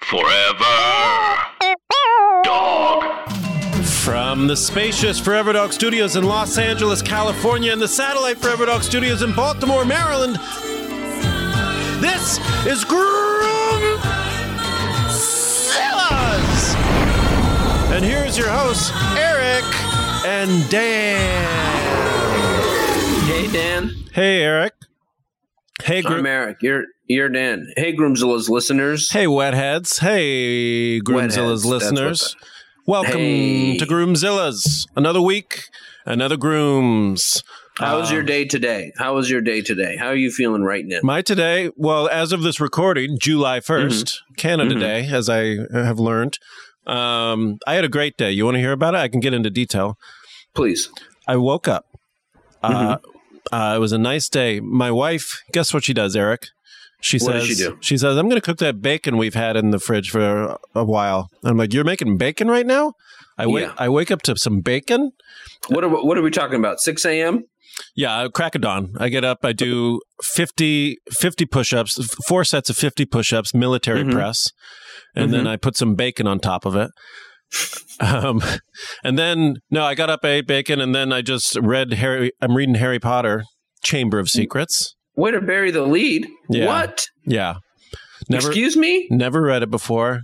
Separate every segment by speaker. Speaker 1: Forever Dog.
Speaker 2: From the spacious Forever Dog Studios in Los Angeles, California, and the satellite Forever Dog Studios in Baltimore, Maryland, this is Groomzilla's! And here's your hosts, Eric and Dan.
Speaker 3: Hey Dan,
Speaker 2: Hey, Eric. Hey,
Speaker 3: I'm
Speaker 2: Groom.
Speaker 3: Eric. You're you're Dan. Hey Groomzilla's listeners.
Speaker 2: Hey, Wetheads. Hey,
Speaker 3: Wetheads,
Speaker 2: Groomzilla's
Speaker 3: that's what
Speaker 2: listeners. Welcome
Speaker 3: Hey.
Speaker 2: to Groomzilla's. Another week, another Grooms.
Speaker 3: How was your day today? How was your day today? How are you feeling right now?
Speaker 2: uh, My today, well, as of this recording, July 1st, Canada
Speaker 3: Mhm.
Speaker 2: Day, as I have learned. Um, I had a great day. You want to hear about it? I can get into detail.
Speaker 3: Please.
Speaker 2: I woke up. Uh,
Speaker 3: Mm-hmm.
Speaker 2: uh, it was a nice day. My wife, guess what she does, Eric? She
Speaker 3: What
Speaker 2: says,
Speaker 3: does she do?
Speaker 2: she says, I'm going to cook that bacon we've had in the fridge for a while. I'm like, you're making bacon right now? I wake,
Speaker 3: Yeah.
Speaker 2: I wake up to some bacon.
Speaker 3: What are what are we talking about? 6 a.m.
Speaker 2: Yeah, uh, crack of dawn. I get up, I do 50, 50 push ups, four sets of 50 push ups, military
Speaker 3: Mhm.
Speaker 2: press, and then
Speaker 3: Mm-hmm.
Speaker 2: I put some bacon on top of it. Um, and then, no, I got up, I ate bacon, and then I just read Harry, I'm reading Harry Potter, Chamber
Speaker 3: Mm.
Speaker 2: of Secrets.
Speaker 3: Way to bury the lead.
Speaker 2: Yeah.
Speaker 3: What?
Speaker 2: Yeah. Never,
Speaker 3: Excuse me.
Speaker 2: never read it before.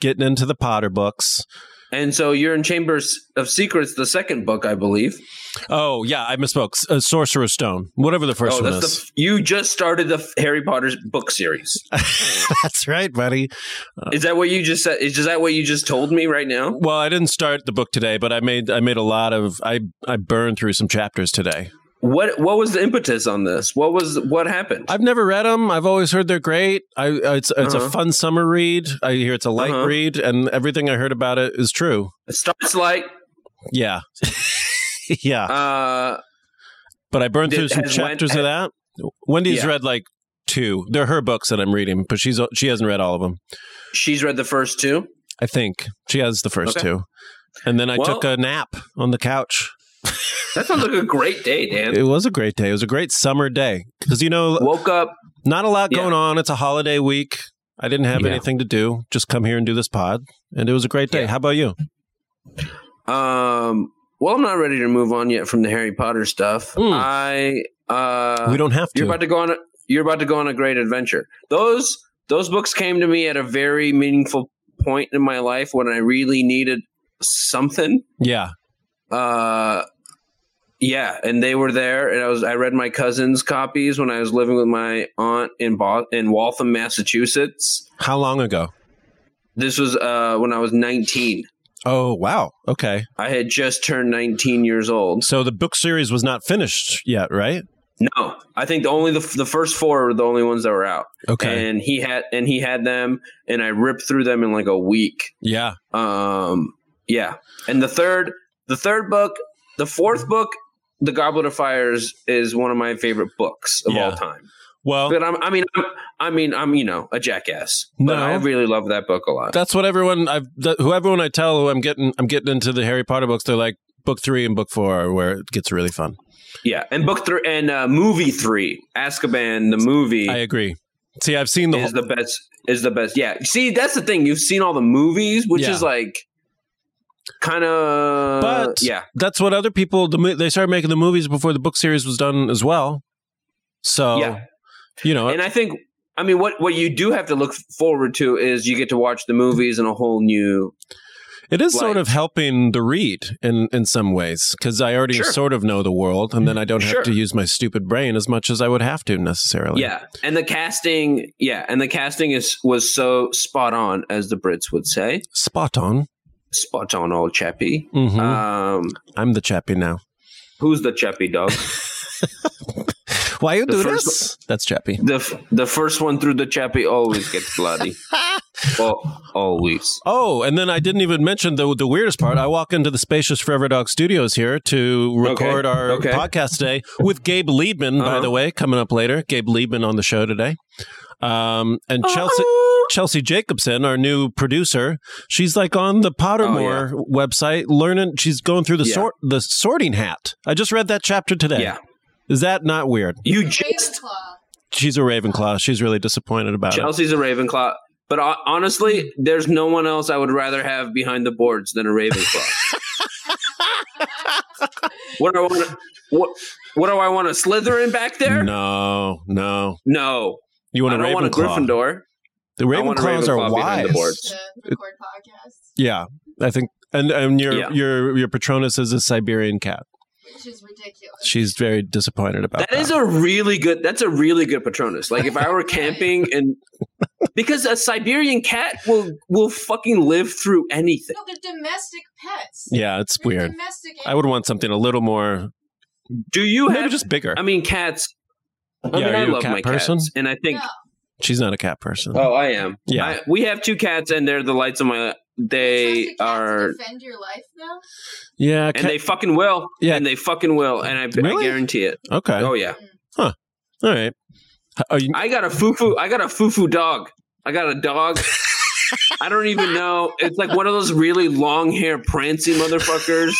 Speaker 2: Getting into the Potter books.
Speaker 3: And so you're in Chambers of Secrets, the second book, I believe.
Speaker 2: Oh, yeah, I misspoke. S- Uh, Sorcerer's Stone, whatever the first
Speaker 3: oh,
Speaker 2: one
Speaker 3: that's
Speaker 2: is.
Speaker 3: the you just started the Harry Potter's book series.
Speaker 2: that's right, buddy. Uh,
Speaker 3: Is that what you just said? Is is that what you just told me right now?
Speaker 2: Well, I didn't start the book today, but I made I made a lot of I I burned through some chapters today.
Speaker 3: What what was the impetus on this? What was what happened?
Speaker 2: I've never read them. I've always heard they're great. I I- it's it's a
Speaker 3: Uh-huh.
Speaker 2: fun summer read. I hear it's a light
Speaker 3: Uh-huh.
Speaker 2: read, and everything I heard about it is true.
Speaker 3: it starts like
Speaker 2: Yeah, yeah.
Speaker 3: uh
Speaker 2: But I burned
Speaker 3: did-
Speaker 2: through some
Speaker 3: has Wen-
Speaker 2: chapters of that. Wendy's
Speaker 3: Yeah.
Speaker 2: read like two. They're her books that I'm reading, but she's she hasn't read all of them.
Speaker 3: She's read the first two.
Speaker 2: I think she has the first
Speaker 3: Okay.
Speaker 2: two, and then I
Speaker 3: Well-
Speaker 2: took a nap on the couch.
Speaker 3: That sounds like a great day, Dan.
Speaker 2: It was a great day. It was a great summer day because you know
Speaker 3: Woke up.
Speaker 2: Not a lot
Speaker 3: Yeah.
Speaker 2: going on. It's a holiday week. I didn't have
Speaker 3: Yeah.
Speaker 2: anything to do. Just come here and do this pod. And it was a great day.
Speaker 3: Yeah.
Speaker 2: How about you?
Speaker 3: Um, well, I'm not ready to move on yet from the Harry Potter stuff.
Speaker 2: Mm.
Speaker 3: I uh,
Speaker 2: we don't have to.
Speaker 3: you're about to go on. A, you're about to go on a great adventure. Those those books came to me at a very meaningful point in my life when I really needed something.
Speaker 2: yeah.
Speaker 3: Uh, yeah, and they were there, and I was I read my cousin's copies when I was living with my aunt in Bo- in Waltham, Massachusetts.
Speaker 2: How long ago?
Speaker 3: This was uh, when I was 19.
Speaker 2: Oh, wow. Okay.
Speaker 3: I had just turned 19 years old.
Speaker 2: So the book series was not finished yet, right?
Speaker 3: No, I think the only the, the first four were the only ones that were out,
Speaker 2: Okay.
Speaker 3: and he had and he had them, and I ripped through them in like a week.
Speaker 2: yeah.
Speaker 3: Um, yeah, and the third the third book, the fourth book, the Goblet of Fires is one of my favorite books of
Speaker 2: Yeah. Oh.
Speaker 3: all time.
Speaker 2: Well,
Speaker 3: But uh, I'm, I mean, I'm, I mean, I'm you know a jackass.
Speaker 2: No.
Speaker 3: But I really love that book a lot.
Speaker 2: that's what everyone I've that, who everyone I tell who I'm getting I'm getting into the Harry Potter books, they're like book 3 and book 4 are where it gets really fun.
Speaker 3: yeah, and book three and uh, movie three, Azkaban the movie.
Speaker 2: I agree. See, I've seen the, whole,
Speaker 3: is the best is the best yeah see that's the thing you've seen all the movies which
Speaker 2: Yeah.
Speaker 3: is like kind of
Speaker 2: But-
Speaker 3: yeah
Speaker 2: that's what other people the, mo- they started making the movies before the book series was done as well. So,
Speaker 3: yeah
Speaker 2: you know,
Speaker 3: and i think i mean what what you do have to look forward to is you get to watch the movies in a whole new
Speaker 2: It is sort
Speaker 3: Like-
Speaker 2: of helping the read in in some ways because I already
Speaker 3: Sure.
Speaker 2: sort of know the world, and then I don't have
Speaker 3: Sure.
Speaker 2: to use my stupid brain as much as I would have to necessarily.
Speaker 3: yeah and the casting yeah and the casting is was so spot on as the brits would say
Speaker 2: spot on.
Speaker 3: spot on old chappy
Speaker 2: hmm
Speaker 3: um
Speaker 2: I'm the chappy now.
Speaker 3: who's the chappy dog
Speaker 2: Why you
Speaker 3: The
Speaker 2: do
Speaker 3: first-
Speaker 2: this? That's Chappie.
Speaker 3: The f- the first one through the chappy always gets bloody. well, always.
Speaker 2: Oh, and then I didn't even mention the the weirdest part. I walk into the spacious Forever Dog Studios here to record our
Speaker 3: okay.
Speaker 2: podcast today with Gabe Liebman, by
Speaker 3: Uh-huh.
Speaker 2: the way, coming up later. Gabe Liebman on the show today. Um, and Chelsea Chelsea Jacobson, our new producer, she's like on the Pottermore website learning. She's going through the
Speaker 3: Oh, Yeah.
Speaker 2: sort the sorting hat. I just read that chapter today.
Speaker 3: Yeah,
Speaker 2: Is that not weird?
Speaker 3: you just
Speaker 2: She's a Ravenclaw. She's really disappointed about it.
Speaker 3: Chelsea's a Ravenclaw. But ho- honestly, there's no one else I would rather have behind the boards than a Ravenclaw. what do I want? What, what do I want? A Slytherin back there?
Speaker 2: No, no.
Speaker 3: No.
Speaker 2: You want
Speaker 3: I
Speaker 2: a
Speaker 3: don't
Speaker 2: Ravenclaw?
Speaker 3: want a Gryffindor.
Speaker 2: The
Speaker 3: I want a
Speaker 2: Ravenclaws are
Speaker 3: Ravenclaw behind the
Speaker 2: wise.
Speaker 3: boards.
Speaker 4: to record podcasts,
Speaker 2: Yeah, I think. And and your
Speaker 3: Yeah.
Speaker 2: your your Patronus is a Siberian cat.
Speaker 4: which is ridiculous.
Speaker 2: She's very disappointed about that.
Speaker 3: That is a really good. That's a really good Patronus. Like if I were camping and because a Siberian cat will will fucking live through anything.
Speaker 4: no, they're domestic pets.
Speaker 2: yeah, it's
Speaker 4: They're
Speaker 2: weird.
Speaker 4: Domestic
Speaker 2: I would want something a little more,
Speaker 3: Do you
Speaker 2: maybe
Speaker 3: have?
Speaker 2: just bigger.
Speaker 3: I mean, cats. I
Speaker 2: Yeah,
Speaker 3: mean,
Speaker 2: are
Speaker 3: I
Speaker 2: you a
Speaker 3: love
Speaker 2: cat
Speaker 3: my
Speaker 2: person?
Speaker 3: cats, and I think.
Speaker 4: No.
Speaker 2: She's not a cat person.
Speaker 3: Oh, I am.
Speaker 2: Um, Yeah.
Speaker 3: I- we have two cats, and they're the lights of my. They
Speaker 4: Domestic cats
Speaker 3: are,
Speaker 4: defend your life though.
Speaker 2: yeah,
Speaker 3: and
Speaker 2: cat,
Speaker 3: they fucking will.
Speaker 2: Yeah.
Speaker 3: Yeah, and they fucking will, and I,
Speaker 2: Really?
Speaker 3: I guarantee it.
Speaker 2: okay,
Speaker 3: Oh yeah,
Speaker 2: all right. Are you,
Speaker 3: I got a fufu. I got a fufu dog. I got a dog. I don't even know. It's like one of those really long hair prancy motherfuckers.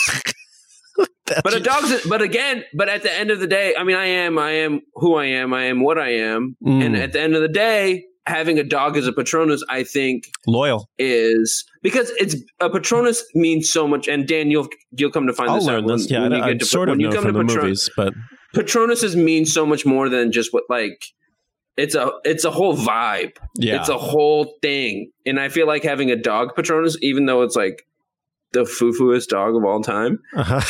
Speaker 3: But a dog's. But again, but at the end of the day, I mean, I am. I am who I am. I am what I am.
Speaker 2: Mm.
Speaker 3: And at the end of the day, having a dog as a patronus, I think
Speaker 2: loyal.
Speaker 3: is because it's a patronus means so much. And Dan, you'll you'll come to find
Speaker 2: I'll
Speaker 3: this
Speaker 2: learn
Speaker 3: out when-
Speaker 2: this. Yeah,
Speaker 3: when
Speaker 2: I,
Speaker 3: you
Speaker 2: I
Speaker 3: get to-
Speaker 2: sort of
Speaker 3: when you
Speaker 2: know
Speaker 3: come
Speaker 2: from the
Speaker 3: to patron-
Speaker 2: movies, but
Speaker 3: Patronuses mean so much more than just what like it's a it's a whole vibe.
Speaker 2: yeah,
Speaker 3: It's a whole thing. And I feel like having a dog Patronus, even though it's like the foo-fooest dog of all time,
Speaker 2: uh-huh.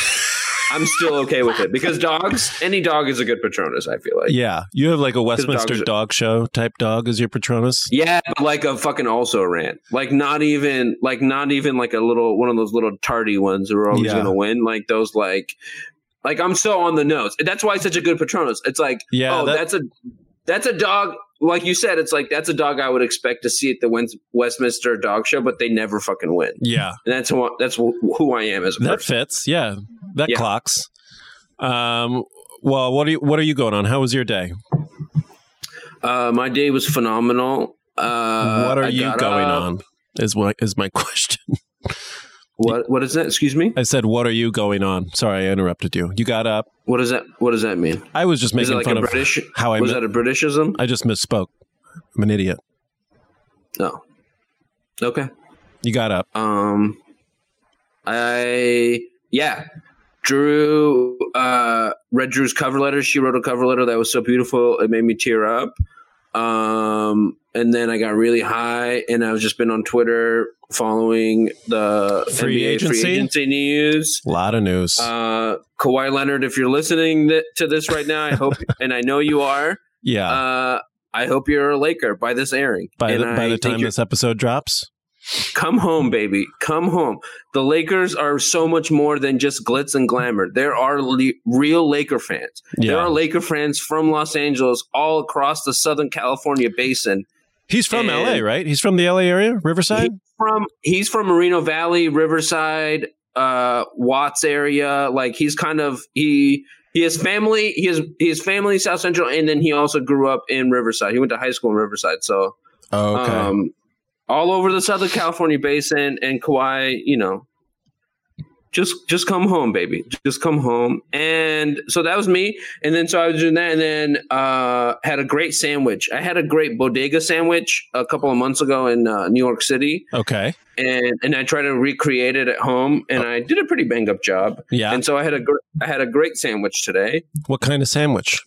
Speaker 3: I'm still okay with it. Because dogs, any dog is a good Patronus, I feel like.
Speaker 2: yeah. You have like a
Speaker 3: dogs
Speaker 2: Westminster
Speaker 3: are-
Speaker 2: dog show type dog as your Patronus.
Speaker 3: Yeah, but like a fucking also ran. Like not even like not even like a little one of those little tardy ones who are always
Speaker 2: Yeah.
Speaker 3: gonna win. Like those like like I'm so on the nose. That's why it's such a good Patronus. It's like
Speaker 2: Yeah,
Speaker 3: oh,
Speaker 2: that-
Speaker 3: that's a that's a dog. Like you said, it's like that's a dog I would expect to see at the West, Westminster Dog Show, but they never fucking win.
Speaker 2: yeah.
Speaker 3: And that's who I, that's wh- who I am as a
Speaker 2: That
Speaker 3: person.
Speaker 2: fits. Yeah, that
Speaker 3: Yeah.
Speaker 2: clocks. Um. Well, what are you, what are you going on? How was your day?
Speaker 3: Uh, my day was phenomenal. Uh,
Speaker 2: what are
Speaker 3: I
Speaker 2: you
Speaker 3: got
Speaker 2: going
Speaker 3: up-
Speaker 2: on? Is my is my question.
Speaker 3: What what is that? Excuse me.
Speaker 2: I said, what are you going on? Sorry, I interrupted you. You got up.
Speaker 3: What does that What does that mean?
Speaker 2: I was just
Speaker 3: Is it
Speaker 2: making
Speaker 3: like
Speaker 2: fun
Speaker 3: a
Speaker 2: of
Speaker 3: British?
Speaker 2: how I
Speaker 3: was
Speaker 2: mi-
Speaker 3: that a Britishism?
Speaker 2: I just misspoke. I'm an idiot.
Speaker 3: No. Oh. Okay.
Speaker 2: You got up.
Speaker 3: Um I yeah. Drew uh read Drew's cover letter. She wrote a cover letter that was so beautiful it made me tear up. Um and then I got really high and I've just been on Twitter following the
Speaker 2: Free
Speaker 3: NBA
Speaker 2: agency?
Speaker 3: free agency news.
Speaker 2: A lot of news.
Speaker 3: Uh Kawhi Leonard, if you're listening th- to this right now, I hope and I know you are.
Speaker 2: yeah.
Speaker 3: Uh I hope you're a Laker by this airing.
Speaker 2: by
Speaker 3: and
Speaker 2: the, by the
Speaker 3: I think
Speaker 2: time
Speaker 3: you're-
Speaker 2: this episode drops,
Speaker 3: Come home, baby. Come home. The Lakers are so much more than just glitz and glamour. There are le- real Laker fans.
Speaker 2: yeah.
Speaker 3: There are Laker fans from Los Angeles, all across the Southern California basin.
Speaker 2: He's from LA,
Speaker 3: and-
Speaker 2: right? He's from the LA area, Riverside.
Speaker 3: From he's from Moreno Valley, Riverside, uh, Watts area. Like he's kind of he he has family. He has he has family in South Central, and then he also grew up in Riverside. He went to high school in Riverside, so
Speaker 2: oh,
Speaker 3: um, all over the Southern California basin and Kauai. You know, just just come home, baby. Just come home. And so that was me. And then so I was doing that, and then uh, had a great sandwich. I had a great bodega sandwich a couple of months ago in uh, New York City,
Speaker 2: okay.
Speaker 3: and and I tried to recreate it at home, and I did a pretty bang up job.
Speaker 2: Yeah.
Speaker 3: And so I had a gr- I had a great sandwich today
Speaker 2: what kind of sandwich?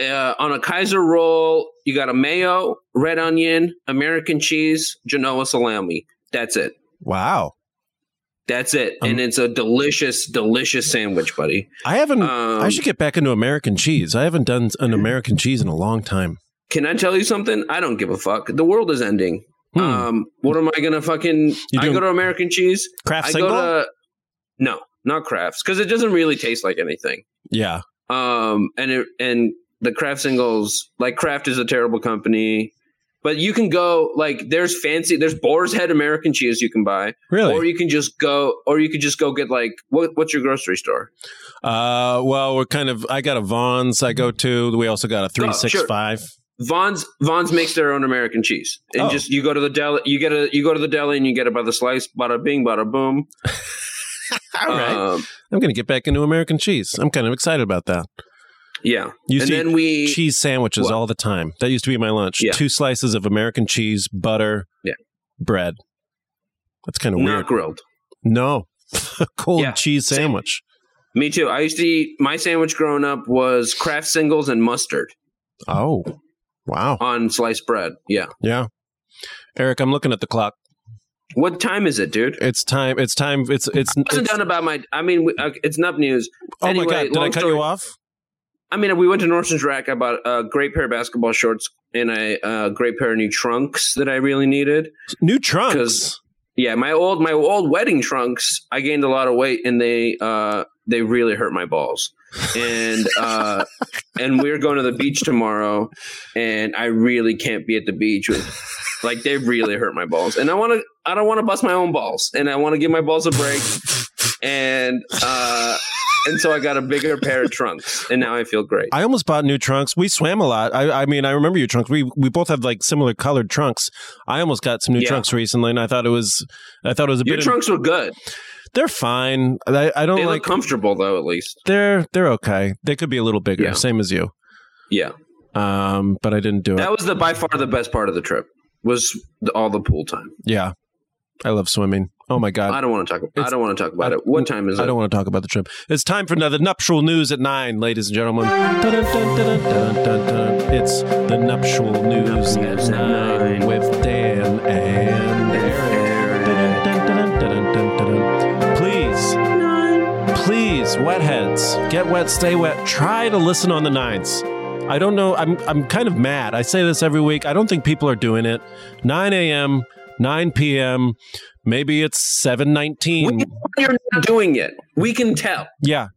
Speaker 3: uh, on a Kaiser roll, you got a mayo, red onion, American cheese, Genoa salami. That's it.
Speaker 2: Wow.
Speaker 3: That's it.
Speaker 2: Um,
Speaker 3: and it's a delicious, delicious sandwich, buddy.
Speaker 2: I haven't. Hmm. I
Speaker 3: Um,
Speaker 2: should get back into American cheese. I haven't done an American cheese in a long time.
Speaker 3: Can I tell you something? I don't give a fuck. The world is ending.
Speaker 2: Hmm.
Speaker 3: Um, what am I gonna fucking?
Speaker 2: You
Speaker 3: I
Speaker 2: doing-
Speaker 3: go to American cheese.
Speaker 2: Craft
Speaker 3: I
Speaker 2: single.
Speaker 3: go to no, not crafts because it doesn't really taste like anything.
Speaker 2: yeah.
Speaker 3: Um, and it and the Kraft singles, like Kraft is a terrible company, but you can go like there's fancy, there's Boar's Head American cheese you can buy,
Speaker 2: Really?
Speaker 3: or you can just go, or you could just go get like what, what's your grocery store?
Speaker 2: Uh, well, we're kind of. I got a Vaughn's. I go
Speaker 3: Mm-hmm.
Speaker 2: to. We also
Speaker 3: Oh,
Speaker 2: got a three six five.
Speaker 3: Vaughn's Vaughn's makes their own American cheese, and
Speaker 2: Oh.
Speaker 3: just you go to the deli, you get a you go to the deli and you get it by the slice, bada bing, bada boom.
Speaker 2: All right. Uh,
Speaker 3: Um,
Speaker 2: I'm gonna get back into American cheese. I'm kind of excited about that.
Speaker 3: yeah,
Speaker 2: You
Speaker 3: and
Speaker 2: see
Speaker 3: then we
Speaker 2: cheese sandwiches
Speaker 3: What?
Speaker 2: all the time. That used to be my lunch.
Speaker 3: Yeah.
Speaker 2: Two slices of American cheese, butter,
Speaker 3: Yeah.
Speaker 2: bread. That's kind of
Speaker 3: not
Speaker 2: weird.
Speaker 3: grilled.
Speaker 2: No, cold
Speaker 3: Yeah.
Speaker 2: cheese
Speaker 3: Same.
Speaker 2: sandwich.
Speaker 3: Me too. I used to eat my sandwich growing up was Kraft singles and mustard
Speaker 2: Oh, wow.
Speaker 3: on sliced bread. Yeah.
Speaker 2: Yeah, Eric, I'm looking at the clock.
Speaker 3: What time is it, dude?
Speaker 2: It's time. It's time. It's it's.
Speaker 3: I wasn't
Speaker 2: it's-
Speaker 3: done about my. I mean, we, uh, it's not news.
Speaker 2: oh
Speaker 3: anyway,
Speaker 2: my god! Did I
Speaker 3: long
Speaker 2: cut
Speaker 3: story-
Speaker 2: you off?
Speaker 3: I mean, we went to Nordstrom's Rack. I bought a great pair of basketball shorts and a uh, great pair of new trunks that I really needed.
Speaker 2: New trunks.
Speaker 3: 'Cause- Yeah, my old my old wedding trunks. I gained a lot of weight, and they uh, they really hurt my balls. And uh, and we're going to the beach tomorrow, and I really can't be at the beach with like they really hurt my balls. And I want to I don't want to bust my own balls, and I want to give my balls a break. And uh, and so I got a bigger pair of trunks, and now I feel great.
Speaker 2: I almost bought new trunks. We swam a lot. I, I mean, I remember your trunks. We we both had like similar colored trunks. I almost got some new
Speaker 3: Yeah.
Speaker 2: trunks recently, and I thought it was, I thought it was a
Speaker 3: Your
Speaker 2: bit.
Speaker 3: trunks look good.
Speaker 2: they're fine. I, I don't
Speaker 3: They
Speaker 2: like.
Speaker 3: look comfortable though, at least.
Speaker 2: they're they're okay. They could be a little bigger,
Speaker 3: Yeah.
Speaker 2: same as you.
Speaker 3: Yeah,
Speaker 2: Um, but I didn't do it.
Speaker 3: that was the by far the best part of the trip was the, all the pool time.
Speaker 2: yeah, I love swimming. Oh my god.
Speaker 3: I don't want to talk. I
Speaker 2: It's-
Speaker 3: don't want to talk about
Speaker 2: I-
Speaker 3: it. What time is
Speaker 2: I
Speaker 3: it?
Speaker 2: don't want to talk about the trip. It's time for the nuptial news at nine, ladies and gentlemen. Dun-dun-dun-dun-dun-dun-dun. It's the nuptial news at nine with Dan and Eric. Dun-dun-dun-dun-dun-dun-dun. Please, please, wetheads, get wet, stay wet. Try to listen on the nines. I don't know. I'm I'm kind of mad. I say this every week. I don't think people are doing it. 9 a.m., 9 p.m. Maybe it's
Speaker 3: When
Speaker 2: 7:19.
Speaker 3: you're not doing it, we can tell.
Speaker 2: Yeah.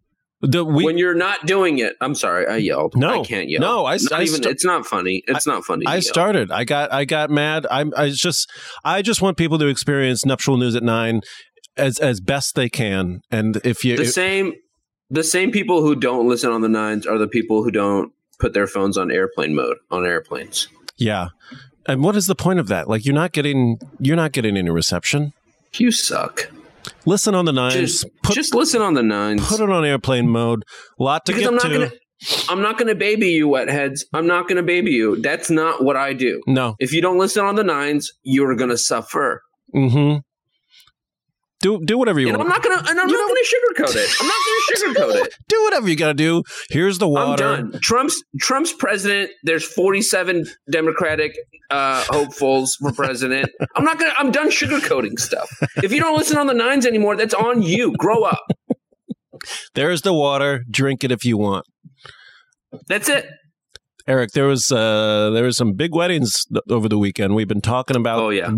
Speaker 2: The we
Speaker 3: when you're not doing it, I'm sorry, I yelled.
Speaker 2: No.
Speaker 3: I can't yell.
Speaker 2: No, I-
Speaker 3: Not
Speaker 2: I
Speaker 3: even.
Speaker 2: sta-
Speaker 3: it's not funny. It's not funny. to
Speaker 2: I
Speaker 3: yell.
Speaker 2: started. I got I got mad. I'm I was just I just want people to experience nuptial news at 9 as as best they can. And if you
Speaker 3: the same. The same people who don't listen on the nines are the people who don't put their phones on airplane mode on airplanes.
Speaker 2: yeah. And what is the point of that? Like you're not getting you're not getting any reception.
Speaker 3: You suck.
Speaker 2: Listen on the nines.
Speaker 3: Just,
Speaker 2: put
Speaker 3: just listen on the nines.
Speaker 2: put it on airplane mode. Lot to
Speaker 3: because
Speaker 2: get
Speaker 3: I'm not
Speaker 2: to.
Speaker 3: gonna. I'm not gonna baby you, wetheads. I'm not gonna baby you. That's not what I do.
Speaker 2: No.
Speaker 3: If you don't listen on the nines, you're gonna suffer.
Speaker 2: Mm-hmm. Do do whatever you
Speaker 3: And I'm
Speaker 2: want.
Speaker 3: not gonna and I'm not gonna sugarcoat it. I'm not gonna sugarcoat it.
Speaker 2: do whatever you gotta do. Here's the water.
Speaker 3: I'm done. Trump's Trump's president. There's 47 Democratic uh, hopefuls for president. I'm not gonna. I'm done sugarcoating stuff. If you don't listen on the nines anymore, that's on you. Grow up.
Speaker 2: There's the water. Drink it if you want.
Speaker 3: That's it.
Speaker 2: Eric, there was uh, there was some big weddings th- over the weekend. We've been talking about.
Speaker 3: Oh, yeah.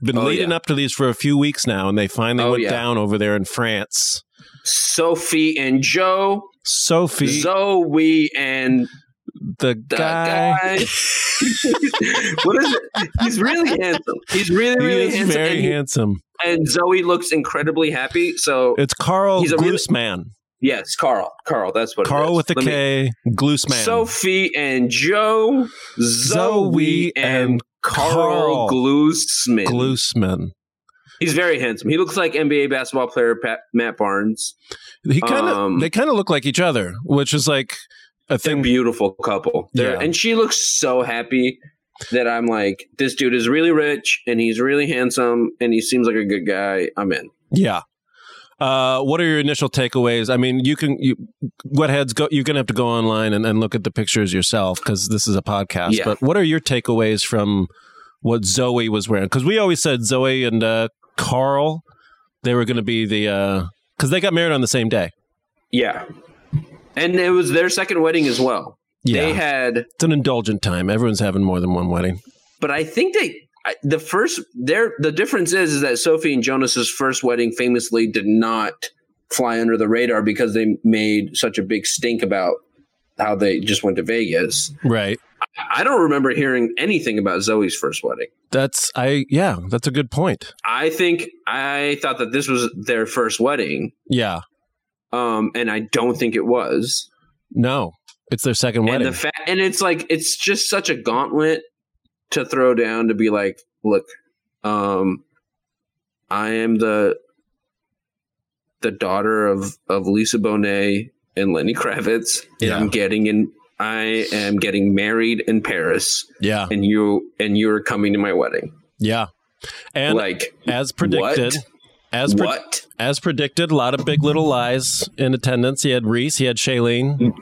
Speaker 2: been
Speaker 3: Oh,
Speaker 2: leading
Speaker 3: yeah.
Speaker 2: up to these for a few weeks now, and they finally
Speaker 3: Oh,
Speaker 2: went
Speaker 3: yeah.
Speaker 2: down over there in France.
Speaker 3: Sophie and Joe,
Speaker 2: Sophie,
Speaker 3: Zoe and
Speaker 2: the
Speaker 3: the
Speaker 2: guy,
Speaker 3: guy. what is it? He's really handsome. He's really
Speaker 2: he
Speaker 3: really
Speaker 2: is
Speaker 3: handsome.
Speaker 2: very
Speaker 3: and, he-
Speaker 2: handsome.
Speaker 3: and Zoe looks incredibly happy. So
Speaker 2: It's Carl
Speaker 3: He's a really-
Speaker 2: Glusman.
Speaker 3: yes, Carl. Carl. That's what. it
Speaker 2: Carl
Speaker 3: is.
Speaker 2: with a
Speaker 3: Let me-
Speaker 2: K, Glusman.
Speaker 3: Sophie and Joe, Zoe, and Carl,
Speaker 2: Carl
Speaker 3: Glusman.
Speaker 2: Glusman.
Speaker 3: He's very handsome. He looks like NBA basketball player Pat, Matt Barnes.
Speaker 2: He kind of
Speaker 3: Um,
Speaker 2: they kind of look like each other, which is like a
Speaker 3: They're a
Speaker 2: thing.
Speaker 3: beautiful couple. They're,
Speaker 2: Yeah.
Speaker 3: And she looks so happy that I'm like, this dude is really rich and he's really handsome and he seems like a good guy. I'm in.
Speaker 2: Yeah. Uh, what are your initial takeaways? I mean, you can you what heads go. You're gonna have to go online and, and look at the pictures yourself because this is a podcast.
Speaker 3: Yeah.
Speaker 2: But what are your takeaways from what Zoe was wearing? Because we always said Zoe and uh, Carl they were gonna be the because they got married on the same day.
Speaker 3: Yeah. And it was their second wedding as well.
Speaker 2: Yeah,
Speaker 3: They had,
Speaker 2: it's an indulgent time. Everyone's having more than one wedding.
Speaker 3: but I think they. I- The first, their the difference is is that Sophie and Jonas's first wedding famously did not fly under the radar because they made such a big stink about how they just went to Vegas.
Speaker 2: Right.
Speaker 3: I don't remember hearing anything about Zoe's first wedding.
Speaker 2: That's I yeah, that's a good point.
Speaker 3: I think I thought that this was their first wedding,
Speaker 2: Yeah.
Speaker 3: um, and I don't think it was.
Speaker 2: No. It's their second
Speaker 3: And
Speaker 2: wedding.
Speaker 3: the fa- and it's like it's just such a gauntlet to throw down to be like, look, um, I am the the daughter of of Lisa Bonet and Lenny Kravitz, and
Speaker 2: Yeah.
Speaker 3: I'm getting in. I am getting married in Paris,
Speaker 2: yeah.
Speaker 3: and you and you're coming to my wedding.
Speaker 2: Yeah. And
Speaker 3: like
Speaker 2: as predicted,
Speaker 3: what?
Speaker 2: as pre-
Speaker 3: what?
Speaker 2: as predicted, a lot of big little lies in attendance. He had Reese, he had Shailene,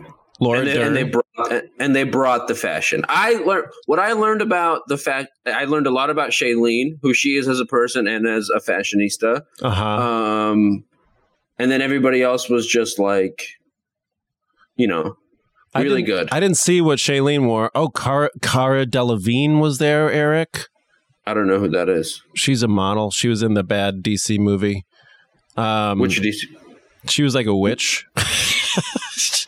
Speaker 2: Laura
Speaker 3: And they, and they
Speaker 2: Dern.
Speaker 3: brought and they brought the fashion. I learned what I learned about the fact. I learned a lot about Shailene, who she is as a person and as a fashionista.
Speaker 2: uh-huh.
Speaker 3: Um, and then everybody else was just like, you know,
Speaker 2: I
Speaker 3: really
Speaker 2: didn't-
Speaker 3: good. I,
Speaker 2: I didn't see what Shailene wore. Oh, Cara, Cara Delevingne was there, Eric.
Speaker 3: don't know who that is.
Speaker 2: She's a model. She was in the bad DC movie. Um,
Speaker 3: Which of these?
Speaker 2: she was like a witch.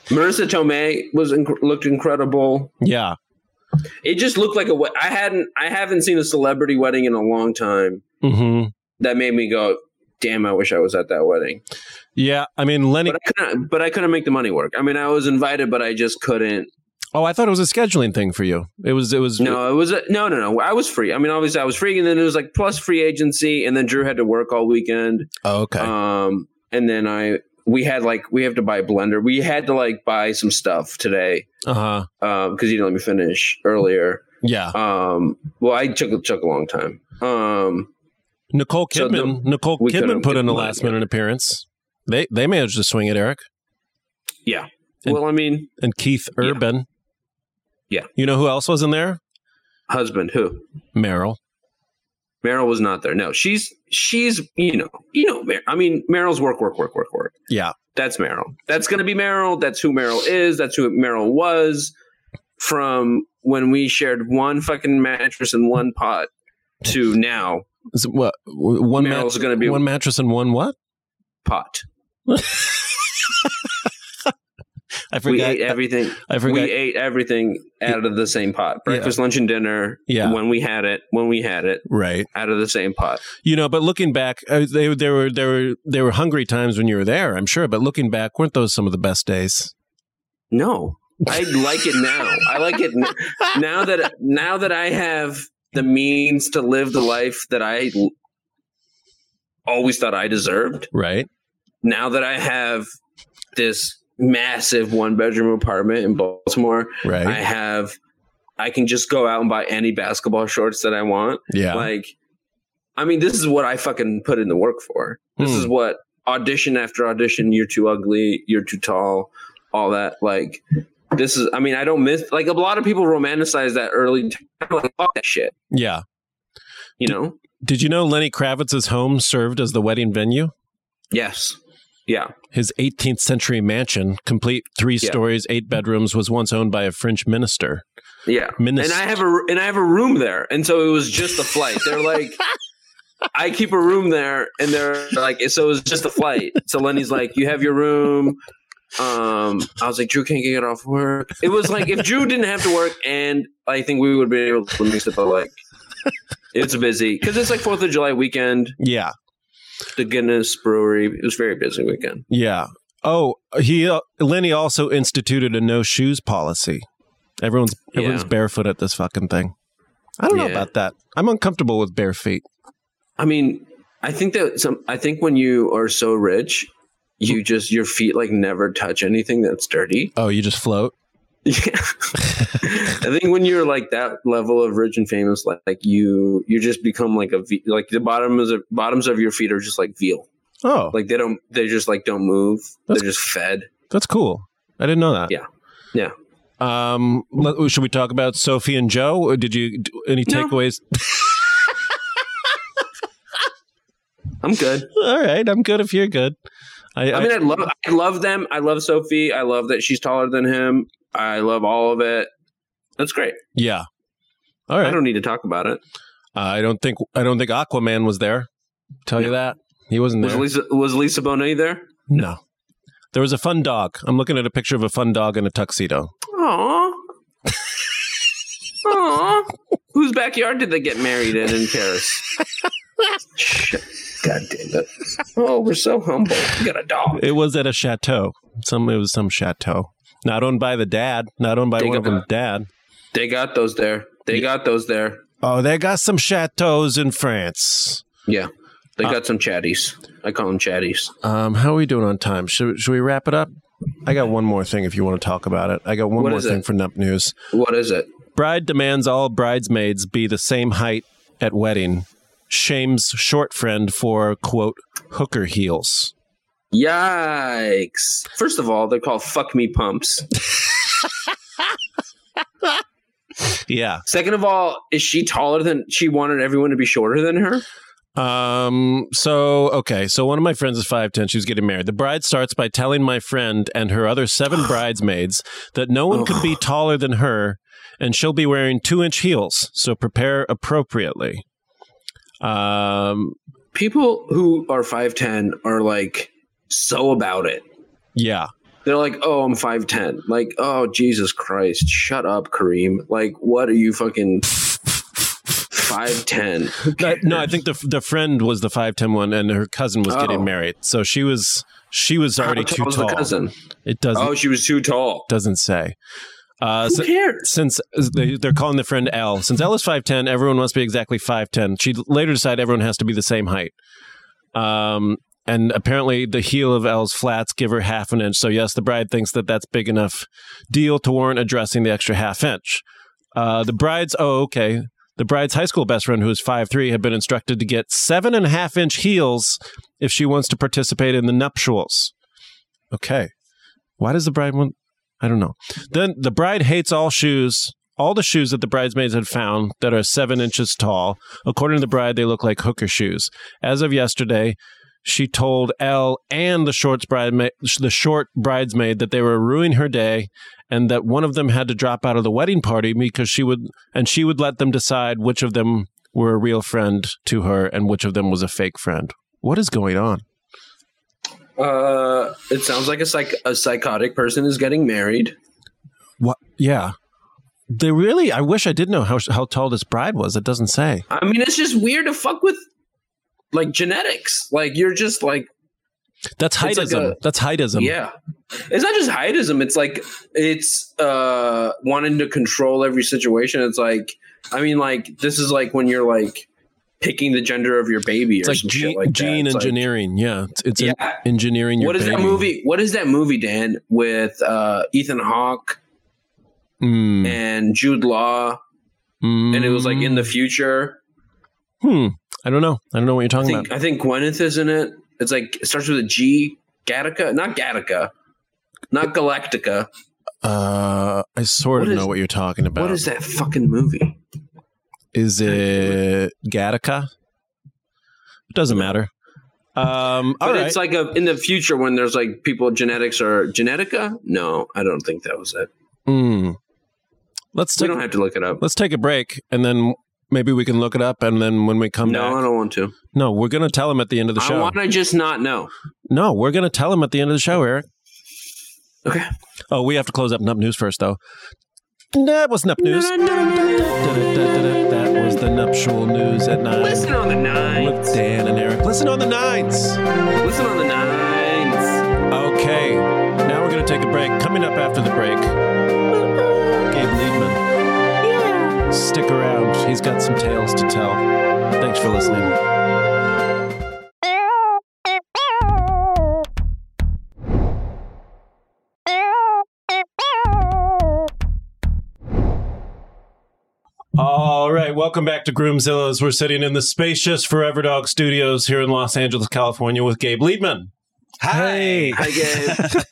Speaker 3: Marissa Tomei was inc- looked incredible.
Speaker 2: yeah.
Speaker 3: It just looked like a. we- I hadn't. I haven't seen a celebrity wedding in a long time.
Speaker 2: hmm
Speaker 3: That made me go, damn! I wish I was at that wedding.
Speaker 2: Yeah. I mean, Lenny.
Speaker 3: but I couldn't. But I couldn't make the money work. I mean, I was invited, but I just couldn't.
Speaker 2: oh, I thought it was a scheduling thing for you. It was. It was.
Speaker 3: No, it was a, no, no, no. I was free. I mean, obviously, I was free, and then it was like plus free agency, and then Drew had to work all weekend.
Speaker 2: Oh, okay.
Speaker 3: Um, and then I we had like we have to buy a blender. We had to like buy some stuff today
Speaker 2: Uh huh.
Speaker 3: because you didn't let me finish earlier.
Speaker 2: Yeah.
Speaker 3: Um, well, I took took a long time. Um,
Speaker 2: Nicole
Speaker 3: so
Speaker 2: Kidman. Nicole
Speaker 3: we
Speaker 2: Kidman
Speaker 3: couldn't
Speaker 2: put in
Speaker 3: get
Speaker 2: a
Speaker 3: the
Speaker 2: last
Speaker 3: money.
Speaker 2: minute appearance. They they managed to swing it, Eric
Speaker 3: yeah.
Speaker 2: And-
Speaker 3: well, I mean,
Speaker 2: and Keith
Speaker 3: Yeah.
Speaker 2: Urban.
Speaker 3: Yeah.
Speaker 2: You know who else was in there?
Speaker 3: husband who
Speaker 2: Meryl.
Speaker 3: Meryl was not there. No, she's she's you know you know Mer- I mean Meryl's work work work work work.
Speaker 2: Yeah.
Speaker 3: That's Meryl. That's going to be Meryl. That's who Meryl is. That's who Meryl was from when we shared one fucking mattress and one pot to now
Speaker 2: Is it what one
Speaker 3: Meryl's
Speaker 2: mat-
Speaker 3: gonna be-
Speaker 2: one mattress and one what?
Speaker 3: pot.
Speaker 2: I
Speaker 3: We
Speaker 2: forgot.
Speaker 3: ate everything.
Speaker 2: I
Speaker 3: We
Speaker 2: forgot.
Speaker 3: ate everything out of the same pot. Breakfast, lunch, and dinner.
Speaker 2: Yeah.
Speaker 3: When we had it, when we had it,
Speaker 2: Right.
Speaker 3: out of the same pot.
Speaker 2: You know, but looking back, uh, they there were there were there were hungry times when you were there, I'm sure. But looking back, weren't those some of the best days?
Speaker 3: No, I like it now. I like it n- now that now that I have the means to live the life that I l- always thought I deserved.
Speaker 2: Right?
Speaker 3: Now that I have this massive one bedroom apartment in Baltimore,
Speaker 2: Right?
Speaker 3: I have I can just go out and buy any basketball shorts that I want.
Speaker 2: yeah.
Speaker 3: Like I mean, this is what I fucking put in the work for. This
Speaker 2: Hmm.
Speaker 3: is what audition after audition, you're too ugly, you're too tall, all that. Like, this is, I mean, I don't miss, like, a lot of people romanticize that early. time, Like, fuck that shit,
Speaker 2: yeah.
Speaker 3: you know?
Speaker 2: Did you know Lenny Kravitz's home served as the wedding venue?
Speaker 3: Yes. Yeah.
Speaker 2: His 18th century mansion, complete three
Speaker 3: Yeah.
Speaker 2: stories, eight bedrooms, was once owned by a French minister.
Speaker 3: Yeah.
Speaker 2: Minis-
Speaker 3: And I have a, and I have a room there. And so it was just a flight. They're like, I keep a room there and they're like, so it was just a flight. So Lenny's like, you have your room. Um, I was like, Drew can't get off work. It was like, if Drew didn't have to work and I think we would be able to mix it, but like, it's busy because it's like 4th of July weekend.
Speaker 2: Yeah.
Speaker 3: The Guinness Brewery, it was a very busy weekend.
Speaker 2: Yeah. Oh, he uh, Lenny also instituted a no shoes policy. Everyone's everyone's
Speaker 3: Yeah.
Speaker 2: barefoot at this fucking thing. I don't know
Speaker 3: Yeah.
Speaker 2: about that. I'm uncomfortable with bare feet.
Speaker 3: I mean, I think that some, I think when you are so rich, you just, your feet like never touch anything that's dirty.
Speaker 2: Oh, you just float.
Speaker 3: Yeah. I think when you're like that level of rich and famous, like, like you, you just become like a ve- like the bottoms of bottoms of your feet are just like veal.
Speaker 2: Oh,
Speaker 3: Like they don't, they just like don't move.
Speaker 2: That's-
Speaker 3: They're just fed.
Speaker 2: That's cool. I didn't know that.
Speaker 3: Yeah. Yeah.
Speaker 2: Um, let- should we talk about Sophie and Joe? Or Did you d- any
Speaker 3: No.
Speaker 2: takeaways?
Speaker 3: I'm good.
Speaker 2: All right, I'm good if you're good. I,
Speaker 3: I mean, I love, I love them. I love Sophie. I love that she's taller than him. I love all of it. That's great.
Speaker 2: yeah. All right. Uh,
Speaker 3: I don't need to talk about it.
Speaker 2: I don't think I don't think Aquaman was there. Tell you that he wasn't
Speaker 3: Was
Speaker 2: there.
Speaker 3: Lisa was Lisa Bonet there?
Speaker 2: no. There was a fun dog. I'm looking at a picture of a fun dog in a tuxedo.
Speaker 3: Aw. Aw. Whose backyard did they get married in in Paris? Shit. God damn it. Oh, we're so humble. We got a dog.
Speaker 2: It was at a chateau. Some it was some chateau. Not owned by the dad. Not owned by
Speaker 3: They
Speaker 2: one of
Speaker 3: got-
Speaker 2: them dad.
Speaker 3: They got those there. They got those there.
Speaker 2: Oh, they got some chateaus in France.
Speaker 3: Yeah. They got some chatties. I call them chatties.
Speaker 2: Um, how are we doing on time? Should, should we wrap it up? I got one more thing if you want to talk about it. I got one
Speaker 3: What
Speaker 2: more
Speaker 3: is
Speaker 2: thing
Speaker 3: it?
Speaker 2: for Nup News.
Speaker 3: What is it?
Speaker 2: Bride demands all bridesmaids be the same height at wedding. Shames short friend for quote hooker heels.
Speaker 3: Yikes. First of all, they're called fuck me pumps.
Speaker 2: Yeah.
Speaker 3: Second of all, is she taller than she wanted everyone to be shorter than her?
Speaker 2: Um. So okay. So one of my friends is five ten. She was getting married. The bride starts by telling my friend and her other seven bridesmaids that no one could be taller than her, and she'll be wearing two inch heels. So prepare appropriately. Um.
Speaker 3: People who are 5'10 are like so about it.
Speaker 2: Yeah.
Speaker 3: They're like, oh, I'm 5'10. Like, oh, Jesus Christ. Shut up, Kareem. Like, what are you fucking 5'10? Who
Speaker 2: No, no, I
Speaker 3: cares?
Speaker 2: think the the friend was the five ten one, and her cousin was
Speaker 3: Oh.
Speaker 2: getting married, so she was she was
Speaker 3: How
Speaker 2: already too
Speaker 3: was
Speaker 2: tall.
Speaker 3: The cousin?
Speaker 2: It doesn't
Speaker 3: Oh, she was too tall.
Speaker 2: doesn't say. Uh,
Speaker 3: Who
Speaker 2: so-
Speaker 3: cares?
Speaker 2: since uh, they, they're calling the friend L, since L is five ten, everyone must be exactly five ten. She later decided everyone has to be the same height. Um, and apparently the heel of L's flats give her half an inch. So yes, the bride thinks that that's big enough deal to warrant addressing the extra half inch. Uh, the bride's oh okay. The bride's high school best friend, who is five three, had been instructed to get seven and a half inch heels if she wants to participate in the nuptials. Okay. Why does the bride want? I don't know. Then the bride hates all shoes. All the shoes that the bridesmaids had found that are seven inches tall. According to the bride, they look like hooker shoes. As of yesterday, she told Elle and the shorts bridesmaid, the short bridesmaid, that they were ruining her day, and that one of them had to drop out of the wedding party because she would, and she would let them decide which of them were a real friend to her and which of them was a fake friend. What is going on?
Speaker 3: Uh, it sounds like a psych a psychotic person is getting married.
Speaker 2: What? Yeah. They really. I wish I did know how how tall this bride was. It doesn't say.
Speaker 3: I mean, it's just weird to fuck with like genetics. Like you're just like
Speaker 2: That's
Speaker 3: It's like
Speaker 2: heightism.
Speaker 3: a-
Speaker 2: That's heightism.
Speaker 3: yeah. It's not just heightism. It's like it's uh wanting to control every situation. It's like I mean, like this is like when you're like picking the gender of your baby
Speaker 2: It's
Speaker 3: or
Speaker 2: like,
Speaker 3: some
Speaker 2: gene,
Speaker 3: shit like
Speaker 2: gene
Speaker 3: that. It's like-
Speaker 2: engineering. yeah. It's, it's en-
Speaker 3: yeah.
Speaker 2: engineering your
Speaker 3: What is that
Speaker 2: baby.
Speaker 3: movie? What is that movie, Dan, with uh Ethan Hawke
Speaker 2: Mm.
Speaker 3: and Jude Law? And it was like in the future.
Speaker 2: Hmm. I don't know. I don't know what you're
Speaker 3: I
Speaker 2: talking
Speaker 3: think
Speaker 2: about.
Speaker 3: I think Gwyneth is in it. It's like it starts with a G. Gattaca, not Gattaca, not Galactica.
Speaker 2: Uh, I sort of
Speaker 3: What is-
Speaker 2: know what you're talking about.
Speaker 3: What is that fucking movie?
Speaker 2: Is it Gattaca? It doesn't matter. Um, all
Speaker 3: but
Speaker 2: right.
Speaker 3: it's like a in the future when there's like people genetics or genetica. No, I don't think that was it.
Speaker 2: Hmm. Let's
Speaker 3: We
Speaker 2: take
Speaker 3: don't have to look it up.
Speaker 2: let's take a break, and then maybe we can look it up, and then when we come
Speaker 3: No, I
Speaker 2: back,
Speaker 3: don't want to.
Speaker 2: no, we're gonna tell him at the end of the
Speaker 3: I
Speaker 2: show.
Speaker 3: want to just not know.
Speaker 2: No, we're gonna tell him at the end of the show, Eric.
Speaker 3: Okay.
Speaker 2: Oh, we have to close up Nup News first, though. That was Nup News. That was the nuptial news at nine
Speaker 3: Listen on the nines.
Speaker 2: with Dan and Eric. Listen on the nines.
Speaker 3: Listen on the nines.
Speaker 2: Okay, now we're gonna take a break. Coming up after the break, Gabe Liebman. Stick around. He's got some tales to tell. Thanks for listening. All right, welcome back to Groomzillas. We're sitting in the spacious Forever Dog Studios here in Los Angeles, California, with Gabe Liebman.
Speaker 5: Hi.
Speaker 3: Hi, Gabe.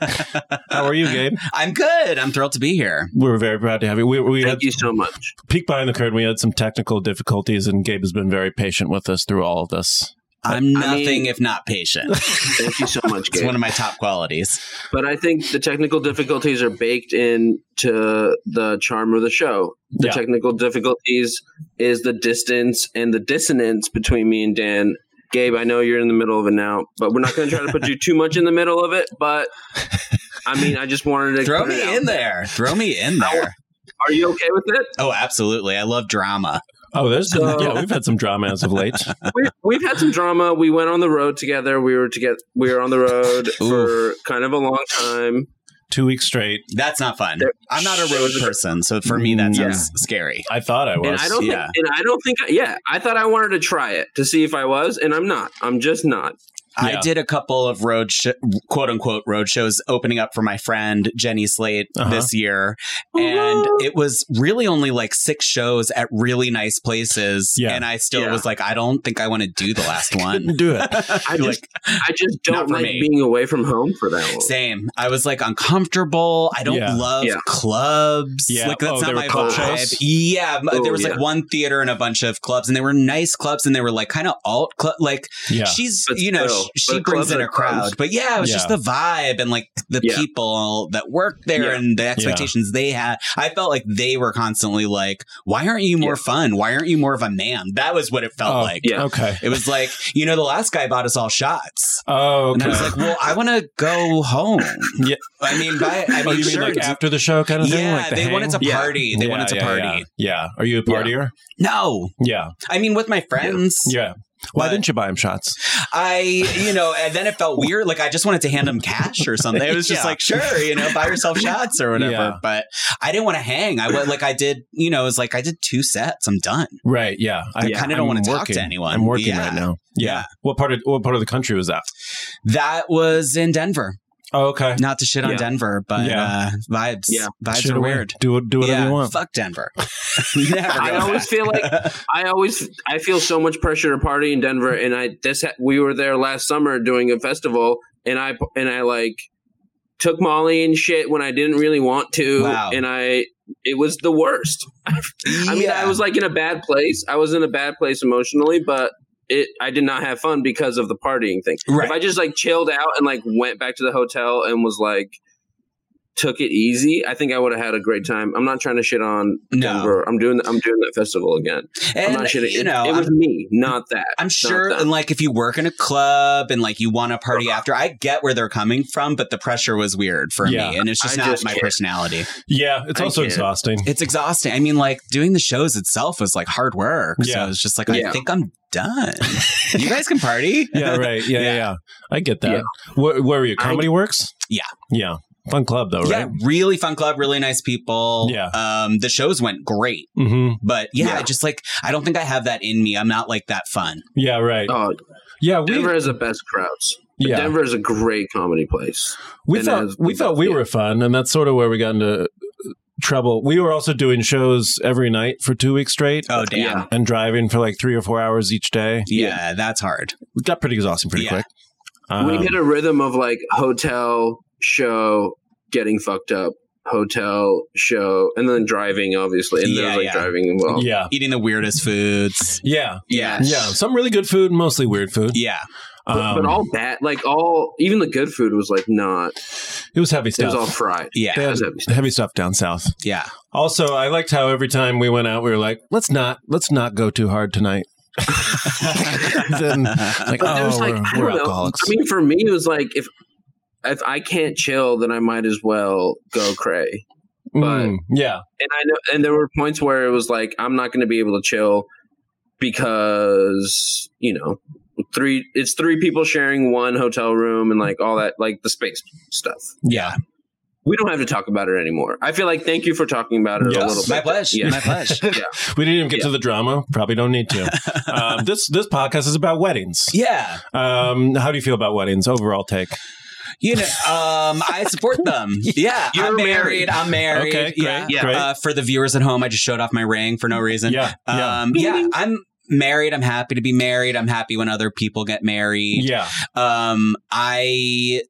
Speaker 2: How are you, Gabe?
Speaker 5: I'm good. I'm thrilled to be here.
Speaker 2: We're very proud to have you. We, we had
Speaker 3: Thank you so much.
Speaker 2: peek behind the curtain. We had some technical difficulties, and Gabe has been very patient with us through all of this.
Speaker 5: I'm
Speaker 3: I
Speaker 5: nothing
Speaker 3: mean-
Speaker 5: if not patient.
Speaker 3: Thank you so much,
Speaker 5: It's
Speaker 3: Gabe.
Speaker 5: one of my top qualities.
Speaker 3: But I think the technical difficulties are baked into the charm of the show. The
Speaker 2: Yeah.
Speaker 3: technical difficulties is the distance and the dissonance between me and Dan Gabe, I know you're in the middle of it now, but we're not going to try to put you too much in the middle of it. But I mean, I just wanted to
Speaker 5: Throw
Speaker 3: put it
Speaker 5: me
Speaker 3: out
Speaker 5: in there. Throw me in there.
Speaker 3: Are you okay with it?
Speaker 5: Oh, absolutely. I love drama.
Speaker 2: Oh, there's
Speaker 3: So-
Speaker 2: yeah, we've had some drama as of late.
Speaker 3: we, we've had some drama. We went on the road together. We were to get we were on the road for kind of a long time.
Speaker 2: Two weeks straight.
Speaker 5: That's not fun.
Speaker 3: There-
Speaker 5: I'm not a
Speaker 3: there
Speaker 5: road
Speaker 3: was a-
Speaker 5: person, so for me that
Speaker 2: Mm,
Speaker 5: sounds scary.
Speaker 2: I thought I was.
Speaker 3: and I don't
Speaker 5: yeah.
Speaker 3: think, and I don't think yeah, I thought I wanted to try it to see if I was, and I'm not. I'm just not.
Speaker 2: Yeah.
Speaker 5: I did a couple of road sh- quote unquote road shows opening up for my friend Jenny Slate
Speaker 2: Uh-huh.
Speaker 5: this year and it was really only like 6 shows at really nice places
Speaker 2: Yeah.
Speaker 5: and I still
Speaker 3: Yeah.
Speaker 5: was like I don't think I want to do the last
Speaker 2: Couldn't
Speaker 5: one.
Speaker 2: do it.
Speaker 3: I
Speaker 5: You're
Speaker 3: just I just
Speaker 5: not
Speaker 3: don't
Speaker 5: for
Speaker 3: like
Speaker 5: me.
Speaker 3: being away from home for that long.
Speaker 5: Same. I was like uncomfortable. I don't
Speaker 2: Yeah.
Speaker 5: love
Speaker 3: Yeah.
Speaker 5: clubs.
Speaker 2: Yeah.
Speaker 5: Like that's
Speaker 2: Oh, there
Speaker 5: not
Speaker 2: were
Speaker 5: my
Speaker 2: club
Speaker 5: vibe.
Speaker 2: shows?
Speaker 5: Yeah, m-
Speaker 3: Oh,
Speaker 5: there was
Speaker 3: yeah.
Speaker 5: like one theater and a bunch of clubs, and they were nice clubs, and they were like kind of alt club. Like
Speaker 2: Yeah.
Speaker 5: she's,
Speaker 3: But
Speaker 5: you know,
Speaker 3: still,
Speaker 5: sh-
Speaker 3: but
Speaker 5: she brings
Speaker 3: clubs
Speaker 5: in
Speaker 3: are
Speaker 5: a crowd,
Speaker 3: clubs.
Speaker 5: but yeah, it was just
Speaker 2: Yeah.
Speaker 5: the vibe and like the
Speaker 3: Yeah.
Speaker 5: people that work there
Speaker 3: Yeah.
Speaker 5: and the expectations they had. I felt like they were constantly like, "Why aren't you more
Speaker 3: Yeah.
Speaker 5: fun? Why aren't you more of a man?" That was what it felt
Speaker 2: Oh,
Speaker 5: like.
Speaker 3: Yeah.
Speaker 2: Okay.
Speaker 5: It was like, you know, the last guy bought us all shots.
Speaker 2: Oh,
Speaker 5: And
Speaker 2: okay.
Speaker 5: I was like, well, I want to go home.
Speaker 2: Yeah.
Speaker 5: I mean, by, I mean,
Speaker 2: oh, you mean
Speaker 5: sure.
Speaker 2: like
Speaker 5: d-
Speaker 2: after the show kind of thing?
Speaker 5: yeah,
Speaker 2: Like the
Speaker 5: they
Speaker 2: hang?
Speaker 5: wanted to
Speaker 3: Yeah.
Speaker 5: party. They
Speaker 2: Yeah,
Speaker 5: wanted to
Speaker 2: yeah,
Speaker 5: party.
Speaker 2: Yeah. yeah. Are you a
Speaker 3: Yeah.
Speaker 2: partier?
Speaker 5: No,
Speaker 2: Yeah.
Speaker 5: I mean, with my friends,
Speaker 2: Yeah. Why
Speaker 5: But-
Speaker 2: didn't you buy him shots?
Speaker 5: I, you know, and then it felt weird. Like I just wanted to hand them cash or something. It was just
Speaker 2: Yeah.
Speaker 5: like, sure, you know, buy yourself shots or whatever.
Speaker 2: Yeah.
Speaker 5: But I didn't want to hang. I went like I did, you know, it was like I did two sets. I'm done.
Speaker 2: Right. Yeah.
Speaker 5: I kinda don't
Speaker 2: I'm
Speaker 5: wanna talk
Speaker 2: working.
Speaker 5: to anyone.
Speaker 2: I'm working
Speaker 5: Yeah.
Speaker 2: right now. Yeah.
Speaker 5: Yeah.
Speaker 2: What part of what part of the country was that?
Speaker 5: That was in Denver.
Speaker 2: Oh, okay.
Speaker 5: Not to shit on
Speaker 3: Yeah.
Speaker 5: Denver, but
Speaker 2: Yeah.
Speaker 5: uh, vibes.
Speaker 3: Yeah.
Speaker 5: Vibes
Speaker 2: Shit
Speaker 5: are
Speaker 2: away.
Speaker 5: weird.
Speaker 2: Do it- do whatever
Speaker 5: yeah,
Speaker 2: you want.
Speaker 5: fuck Denver. Never.
Speaker 3: I
Speaker 5: go
Speaker 3: always
Speaker 5: back.
Speaker 3: feel like I always I feel so much pressure to party in Denver, and I this ha- we were there last summer doing a festival, and I and I like took Molly and shit when I didn't really want to,
Speaker 5: Wow.
Speaker 3: and I it was the worst. I mean, I
Speaker 5: Yeah.
Speaker 3: was like in a bad place. I was in a bad place emotionally, but it I did not have fun because of the partying thing.
Speaker 5: Right.
Speaker 3: If I just like chilled out and like went back to the hotel and was like took it easy, I think I would have had a great time. I'm not trying to shit on
Speaker 5: No.
Speaker 3: Denver. I'm doing I'm doing that festival again. I'm
Speaker 5: And,
Speaker 3: not shitting.
Speaker 5: you know,
Speaker 3: it, was
Speaker 5: I'm,
Speaker 3: me, not that.
Speaker 5: I'm
Speaker 3: not
Speaker 5: sure,
Speaker 3: that. Uh-huh.
Speaker 5: and like if you work in a club and like you want to party after, I get where they're coming from, but the pressure was weird for
Speaker 2: Yeah.
Speaker 5: me, and it's just
Speaker 3: I
Speaker 5: not
Speaker 3: just
Speaker 5: my
Speaker 3: can't.
Speaker 5: personality.
Speaker 2: Yeah. It's
Speaker 3: I
Speaker 2: also
Speaker 3: can't.
Speaker 2: exhausting.
Speaker 5: It's exhausting. I mean, like doing the shows itself was like hard work,
Speaker 2: Yeah.
Speaker 5: so it's just like I
Speaker 3: Yeah.
Speaker 5: think I'm done. you guys can party.
Speaker 2: yeah, right. Yeah, yeah,
Speaker 5: Yeah.
Speaker 2: yeah. I get that.
Speaker 3: Yeah.
Speaker 2: Where, where were you?
Speaker 3: I-
Speaker 2: Comedy Works?
Speaker 5: Yeah.
Speaker 2: Yeah. Fun club, though,
Speaker 5: Yeah,
Speaker 2: right?
Speaker 5: really fun club, really nice people.
Speaker 2: Yeah.
Speaker 5: Um, the shows went great,
Speaker 2: Mm-hmm.
Speaker 5: but yeah,
Speaker 3: Yeah.
Speaker 5: I just like I don't think I have that in me. I'm not like that fun.
Speaker 2: Yeah, right.
Speaker 3: Oh,
Speaker 2: yeah, we
Speaker 3: Denver has the best crowds.
Speaker 2: yeah.
Speaker 3: Denver is a great comedy place.
Speaker 2: we
Speaker 3: and
Speaker 2: thought
Speaker 3: as-
Speaker 2: we thought we
Speaker 3: yeah.
Speaker 2: were fun, and that's sort of where we got into uh, trouble. We were also doing shows every night for two weeks straight,
Speaker 5: Oh damn.
Speaker 3: Yeah.
Speaker 5: Yeah.
Speaker 2: and driving for like three or four hours each day.
Speaker 5: that's hard.
Speaker 2: It got pretty exhausting pretty
Speaker 5: Yeah.
Speaker 2: quick. Um,
Speaker 3: we hit a rhythm of like hotel show, getting fucked up, hotel show, and then driving, obviously, and then
Speaker 5: Yeah,
Speaker 3: like
Speaker 5: yeah.
Speaker 3: driving. Well,
Speaker 2: yeah,
Speaker 5: Eating the weirdest foods.
Speaker 2: yeah,
Speaker 5: Yeah.
Speaker 2: yeah. Some really good food, mostly weird food.
Speaker 5: Yeah.
Speaker 3: But, but
Speaker 2: Um,
Speaker 3: all bad, like all, even the good food was like not.
Speaker 2: it was heavy
Speaker 3: It was
Speaker 2: stuff.
Speaker 3: all fried.
Speaker 5: Yeah.
Speaker 2: They
Speaker 3: it
Speaker 2: had
Speaker 3: was heavy stuff.
Speaker 2: heavy stuff down south.
Speaker 5: Yeah.
Speaker 2: Also, I liked how every time we went out, we were like, "Let's not, let's not go too hard tonight." then, like,
Speaker 3: But
Speaker 2: oh,
Speaker 3: there's like,
Speaker 2: we're,
Speaker 3: I
Speaker 2: we're
Speaker 3: don't know.
Speaker 2: alcoholics.
Speaker 3: I mean, for me, it was like if if I can't chill, then I might as well go cray. but-
Speaker 2: Mm, yeah,
Speaker 3: and I know, and there were points where it was like, I'm not going to be able to chill because you know, three it's three people sharing one hotel room and like all that, like the space stuff.
Speaker 5: Yeah.
Speaker 3: We don't have to talk about it anymore. I feel like thank you for talking about it
Speaker 2: Yes.
Speaker 3: a little bit.
Speaker 5: My pleasure.
Speaker 3: Yeah.
Speaker 5: My pleasure.
Speaker 2: we didn't even get
Speaker 3: Yeah.
Speaker 2: to the drama. Probably don't need to. um, this this podcast is about weddings.
Speaker 5: yeah.
Speaker 2: Um, how do you feel about weddings? Overall take.
Speaker 5: You know, um, I support them. Yeah.
Speaker 3: You're
Speaker 5: I'm married.
Speaker 3: married.
Speaker 5: I'm married.
Speaker 2: Okay, great,
Speaker 5: yeah.
Speaker 3: yeah.
Speaker 2: great.
Speaker 5: Uh, for the viewers at home, I just showed off my ring for no reason.
Speaker 2: yeah, yeah,
Speaker 5: Um, yeah. I'm married. I'm happy to be married. I'm happy when other people get married.
Speaker 2: yeah.
Speaker 5: Um, I.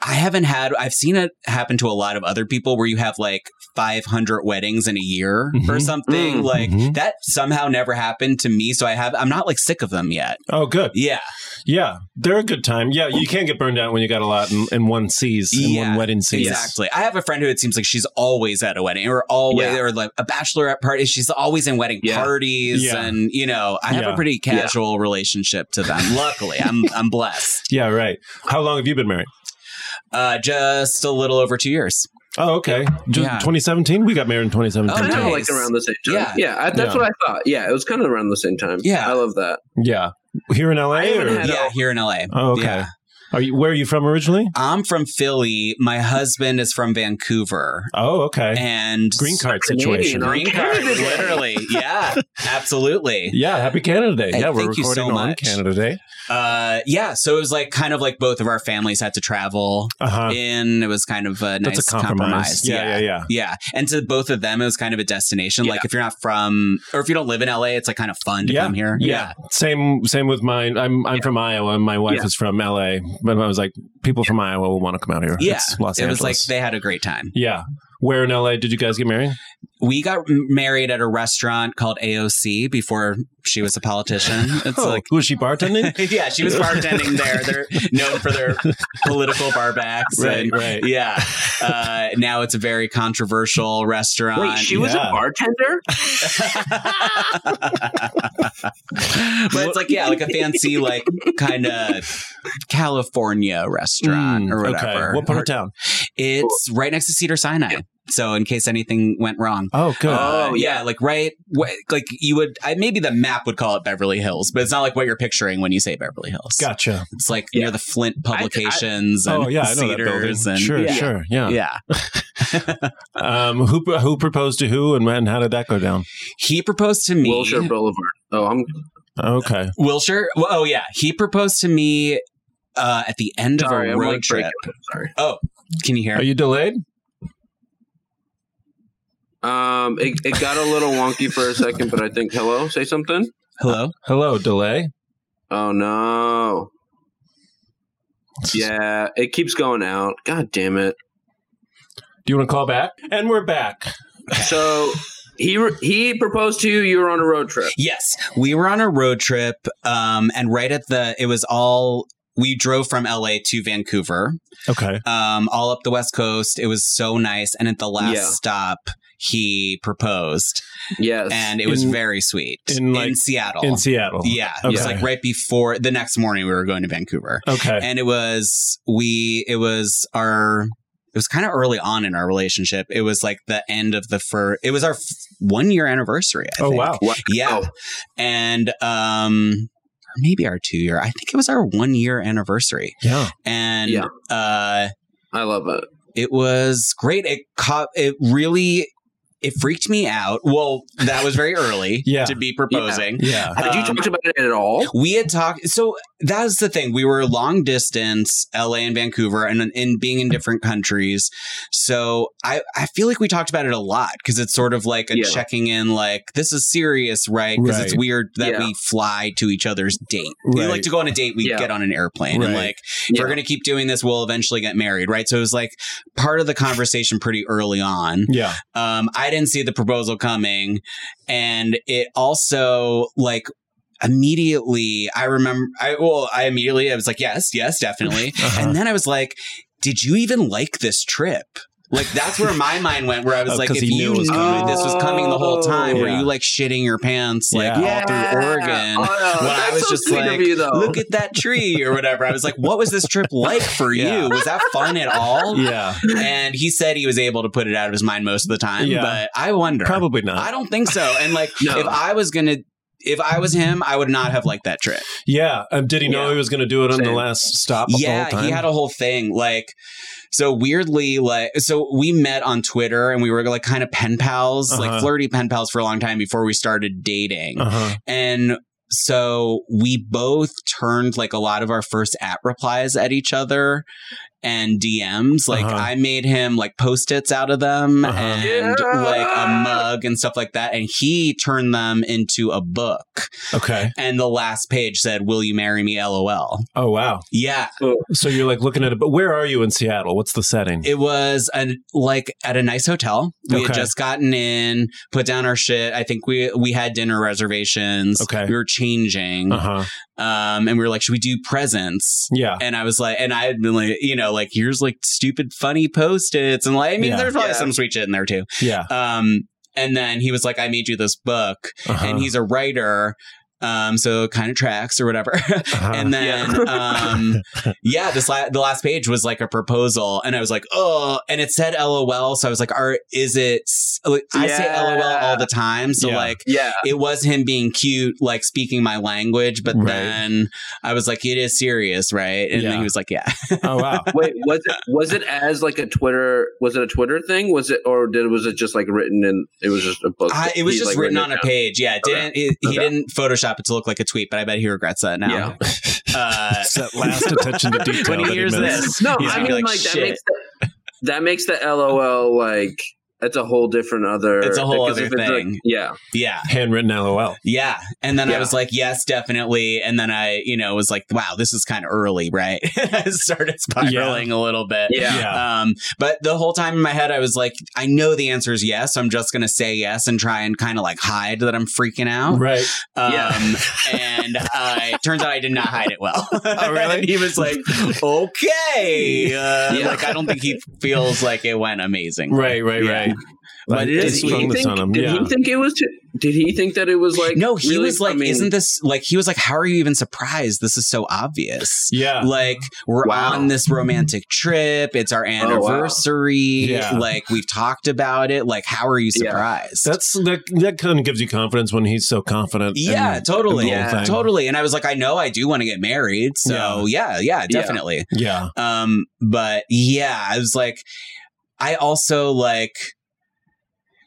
Speaker 5: I haven't had. I've seen it happen to a lot of other people where you have like 500 weddings in a year or
Speaker 2: Mhm.
Speaker 5: something.
Speaker 3: Mm.
Speaker 5: Like
Speaker 2: Mhm.
Speaker 5: that somehow never happened to me. So I have. I'm not like sick of them yet.
Speaker 2: Oh, good.
Speaker 5: Yeah.
Speaker 2: Yeah, they're a good time. Yeah, you can't get burned out when you got a lot and, and one sees and
Speaker 5: Yeah,
Speaker 2: one wedding sees.
Speaker 5: Exactly. I have a friend who it seems like she's always at a wedding or always
Speaker 3: Yeah.
Speaker 5: or like a bachelorette party. She's always in wedding
Speaker 3: Yeah.
Speaker 5: parties
Speaker 2: Yeah.
Speaker 5: and you know, I have
Speaker 2: Yeah.
Speaker 5: a pretty casual relationship to them. Luckily, I'm I'm blessed.
Speaker 2: Yeah, right. How long have you been married?
Speaker 5: Uh just a little over 2 years.
Speaker 2: Oh, okay. Ju-
Speaker 5: Yeah.
Speaker 2: 2017. We got married in 2017.
Speaker 5: Oh,
Speaker 3: Kind of
Speaker 5: Nice.
Speaker 3: like around the same time.
Speaker 5: Yeah.
Speaker 3: Yeah, I, that's
Speaker 2: Yeah.
Speaker 3: what I thought. Yeah, it was kind of around the same time.
Speaker 5: Yeah.
Speaker 3: I love that.
Speaker 2: Yeah, here in LA.
Speaker 3: I haven't
Speaker 2: or-
Speaker 3: had-
Speaker 5: Yeah, here in LA.
Speaker 2: oh, okay.
Speaker 5: Yeah.
Speaker 2: Are you? Where are you from originally?
Speaker 5: I'm from Philly. My husband is from Vancouver.
Speaker 2: Oh, okay.
Speaker 5: And
Speaker 2: Green card
Speaker 3: Canadian,
Speaker 2: situation.
Speaker 3: huh?
Speaker 5: Green card,
Speaker 3: Canada Day.
Speaker 5: literally. Yeah, absolutely.
Speaker 2: Yeah, happy Canada Day.
Speaker 5: Hey,
Speaker 2: yeah, we're
Speaker 5: thank you
Speaker 2: recording
Speaker 5: so
Speaker 2: on
Speaker 5: much.
Speaker 2: Canada Day.
Speaker 5: Uh, yeah. So it was like kind of like both of our families had to travel
Speaker 2: Uh huh.
Speaker 5: in. It was kind of a nice
Speaker 2: That's a compromise. Yeah, yeah, yeah.
Speaker 5: Yeah. And to both of them, it was kind of a destination. Like if you're not from, or if you don't live in LA, it's like kind of fun to
Speaker 2: Yeah.
Speaker 5: come here.
Speaker 2: Yeah. Same same with mine. I'm I'm from Iowa and my wife
Speaker 3: Yeah.
Speaker 2: is from LA. But I was like, people from Iowa will want to come out here.
Speaker 5: Yeah.
Speaker 2: It's Los
Speaker 5: it was
Speaker 2: Angeles.
Speaker 5: like they had a great time.
Speaker 2: yeah. Where in LA did you guys get married?
Speaker 5: We got m- married at a restaurant called AOC before she was a politician. It's like,
Speaker 2: was Oh, she bartending?
Speaker 5: yeah, she was bartending there. They're known for their political barbacks.
Speaker 2: right,
Speaker 5: and-
Speaker 2: right.
Speaker 5: Yeah. Uh, now it's a very controversial restaurant.
Speaker 3: Wait, she was
Speaker 2: yeah.
Speaker 3: a bartender?
Speaker 5: but it's like yeah, like a fancy like kind of California restaurant
Speaker 2: Mm,
Speaker 5: or
Speaker 2: Okay.
Speaker 5: whatever.
Speaker 2: What part of town?
Speaker 5: It's right next to Cedar Sinai. So in case anything went wrong.
Speaker 2: Oh, good.
Speaker 5: Uh,
Speaker 3: Oh,
Speaker 5: yeah,
Speaker 3: yeah.
Speaker 5: like right, wh- like you would. I, maybe the map would call it Beverly Hills, but it's not like what you're picturing when you say Beverly Hills.
Speaker 2: gotcha.
Speaker 5: It's like
Speaker 3: Yeah.
Speaker 5: near the Flint Publications and
Speaker 2: Oh, yeah. I know that building.
Speaker 5: Cedars and
Speaker 2: sure,
Speaker 3: Yeah.
Speaker 2: sure. Yeah.
Speaker 5: yeah.
Speaker 2: Um, who who proposed to who and when? How did that go down?
Speaker 5: He proposed to me.
Speaker 3: Wilshire Boulevard. Oh, I'm
Speaker 2: Okay.
Speaker 5: Wilshire. Well, oh yeah, he proposed to me uh, at the end
Speaker 3: sorry.
Speaker 5: of
Speaker 3: I'm
Speaker 5: a road
Speaker 3: like
Speaker 5: trip.
Speaker 3: breaking. up. Sorry.
Speaker 5: Can you hear?
Speaker 2: Are you delayed?
Speaker 3: Um, it, it got a little wonky for a second, but I think hello, say something.
Speaker 5: Hello.
Speaker 2: Hello, delay.
Speaker 3: Oh no. Yeah, it keeps going out. God damn it.
Speaker 2: Do you want to call back? And we're back.
Speaker 3: So he re- he proposed to you. You were on a road trip.
Speaker 5: Yes, we were on a road trip, um, and right at the it was all we drove from LA to Vancouver,
Speaker 2: Okay.
Speaker 5: um, all up the West Coast. It was so nice, and at the last
Speaker 3: Yeah.
Speaker 5: stop, he proposed,
Speaker 3: Yes.
Speaker 5: and it was
Speaker 2: In-
Speaker 5: very sweet
Speaker 2: in, like-
Speaker 5: Seattle.
Speaker 2: In Seattle.
Speaker 5: yeah, it was
Speaker 2: Okay.
Speaker 5: like right before the next morning we were going to Vancouver.
Speaker 2: Okay.
Speaker 5: and it was we it was our it was kind of early on in our relationship it was like the end of the fur it was our f- one year anniversary I
Speaker 2: oh
Speaker 5: think.
Speaker 2: wow.
Speaker 5: yeah
Speaker 3: Oh.
Speaker 5: and um or maybe our two year i think it was our one year anniversary
Speaker 2: Yeah.
Speaker 5: and
Speaker 3: Yeah.
Speaker 5: uh
Speaker 3: I love it.
Speaker 5: it was great it caught it really it freaked me out well that was very early
Speaker 2: Yeah.
Speaker 5: to be proposing
Speaker 2: Yeah.
Speaker 3: Had you
Speaker 5: Um,
Speaker 3: talked about it at all?
Speaker 5: we had talked. So that's the thing. We were long distance, LA and Vancouver, and in being in different countries. So I, I feel like we talked about it a lot because it's sort of like a
Speaker 3: Yeah.
Speaker 5: checking in, like, this is serious, right? Because it's
Speaker 2: Right.
Speaker 5: weird that
Speaker 3: Yeah.
Speaker 5: we fly to each other's date. We
Speaker 2: Right.
Speaker 5: like to go on a date, we
Speaker 3: Yeah.
Speaker 5: get on an airplane. And
Speaker 2: Right.
Speaker 5: like, if
Speaker 3: Yeah.
Speaker 5: we're going to keep doing this, we'll eventually get married, right? So it was like part of the conversation pretty early on
Speaker 2: Yeah.
Speaker 5: um, I didn't see the proposal coming, and it also like immediately I remember I well I immediately I was like yes yes definitely,
Speaker 2: Uh-huh.
Speaker 5: and then I was like, did you even like this trip? Like that's where my mind went, where I was
Speaker 2: Oh,
Speaker 5: like,
Speaker 2: 'cause
Speaker 5: if
Speaker 2: he knew
Speaker 5: you
Speaker 2: it was
Speaker 5: knew
Speaker 3: coming.
Speaker 5: this was coming the whole time, were
Speaker 2: Yeah.
Speaker 5: you like shitting your pants like
Speaker 2: Yeah.
Speaker 5: all through Oregon?
Speaker 3: Oh, no,
Speaker 5: when I
Speaker 3: that's
Speaker 5: was
Speaker 3: so
Speaker 5: just
Speaker 3: sweet
Speaker 5: like,
Speaker 3: of you, though.
Speaker 5: Look at that tree or whatever. I was like, what was this trip like for
Speaker 2: Yeah.
Speaker 5: you? Was that fun at all?
Speaker 2: Yeah.
Speaker 5: and he said he was able to put it out of his mind most of the time.
Speaker 2: Yeah.
Speaker 5: But I wonder.
Speaker 2: Probably not.
Speaker 5: I don't think so. And like,
Speaker 3: No.
Speaker 5: if I was gonna, if I was him, I would not have liked that trip.
Speaker 2: Yeah. Um, did he know
Speaker 3: Yeah.
Speaker 2: he was going to do it on the
Speaker 3: Same.
Speaker 2: last stop? the whole
Speaker 5: Yeah,
Speaker 2: time?
Speaker 5: he had a whole thing. Like, so weirdly, like, so we met on Twitter and we were like kind of pen pals,
Speaker 2: Uh-huh.
Speaker 5: like flirty pen pals for a long time before we started dating.
Speaker 2: Uh-huh.
Speaker 5: And so we both turned like a lot of our first at replies at each other and DMs. Like
Speaker 2: Uh-huh.
Speaker 5: I made him like post its out of them
Speaker 2: Uh-huh.
Speaker 5: and
Speaker 3: Yeah.
Speaker 5: like a mug and stuff like that. And he turned them into a book.
Speaker 2: Okay.
Speaker 5: And the last page said, Will you marry me? LOL.
Speaker 2: Oh wow.
Speaker 5: Yeah.
Speaker 2: So you're like looking at it, but where are you in Seattle? What's the setting?
Speaker 5: It was a, like at a nice hotel. We
Speaker 2: Okay.
Speaker 5: had just gotten in, put down our shit. I think we we had dinner reservations.
Speaker 2: Okay.
Speaker 5: We were changing.
Speaker 2: uh huh.
Speaker 5: Um, and we were like, should we do presents?
Speaker 2: Yeah.
Speaker 5: And I was like, and I had been like, you know, like here's like stupid funny post its, and like I mean,
Speaker 2: Yeah.
Speaker 5: there's probably
Speaker 3: Yeah.
Speaker 5: some sweet shit in there too.
Speaker 2: Yeah.
Speaker 5: Um, and then he was like, I made you this book,
Speaker 2: Uh-huh.
Speaker 5: and he's a writer. Um, so kind of tracks or whatever.
Speaker 2: Uh-huh.
Speaker 5: and then,
Speaker 3: Yeah.
Speaker 5: um, yeah, this la- the last page was like a proposal, and I was like, oh, and it said LOL. So I was like, are is it? s- like, I say
Speaker 3: Yeah.
Speaker 5: LOL all the time, so
Speaker 2: Yeah.
Speaker 5: like
Speaker 3: Yeah.
Speaker 5: it was him being cute, like speaking my language. But
Speaker 2: Right.
Speaker 5: then I was like, it is serious, right? And
Speaker 2: Yeah.
Speaker 5: then he was like, yeah,
Speaker 2: oh wow.
Speaker 3: Wait, was it was it as like a Twitter? Was it a Twitter thing? Was it or did was it just like written in? It was just a book.
Speaker 5: I, it was
Speaker 3: He's,
Speaker 5: just
Speaker 3: like,
Speaker 5: written
Speaker 3: it
Speaker 5: on a
Speaker 3: down.
Speaker 5: page. Yeah, it
Speaker 3: Okay.
Speaker 5: didn't he, he
Speaker 3: Okay.
Speaker 5: didn't Photoshop it to look like a tweet? But I bet he regrets that now.
Speaker 3: Yeah.
Speaker 5: Uh,
Speaker 2: It's that last attention to detail.
Speaker 5: When he
Speaker 2: that
Speaker 5: hears
Speaker 2: missed.
Speaker 5: this,
Speaker 3: No,
Speaker 5: he's
Speaker 3: I mean
Speaker 5: gonna be
Speaker 3: like, that
Speaker 5: shit.
Speaker 3: makes the, that makes the LOL like that's a whole different other.
Speaker 5: It's a whole
Speaker 3: because
Speaker 5: other
Speaker 3: if it's, like,
Speaker 5: thing.
Speaker 3: yeah.
Speaker 5: yeah,
Speaker 2: handwritten LOL.
Speaker 5: yeah. And then I
Speaker 3: Yeah.
Speaker 5: was like, yes, definitely. And then I, you know, was like, wow, this is kind of early, right? I started spiraling a little bit.
Speaker 3: Yeah.
Speaker 2: Yeah.
Speaker 5: Um, but the whole time in my head, I was like, I know the answer is yes. So I'm just gonna say yes and try and kind of like hide that I'm freaking out.
Speaker 2: Right.
Speaker 5: Um,
Speaker 3: Yeah.
Speaker 5: and uh, it turns out I did not hide it well.
Speaker 2: Oh, really?
Speaker 5: And he was like, okay. Uh,
Speaker 3: Yeah.
Speaker 5: Like, I don't think he feels like it went amazing.
Speaker 2: Right. Right.
Speaker 5: Yeah.
Speaker 2: Right.
Speaker 5: But
Speaker 2: Like,
Speaker 5: it is-
Speaker 2: just
Speaker 5: he
Speaker 2: hung this
Speaker 3: think,
Speaker 2: on him.
Speaker 3: did
Speaker 2: Yeah.
Speaker 3: he think it was? Too, did he think that it was like?
Speaker 5: No, he
Speaker 3: really-
Speaker 5: was like,
Speaker 3: I mean,
Speaker 5: isn't this like, he was like, how are you even surprised? This is so obvious.
Speaker 2: yeah.
Speaker 5: Like, we're
Speaker 3: Wow.
Speaker 5: on this romantic trip. It's our
Speaker 3: wow.
Speaker 5: anniversary.
Speaker 2: Yeah.
Speaker 5: Like, we've talked about it. Like, how are you
Speaker 3: Yeah.
Speaker 5: surprised?
Speaker 2: That's that. That kind of gives you confidence when he's so confident.
Speaker 5: yeah,
Speaker 2: and-
Speaker 5: totally.
Speaker 2: the whole
Speaker 5: Yeah,
Speaker 2: thing.
Speaker 5: totally. And I was like, I know I do want to get married. So, yeah, yeah, definitely.
Speaker 2: yeah.
Speaker 5: Um, but yeah, I was like, I also like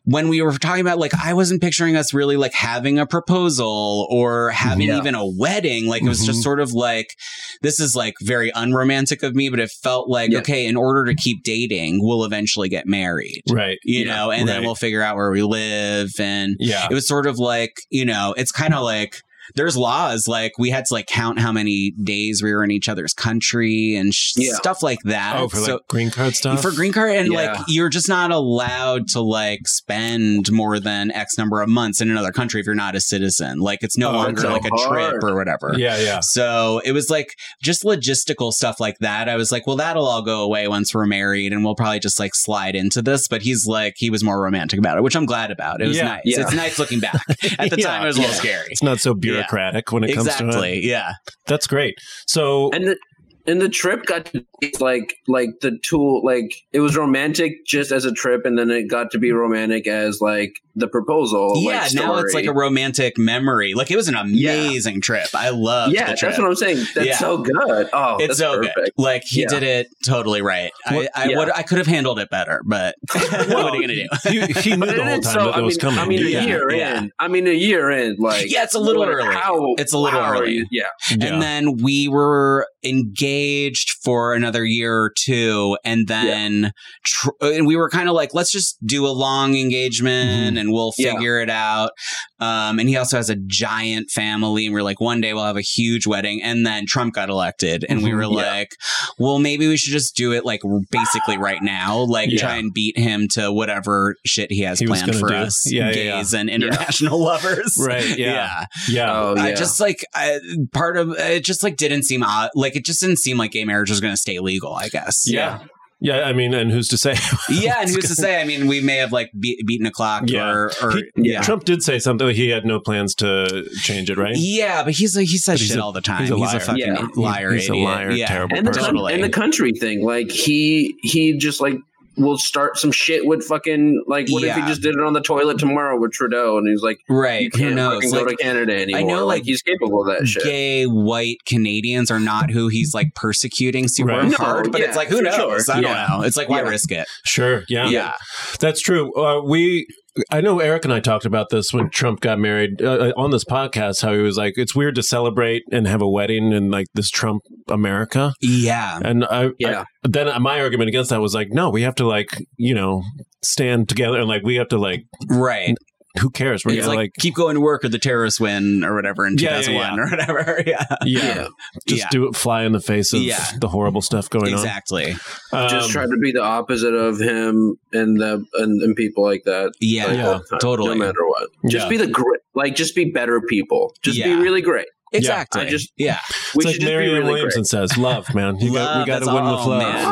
Speaker 5: when we were talking about like I wasn't picturing us really like having a proposal or having
Speaker 3: Yeah. Mm-hmm.
Speaker 5: even a wedding. Like it was just
Speaker 2: Mhm.
Speaker 5: sort of like this is like very unromantic of me, but it felt like
Speaker 3: Yeah.
Speaker 5: okay, in order to keep dating, we'll eventually get married.
Speaker 2: Right.
Speaker 5: You
Speaker 3: Yeah,
Speaker 5: know, and then
Speaker 2: right.
Speaker 5: we'll figure out where we live and
Speaker 2: Yeah.
Speaker 5: it was sort of like you know it's kind of like there's laws like we had to like count how many days we were in each other's country and sh-
Speaker 3: Yeah.
Speaker 5: stuff like that
Speaker 2: Oh, for like green card stuff.
Speaker 5: for green card and
Speaker 3: Yeah.
Speaker 5: like you're just not allowed to like spend more than x number of months in another country if you're not a citizen like it's no
Speaker 2: Oh,
Speaker 5: longer
Speaker 2: that's so
Speaker 5: like a trip
Speaker 3: hard.
Speaker 5: or whatever
Speaker 2: Yeah. Yeah.
Speaker 5: so it was like just logistical stuff like that. I was like, well, that'll all go away once we're married and we'll probably just like slide into this. But he's like, he was more romantic about it, which I'm glad about. It was
Speaker 2: Yeah,
Speaker 5: nice.
Speaker 3: yeah.
Speaker 5: It's nice looking back. At the
Speaker 2: Yeah,
Speaker 5: time, it was a little
Speaker 2: yeah.
Speaker 5: scary.
Speaker 2: It's not so bureaucratic when it comes to it.
Speaker 5: Exactly. Yeah.
Speaker 2: That's great. So
Speaker 3: and the and the trip got to be like like the tool like it was romantic just as a trip and then it got to be romantic as like the proposal
Speaker 5: yeah.
Speaker 3: like,
Speaker 5: now it's
Speaker 3: story.
Speaker 5: like a romantic memory. Like it was an amazing trip. I loved
Speaker 3: yeah
Speaker 5: the
Speaker 3: that's
Speaker 5: trip.
Speaker 3: what i'm saying that's
Speaker 5: Yeah.
Speaker 3: so good oh
Speaker 5: it's
Speaker 3: that's
Speaker 5: so
Speaker 3: perfect
Speaker 5: good. Like he
Speaker 3: Yeah.
Speaker 5: did it totally right.
Speaker 2: What-
Speaker 5: I, I,
Speaker 3: yeah.
Speaker 5: would, I could have handled it better, but what are you gonna do?
Speaker 2: he, he knew
Speaker 3: But
Speaker 2: the
Speaker 3: it
Speaker 2: whole time
Speaker 3: is
Speaker 2: that
Speaker 3: so,
Speaker 2: that
Speaker 3: I mean,
Speaker 2: was coming.
Speaker 3: I mean, a
Speaker 5: Yeah,
Speaker 3: year
Speaker 5: yeah.
Speaker 3: in. I mean, a year in. Like,
Speaker 5: Yeah, it's a little
Speaker 3: what-
Speaker 5: early.
Speaker 3: How,
Speaker 5: It's a little
Speaker 3: how are
Speaker 5: early.
Speaker 3: you- Yeah,
Speaker 2: yeah.
Speaker 5: And then we were engaged for another year or two. And then tr- uh, and we were kind of like, let's just do a long
Speaker 2: Mm-hmm.
Speaker 5: engagement and we'll
Speaker 3: Yeah.
Speaker 5: figure it out. Um, and he also has a giant family. And we are like, one day we'll have a huge wedding. And then Trump got elected. And we
Speaker 2: Mhm.
Speaker 5: were
Speaker 3: Yeah.
Speaker 5: like, well, maybe we should just do it like basically right now, like
Speaker 2: Yeah.
Speaker 5: try and beat him to whatever shit he has
Speaker 2: He was
Speaker 5: planned
Speaker 2: gonna
Speaker 5: for
Speaker 2: do.
Speaker 5: us,
Speaker 2: Yeah, yeah, yeah.
Speaker 5: gays and international lovers.
Speaker 2: Right. Yeah. Yeah.
Speaker 3: Oh,
Speaker 5: I
Speaker 3: yeah.
Speaker 5: just like I, part of it just like didn't seem odd. Like it just didn't seem like gay marriage was going to stay legal. I guess.
Speaker 2: Yeah. Yeah, I mean, and who's to say?
Speaker 5: Yeah, and who's to say? I mean, we may have like be- beaten a clock
Speaker 2: Yeah.
Speaker 5: or, or
Speaker 2: He-
Speaker 5: yeah,
Speaker 2: Trump did say something. He had no plans to change it, right?
Speaker 5: yeah. But he's a, he says
Speaker 2: But he's
Speaker 5: shit
Speaker 2: a-
Speaker 5: all the time.
Speaker 2: he's a liar.
Speaker 5: fucking
Speaker 3: Yeah.
Speaker 5: liar.
Speaker 2: He's a
Speaker 5: idiot.
Speaker 2: liar,
Speaker 5: Yeah.
Speaker 2: terrible
Speaker 3: and the
Speaker 2: person.
Speaker 3: coun-
Speaker 5: Totally.
Speaker 3: and the country thing. Like he he just like will start some shit with fucking like what if
Speaker 5: Yeah.
Speaker 3: he just did it on the toilet tomorrow with Trudeau and he's like
Speaker 5: Right.
Speaker 3: you
Speaker 5: Who
Speaker 3: can't
Speaker 5: knows?
Speaker 3: fucking go
Speaker 5: Like,
Speaker 3: to Canada anymore.
Speaker 5: know,
Speaker 3: like,
Speaker 5: like,
Speaker 3: he's capable of that shit.
Speaker 5: gay white Canadians are not who he's like persecuting super
Speaker 2: Right.
Speaker 3: No,
Speaker 5: hard. But
Speaker 3: yeah,
Speaker 5: it's like who
Speaker 3: for
Speaker 5: knows?
Speaker 3: sure.
Speaker 5: I don't
Speaker 3: Yeah.
Speaker 5: know. It's like why
Speaker 3: Yeah.
Speaker 5: risk it?
Speaker 2: Sure. Yeah.
Speaker 5: Yeah.
Speaker 2: That's true. Uh, we, I know Eric and I talked about this when Trump got married uh, on this podcast, how he was like, it's weird to celebrate and have a wedding in like this Trump America.
Speaker 5: Yeah.
Speaker 2: And I,
Speaker 3: Yeah.
Speaker 2: I- then my argument against that was like, no, we have to like, you know, stand together and like, we have to like,
Speaker 5: Right.
Speaker 2: who cares? We're
Speaker 5: it's
Speaker 2: gonna
Speaker 5: like,
Speaker 2: like,
Speaker 5: keep going to work or the terrorists win or whatever in
Speaker 2: Yeah, yeah,
Speaker 5: 2001 or whatever. Yeah.
Speaker 2: yeah,
Speaker 3: Yeah.
Speaker 2: just
Speaker 5: Yeah.
Speaker 2: do it, fly in the face of
Speaker 5: Yeah.
Speaker 2: the horrible stuff going
Speaker 5: Exactly.
Speaker 2: on.
Speaker 3: just
Speaker 2: Um,
Speaker 3: try to be the opposite of him and the and, and people like that.
Speaker 5: Yeah.
Speaker 3: like,
Speaker 2: Yeah.
Speaker 3: all the time,
Speaker 5: totally.
Speaker 3: No matter what, just
Speaker 2: Yeah.
Speaker 3: be the great. Like, just be better people. Just
Speaker 5: Yeah.
Speaker 3: be really great.
Speaker 5: Exactly.
Speaker 3: I just-
Speaker 5: yeah.
Speaker 3: We
Speaker 2: it's like
Speaker 3: should just be
Speaker 2: Marianne
Speaker 3: really
Speaker 2: Williamson
Speaker 3: great.
Speaker 2: says, "Love, man. You got, we
Speaker 5: Love,
Speaker 2: got to
Speaker 5: that's
Speaker 2: win with
Speaker 5: all,
Speaker 2: love."
Speaker 5: man.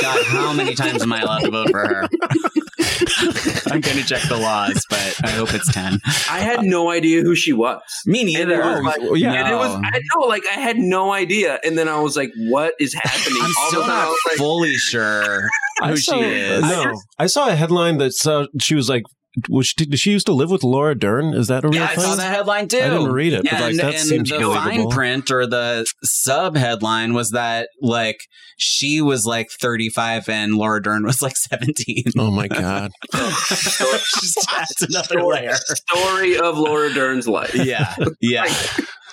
Speaker 5: God, how many times am I allowed to vote for her? I'm going to check the laws, but I hope it's 10.
Speaker 3: I had no idea who she was.
Speaker 5: Me
Speaker 3: And it
Speaker 5: neither.
Speaker 3: was
Speaker 2: Oh,
Speaker 3: like,
Speaker 2: well, yeah.
Speaker 3: and it was,
Speaker 5: No.
Speaker 3: I know, like, I had no idea. And then I was like, what is happening?
Speaker 5: I'm
Speaker 3: All of a
Speaker 5: still
Speaker 3: sudden, I
Speaker 5: not
Speaker 3: was like,
Speaker 5: fully sure
Speaker 2: I
Speaker 5: who
Speaker 2: saw-
Speaker 5: she is.
Speaker 2: No, I saw a headline that saw, she was like, was she, "Did she used to live with Laura Dern?" Is that a real
Speaker 5: Yeah, I
Speaker 2: thing?
Speaker 5: saw that headline too.
Speaker 2: I didn't read it, but, like, that seems
Speaker 5: the
Speaker 2: believable.
Speaker 5: fine print or the sub headline was that like she was like 35 and Laura Dern was like 17.
Speaker 2: Oh my god!
Speaker 5: so it's just adds another
Speaker 3: Story.
Speaker 5: layer.
Speaker 3: story of Laura Dern's life.
Speaker 5: Yeah, yeah.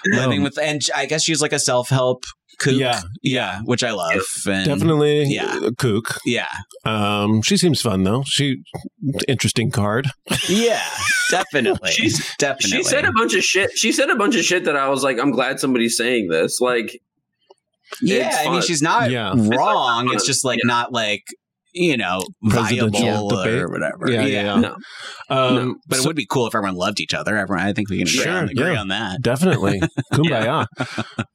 Speaker 5: Living
Speaker 2: Um,
Speaker 5: with, and I guess she's like a self help kook.
Speaker 2: Yeah,
Speaker 5: yeah, which I love. And
Speaker 2: Definitely,
Speaker 5: Yeah.
Speaker 2: a kook.
Speaker 5: Yeah,
Speaker 2: Um, she seems fun though. She interesting card.
Speaker 5: yeah, definitely.
Speaker 3: She's-
Speaker 5: definitely.
Speaker 3: She said a bunch of shit. She said a bunch of shit that I was like, I'm glad somebody's saying this. Like,
Speaker 5: Yeah,
Speaker 3: It's
Speaker 5: I mean,
Speaker 3: fun.
Speaker 5: she's not
Speaker 2: Yeah. It's
Speaker 3: like
Speaker 5: wrong.
Speaker 3: fun.
Speaker 5: It's just like not like you know
Speaker 2: Presidential
Speaker 5: viable
Speaker 2: debate.
Speaker 5: or whatever.
Speaker 2: Yeah, yeah,
Speaker 3: no.
Speaker 2: Um,
Speaker 3: No,
Speaker 5: But it
Speaker 2: so-
Speaker 5: would be cool if everyone loved each other. Everyone, I think we can agree,
Speaker 2: Sure,
Speaker 5: on, agree
Speaker 2: yeah.
Speaker 5: on that.
Speaker 2: definitely kumbaya.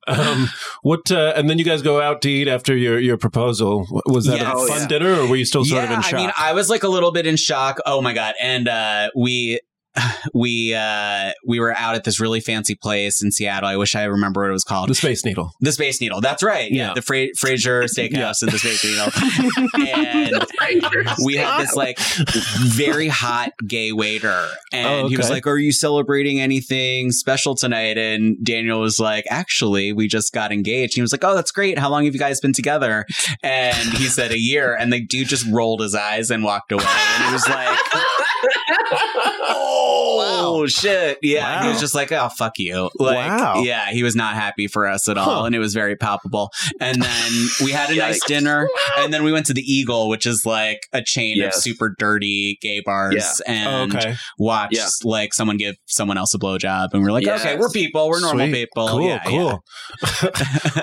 Speaker 2: um, what? Uh, and then you guys go out to eat after your your proposal. Was that
Speaker 5: Yeah.
Speaker 2: a
Speaker 3: Oh,
Speaker 2: fun
Speaker 3: yeah.
Speaker 2: dinner, or were you still sort of in shock?
Speaker 5: I mean, I was like a little bit in shock. Oh my god! And uh, we we uh, we were out at this really fancy place in Seattle. I wish I remember what it was called.
Speaker 2: the Space Needle.
Speaker 5: The Space Needle. That's right. Yeah,
Speaker 2: Yeah.
Speaker 5: the Fra- Fraser Steakhouse
Speaker 2: Yeah.
Speaker 5: and the Space Needle. and we had this like very hot gay waiter and
Speaker 2: Oh,
Speaker 5: he was
Speaker 2: okay.
Speaker 5: like are you celebrating anything special tonight and daniel was like actually we just got engaged he was like oh that's great how long have you guys been together and he said a year and the dude just rolled his eyes and walked away and he was like oh shit yeah
Speaker 2: Wow.
Speaker 5: he was just like oh fuck you like
Speaker 2: Wow.
Speaker 5: yeah he was not happy for us at all
Speaker 2: Huh.
Speaker 5: and it was very palpable and then we had a nice
Speaker 3: Yikes.
Speaker 5: dinner and then we went to the Eagle, which is like a chain of
Speaker 3: Yes.
Speaker 5: super dirty gay bars,
Speaker 3: Yeah.
Speaker 2: Oh,
Speaker 5: and
Speaker 2: okay.
Speaker 5: watched
Speaker 3: Yeah.
Speaker 5: like someone give someone else a blowjob, and we're like,
Speaker 3: Yes.
Speaker 5: okay, we're people, we're normal
Speaker 2: Sweet.
Speaker 5: people,
Speaker 2: Cool,
Speaker 5: Yeah,
Speaker 2: cool.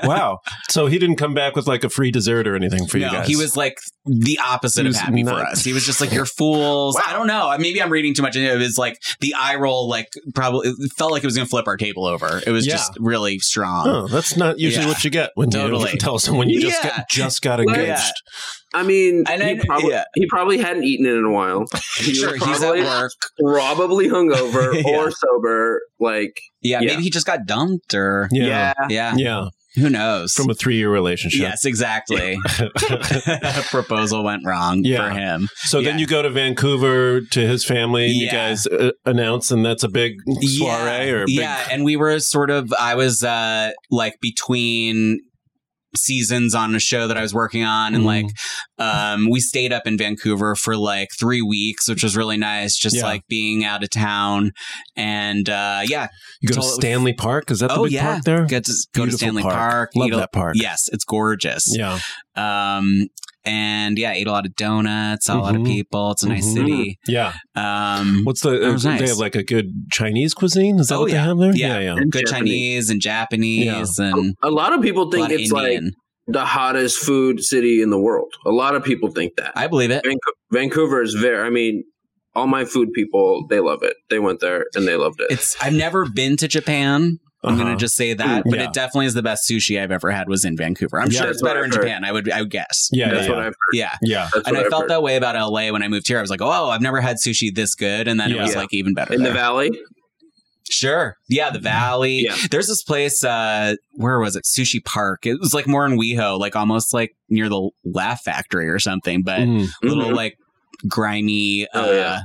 Speaker 2: wow. So he didn't come back with like a free dessert or anything for
Speaker 5: yeah.
Speaker 2: you
Speaker 5: No,
Speaker 2: guys.
Speaker 5: he was like the opposite
Speaker 2: He
Speaker 5: of
Speaker 2: was
Speaker 5: happy for
Speaker 2: not-
Speaker 5: us. He was just like, "You're fools." I don't know. Maybe I'm reading too much into it. It was like the eye roll, like probably it felt like it was going to flip our table over. It was
Speaker 2: Yeah.
Speaker 5: just really strong.
Speaker 2: Oh, that's not usually
Speaker 5: Yeah.
Speaker 2: what you get when
Speaker 5: Totally.
Speaker 2: you tell someone you just
Speaker 5: Yeah.
Speaker 2: got just got
Speaker 3: Well,
Speaker 2: engaged.
Speaker 5: yeah.
Speaker 3: I mean,
Speaker 5: And
Speaker 3: he,
Speaker 5: I-
Speaker 3: probably,
Speaker 5: yeah.
Speaker 3: he probably hadn't eaten it in a while. He was
Speaker 5: Sure, he's at
Speaker 3: probably-
Speaker 5: work.
Speaker 3: Probably hungover
Speaker 5: Yeah.
Speaker 3: or sober. Like,
Speaker 5: Yeah,
Speaker 3: Yeah.
Speaker 5: maybe he just got dumped, or
Speaker 2: Yeah.
Speaker 3: yeah.
Speaker 5: yeah,
Speaker 2: Yeah.
Speaker 5: who knows?
Speaker 2: From a three year relationship.
Speaker 5: Yes, exactly. Proposal went wrong
Speaker 2: Yeah.
Speaker 5: for him.
Speaker 2: So then
Speaker 5: Yeah.
Speaker 2: you go to Vancouver to his family. and You
Speaker 5: Yeah.
Speaker 2: guys uh, announce, and that's a big soiree
Speaker 5: yeah.
Speaker 2: or a big.
Speaker 5: yeah, and we were sort of I was uh like between seasons on a show that I was working on and
Speaker 2: Mhm.
Speaker 5: like um we stayed up in Vancouver for like 3 weeks which was really nice just
Speaker 2: Yeah.
Speaker 5: like being out of town and uh yeah
Speaker 2: You go to
Speaker 5: Totally.
Speaker 2: Stanley Park. Is that the
Speaker 5: Oh,
Speaker 2: big
Speaker 5: yeah.
Speaker 2: park there?
Speaker 5: get to go to
Speaker 2: Beautiful
Speaker 5: Stanley
Speaker 2: park.
Speaker 5: Park,
Speaker 2: Love
Speaker 5: eat a-
Speaker 2: that park.
Speaker 5: yes it's gorgeous
Speaker 2: Yeah.
Speaker 5: um and yeah ate a lot of donuts saw a lot of
Speaker 2: Mhm.
Speaker 5: people it's a nice
Speaker 2: Mhm.
Speaker 5: city
Speaker 2: Yeah.
Speaker 5: um
Speaker 2: What's the?
Speaker 5: That
Speaker 2: Uh,
Speaker 5: was
Speaker 2: They
Speaker 5: nice.
Speaker 2: have like a good Chinese cuisine. Is that
Speaker 5: Oh,
Speaker 2: what they
Speaker 5: yeah.
Speaker 2: have there?
Speaker 5: Yeah.
Speaker 2: Yeah.
Speaker 3: And
Speaker 5: good
Speaker 3: Japanese.
Speaker 5: Chinese and Japanese and
Speaker 3: A lot of people
Speaker 5: a
Speaker 3: think
Speaker 5: Mm. lot of
Speaker 3: it's like
Speaker 5: Indian.
Speaker 3: the hottest food city in the world. A lot of people think that.
Speaker 5: I believe it.
Speaker 3: Vanco- Vancouver is very, I mean, all my food people, they love it. They went there and they loved it.
Speaker 5: It's I've never been to Japan. I'm
Speaker 2: Uh-huh.
Speaker 5: gonna just say that, but
Speaker 2: Yeah.
Speaker 5: it definitely is the best sushi I've ever had was in Vancouver. I'm
Speaker 2: Yeah.
Speaker 5: sure
Speaker 3: That's
Speaker 5: it's better
Speaker 3: what
Speaker 5: in
Speaker 3: I've heard.
Speaker 5: Japan. I would I would guess.
Speaker 2: Yeah.
Speaker 3: That's
Speaker 2: Yeah.
Speaker 3: what
Speaker 2: Yeah.
Speaker 3: I've heard.
Speaker 5: Yeah.
Speaker 2: yeah.
Speaker 3: That's what
Speaker 5: And I
Speaker 3: I've
Speaker 5: felt
Speaker 3: heard.
Speaker 5: that way about LA when I moved here. I was like, oh, I've never had sushi this good, and then it was
Speaker 3: Yeah.
Speaker 5: like even better.
Speaker 3: in the
Speaker 5: there.
Speaker 3: valley.
Speaker 5: Sure. Yeah, the valley.
Speaker 3: Yeah.
Speaker 5: There's this place, uh, where was it? Sushi Park. It was like more in WeHo, like almost like near the Laugh Factory or something, but
Speaker 2: Mm.
Speaker 5: little
Speaker 3: Mhm.
Speaker 5: like grimy uh,
Speaker 3: Oh, yeah.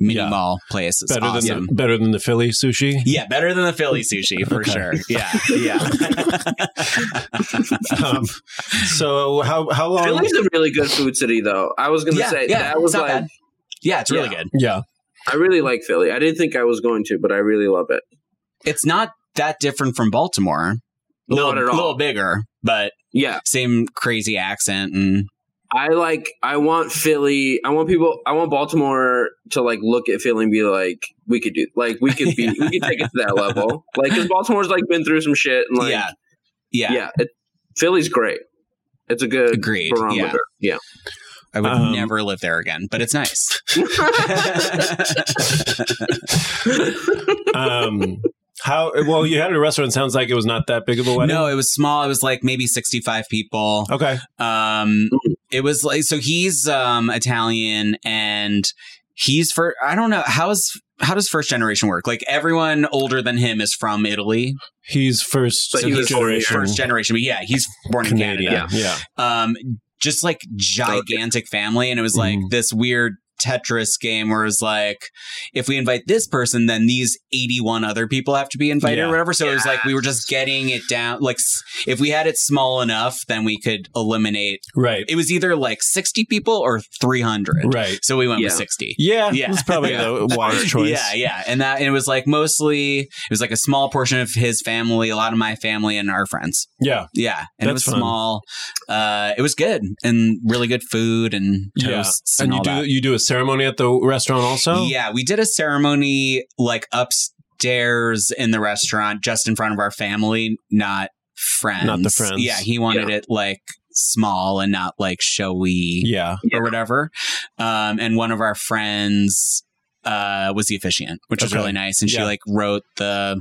Speaker 5: mini
Speaker 2: Yeah.
Speaker 5: mall place. It's
Speaker 2: Better
Speaker 5: awesome.
Speaker 2: than the, better than the Philly sushi.
Speaker 5: Yeah, better than the Philly sushi for
Speaker 2: Okay.
Speaker 5: sure. Yeah, yeah.
Speaker 2: um, so how how long?
Speaker 3: Philly's a really good food city, though. I was going to
Speaker 5: Yeah,
Speaker 3: say
Speaker 5: yeah,
Speaker 3: that was
Speaker 5: it's not
Speaker 3: like,
Speaker 5: bad. yeah, it's really
Speaker 3: Yeah.
Speaker 5: good.
Speaker 2: Yeah.
Speaker 3: I really like Philly. I didn't think I was going to, but I really love it.
Speaker 5: It's not that different from Baltimore. A little,
Speaker 3: Not at all.
Speaker 5: A little bigger, but
Speaker 3: Yeah,
Speaker 5: same crazy accent and
Speaker 3: I like. I want Philly. I want people. I want Baltimore to like look at Philly and be like, we could do. Like we could be. we could take it to that level. Like because Baltimore's like been through some shit. And, like,
Speaker 5: yeah,
Speaker 3: yeah,
Speaker 5: yeah.
Speaker 3: it, Philly's great. It's a good
Speaker 5: Agreed,
Speaker 3: barometer. Yeah.
Speaker 5: I would
Speaker 2: Um,
Speaker 5: never live there again, but it's nice.
Speaker 2: Um, How well you had it at a restaurant? Sounds like it was not that big of a wedding.
Speaker 5: No, it was small. It was like maybe 65 people.
Speaker 2: Okay.
Speaker 5: Um, it was like so he's um Italian and he's for I don't know how's how does first generation work? Like everyone older than him is from Italy,
Speaker 2: He's first
Speaker 3: So he was
Speaker 2: generation
Speaker 5: first generation. But yeah, he's born in
Speaker 2: Canadian.
Speaker 5: Canada.
Speaker 2: Yeah.
Speaker 5: Um, just like gigantic family, and it was like
Speaker 2: Mhm.
Speaker 5: this weird. Tetris game where it's like if we invite this person then these 81 other people have to be invited
Speaker 2: Yeah.
Speaker 5: or whatever so it was like we were just getting it down like s- if we had it small enough then we could eliminate
Speaker 2: Right.
Speaker 5: it was either like 60 people or 300
Speaker 2: Right.
Speaker 5: so we went with
Speaker 3: Yeah.
Speaker 5: 60
Speaker 2: Yeah.
Speaker 5: Yeah.
Speaker 2: That's probably
Speaker 5: Yeah.
Speaker 2: the wise choice.
Speaker 5: yeah yeah and that it was like mostly it was like a small portion of his family a lot of my family and our friends
Speaker 2: Yeah.
Speaker 5: yeah and it was
Speaker 2: That's fun.
Speaker 5: small uh it was good and really good food and
Speaker 2: Yeah.
Speaker 5: toasts
Speaker 2: And
Speaker 5: and,
Speaker 2: you
Speaker 5: all
Speaker 2: do
Speaker 5: that
Speaker 2: you do a ceremony at the restaurant also.
Speaker 5: yeah we did a ceremony like upstairs in the restaurant just in front of our family not friends
Speaker 2: Not the friends.
Speaker 5: yeah he wanted it like small and not like showy
Speaker 2: Yeah.
Speaker 5: or whatever. Um, and one of our friends uh, was the officiant, which was
Speaker 2: Okay.
Speaker 5: really nice. And she
Speaker 2: Yeah.
Speaker 5: like wrote the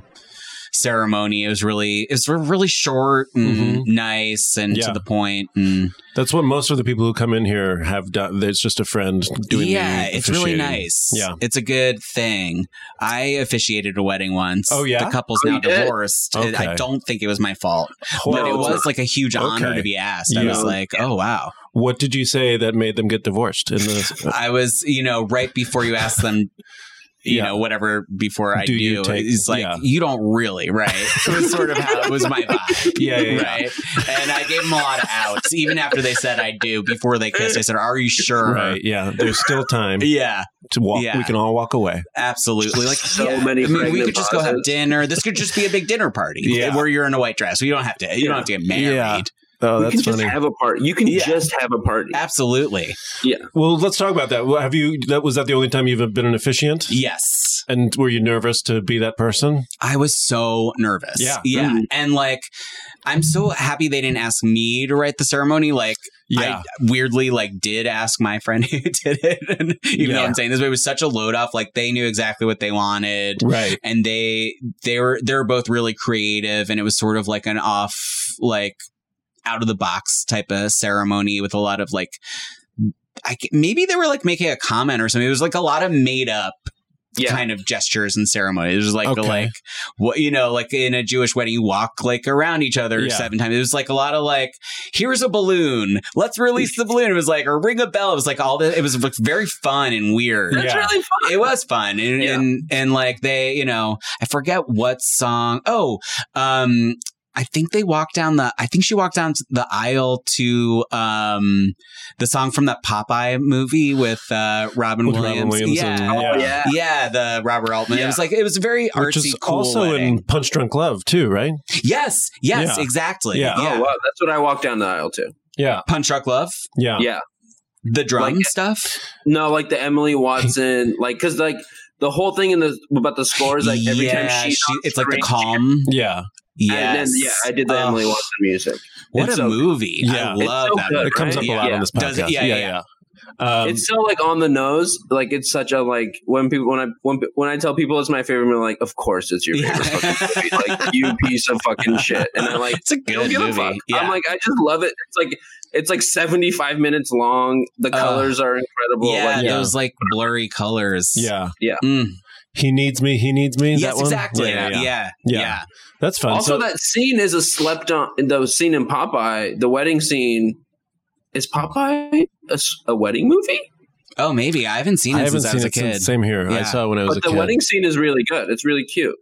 Speaker 5: ceremony. It was really it was really short and
Speaker 2: Mhm.
Speaker 5: nice and
Speaker 2: Yeah.
Speaker 5: to the point And
Speaker 2: That's what most of the people who come in here have done. There's just a friend doing. the
Speaker 5: yeah, it's really
Speaker 2: officiating.
Speaker 5: nice.
Speaker 2: Yeah.
Speaker 5: it's a good thing. I officiated a wedding once.
Speaker 2: Oh, yeah?
Speaker 5: the couple's
Speaker 3: Oh,
Speaker 5: now
Speaker 3: you did?
Speaker 5: divorced. It-
Speaker 2: Okay.
Speaker 5: I don't think it was my fault, but it
Speaker 2: Well,
Speaker 5: was like a huge honor
Speaker 2: Okay.
Speaker 5: to be asked. I
Speaker 2: Yeah.
Speaker 5: was like, oh wow.
Speaker 2: What did you say that made them get divorced? In the,
Speaker 5: I was, you know, right before you asked them, you
Speaker 2: Yeah.
Speaker 5: know, whatever before I
Speaker 2: Do
Speaker 5: do,
Speaker 2: you take-
Speaker 5: it's like
Speaker 2: yeah.
Speaker 5: you don't really, right? It was sort of how it was my vibe,
Speaker 2: Yeah, yeah, yeah.
Speaker 5: right. And I gave them a lot of outs, even after they said I do. Before they kissed, I said, "Are you sure?"
Speaker 2: right. Yeah. There's still time
Speaker 5: Yeah,
Speaker 2: to walk.
Speaker 5: Yeah.
Speaker 2: We can all walk away.
Speaker 5: absolutely. Like
Speaker 3: So
Speaker 5: yeah.
Speaker 3: many
Speaker 5: I mean, we
Speaker 3: pregnant
Speaker 5: could just go have
Speaker 3: bosses.
Speaker 5: dinner. This could just be a big dinner party
Speaker 2: Yeah.
Speaker 5: where you're in a white dress. You don't have to. You
Speaker 3: Yeah.
Speaker 5: don't have to get
Speaker 2: Yeah.
Speaker 5: married.
Speaker 2: Oh,
Speaker 3: you
Speaker 2: that's
Speaker 3: can
Speaker 2: funny.
Speaker 3: just have a party. You can
Speaker 5: Yeah.
Speaker 3: just have a party.
Speaker 5: Absolutely.
Speaker 2: well, let's talk about that. Well, Have you? That was that the only time you've been an officiant?
Speaker 5: Yes.
Speaker 2: And were you nervous to be that person?
Speaker 5: I was so nervous.
Speaker 2: Yeah.
Speaker 5: Yeah.
Speaker 3: Mhm.
Speaker 5: And like, I'm so happy they didn't ask me to write the ceremony. Like, I weirdly like did ask my friend who did it. And even though
Speaker 2: Yeah.
Speaker 5: I'm saying this, but it was such a load off. Like they knew exactly what they wanted.
Speaker 2: right.
Speaker 5: And they they were they were both really creative and it was sort of like an off like out of the box type of ceremony with a lot of like I, ca- maybe they were like making a comment or something. It was like a lot of made up
Speaker 3: Yeah.
Speaker 5: kind of gestures and ceremony. It was like the
Speaker 2: Okay.
Speaker 5: like what you know, like in a Jewish wedding, you walk like around each other
Speaker 2: Yeah.
Speaker 5: seven times. It was like a lot of like, here's a balloon, let's release the balloon. It was like or ring a bell. It was like all this. It was like, very fun and weird.
Speaker 2: Yeah.
Speaker 3: That's really fun.
Speaker 5: It was fun and,
Speaker 3: Yeah.
Speaker 5: and and like they, you know, I forget what song. Oh, um, I think they walked down the. I think she walked down the aisle to um the song from that Popeye movie with uh Robin
Speaker 2: With
Speaker 5: Williams.
Speaker 2: Robin Williams
Speaker 5: yeah,
Speaker 2: and-
Speaker 3: Oh, yeah.
Speaker 5: yeah, the Robert Altman. It
Speaker 3: Yeah.
Speaker 5: was like it was a very artsy,
Speaker 2: Which is
Speaker 5: cool
Speaker 2: also
Speaker 5: wedding.
Speaker 2: in Punch Drunk Love too, right?
Speaker 5: yes, yes,
Speaker 2: Yeah.
Speaker 5: exactly.
Speaker 2: Yeah.
Speaker 5: Yeah.
Speaker 3: Oh wow, that's what I walked down the aisle to.
Speaker 2: Yeah,
Speaker 5: Punch Rock Love,
Speaker 2: yeah,
Speaker 3: Yeah.
Speaker 5: the drum
Speaker 3: Like-
Speaker 5: stuff.
Speaker 3: No, like the Emily Watson, like because like the whole thing in the about the score is like every time
Speaker 5: Yeah,
Speaker 3: she's on
Speaker 5: it's like the
Speaker 3: screen-
Speaker 5: calm.
Speaker 2: yeah.
Speaker 5: Yes.
Speaker 3: And then, yeah, I did the
Speaker 5: Oh,
Speaker 3: Emily Watson music.
Speaker 5: What
Speaker 3: It's
Speaker 5: a
Speaker 3: so-
Speaker 5: movie!
Speaker 2: Yeah.
Speaker 5: I
Speaker 2: It's
Speaker 5: love
Speaker 3: so
Speaker 5: that.
Speaker 3: good.
Speaker 5: movie.
Speaker 2: It comes
Speaker 3: right?
Speaker 2: up a lot
Speaker 3: Yeah.
Speaker 2: on this podcast.
Speaker 5: Does it- yeah, yeah,
Speaker 2: yeah. Um,
Speaker 3: it's so like on the nose. Like it's such a like when people when I when, when I tell people it's my favorite, movie, they're like, of course it's your favorite
Speaker 5: Yeah.
Speaker 3: fucking movie. Like you piece of fucking shit. And I'm like,
Speaker 5: It's a
Speaker 3: I don't
Speaker 5: good
Speaker 3: give a fuck.
Speaker 5: movie. Yeah.
Speaker 3: I'm like, I just love it. It's like it's like 75 minutes long. The
Speaker 5: Uh,
Speaker 3: colors are incredible.
Speaker 5: yeah,
Speaker 3: Like,
Speaker 2: Yeah.
Speaker 5: those like blurry colors.
Speaker 2: yeah.
Speaker 5: Mm.
Speaker 2: He needs me. He needs me. that
Speaker 5: Yes,
Speaker 2: one?
Speaker 5: exactly.
Speaker 2: Yeah,
Speaker 5: Yeah.
Speaker 2: yeah, yeah.
Speaker 5: Yeah.
Speaker 2: Yeah.
Speaker 5: Yeah.
Speaker 2: That's fun.
Speaker 3: also,
Speaker 2: so,
Speaker 3: that scene is a slept on. The scene in Popeye, the wedding scene, is Popeye a, s- a wedding movie?
Speaker 5: Oh, maybe I haven't seen
Speaker 2: I
Speaker 5: it
Speaker 2: haven't
Speaker 5: since I
Speaker 2: seen
Speaker 5: was a
Speaker 2: it
Speaker 5: kid.
Speaker 2: since. Same here. I
Speaker 5: Yeah.
Speaker 2: saw it when I was
Speaker 3: But
Speaker 2: a
Speaker 3: the
Speaker 2: kid.
Speaker 3: wedding scene is really good. It's really cute.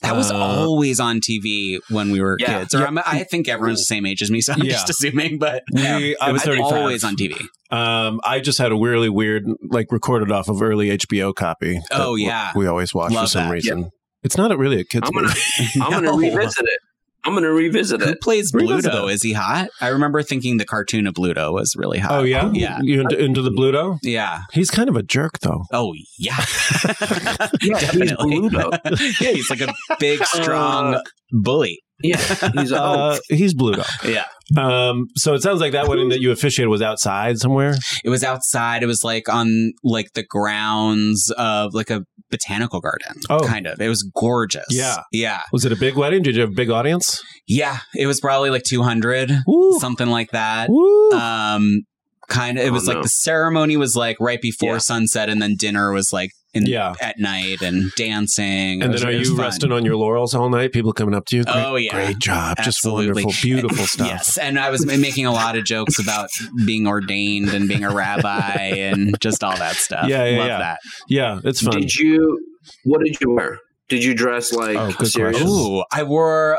Speaker 5: That was
Speaker 2: Uh,
Speaker 5: always on TV when we were
Speaker 3: Yeah.
Speaker 5: kids. Or I'm, I think everyone's the same age as me, so I'm
Speaker 2: Yeah.
Speaker 5: just assuming. But
Speaker 2: We- I
Speaker 5: it
Speaker 2: was
Speaker 5: was
Speaker 2: 35.
Speaker 5: uh, always on TV.
Speaker 2: Um, I just had a really weird, like, recorded off of early HBO copy. that
Speaker 5: Oh, yeah.
Speaker 2: we always watch for
Speaker 5: Love
Speaker 2: some
Speaker 5: that.
Speaker 2: reason. It's not a, really a kids
Speaker 3: I'm gonna,
Speaker 2: movie.
Speaker 3: I'm gonna
Speaker 5: No.
Speaker 3: revisit it. I'm gonna revisit
Speaker 5: Who
Speaker 3: it.
Speaker 5: plays
Speaker 2: Rita's
Speaker 5: Bluto?
Speaker 2: a-
Speaker 5: Is he hot? I remember thinking the cartoon of Bluto was really hot.
Speaker 2: Oh yeah,
Speaker 5: Yeah.
Speaker 2: You into, into the Bluto?
Speaker 5: Yeah.
Speaker 2: He's kind of a jerk though.
Speaker 5: Oh yeah.
Speaker 3: Yeah, he's
Speaker 5: Definitely.
Speaker 3: Bluto.
Speaker 5: yeah, he's like a big, strong bully. Oh.
Speaker 3: Yeah, he's a,
Speaker 2: Uh, he's Bluto.
Speaker 5: Yeah.
Speaker 2: Um, so it sounds like that wedding that you officiated was outside somewhere.
Speaker 5: It was outside. It was like on like the grounds of like a botanical garden.
Speaker 2: Oh.
Speaker 5: kind of. It was gorgeous.
Speaker 2: Yeah.
Speaker 5: yeah,
Speaker 2: Was it a big wedding? Did you have a big audience?
Speaker 5: yeah. It was probably like two hundred,
Speaker 2: Woo.
Speaker 5: something like that.
Speaker 2: Woo.
Speaker 5: Um, kind of. It
Speaker 3: Oh,
Speaker 5: was like
Speaker 3: no.
Speaker 5: the ceremony was like right before
Speaker 3: Yeah.
Speaker 5: sunset, and then dinner was like in
Speaker 2: Yeah.
Speaker 5: at night and dancing.
Speaker 2: and then are you resting on your laurels all night? People coming up to you? Great,
Speaker 5: Oh, yeah.
Speaker 2: Great job.
Speaker 5: Absolutely.
Speaker 2: Just wonderful, beautiful stuff.
Speaker 5: Yes, and I was ma- making a lot of jokes about being ordained and being a rabbi and just all that stuff.
Speaker 2: Yeah, yeah,
Speaker 5: Love
Speaker 2: yeah.
Speaker 5: that.
Speaker 2: Yeah, it's fun.
Speaker 3: Did you? What did you wear? Did you dress like
Speaker 2: Oh, good
Speaker 3: serious?
Speaker 2: question.
Speaker 5: Ooh, I wore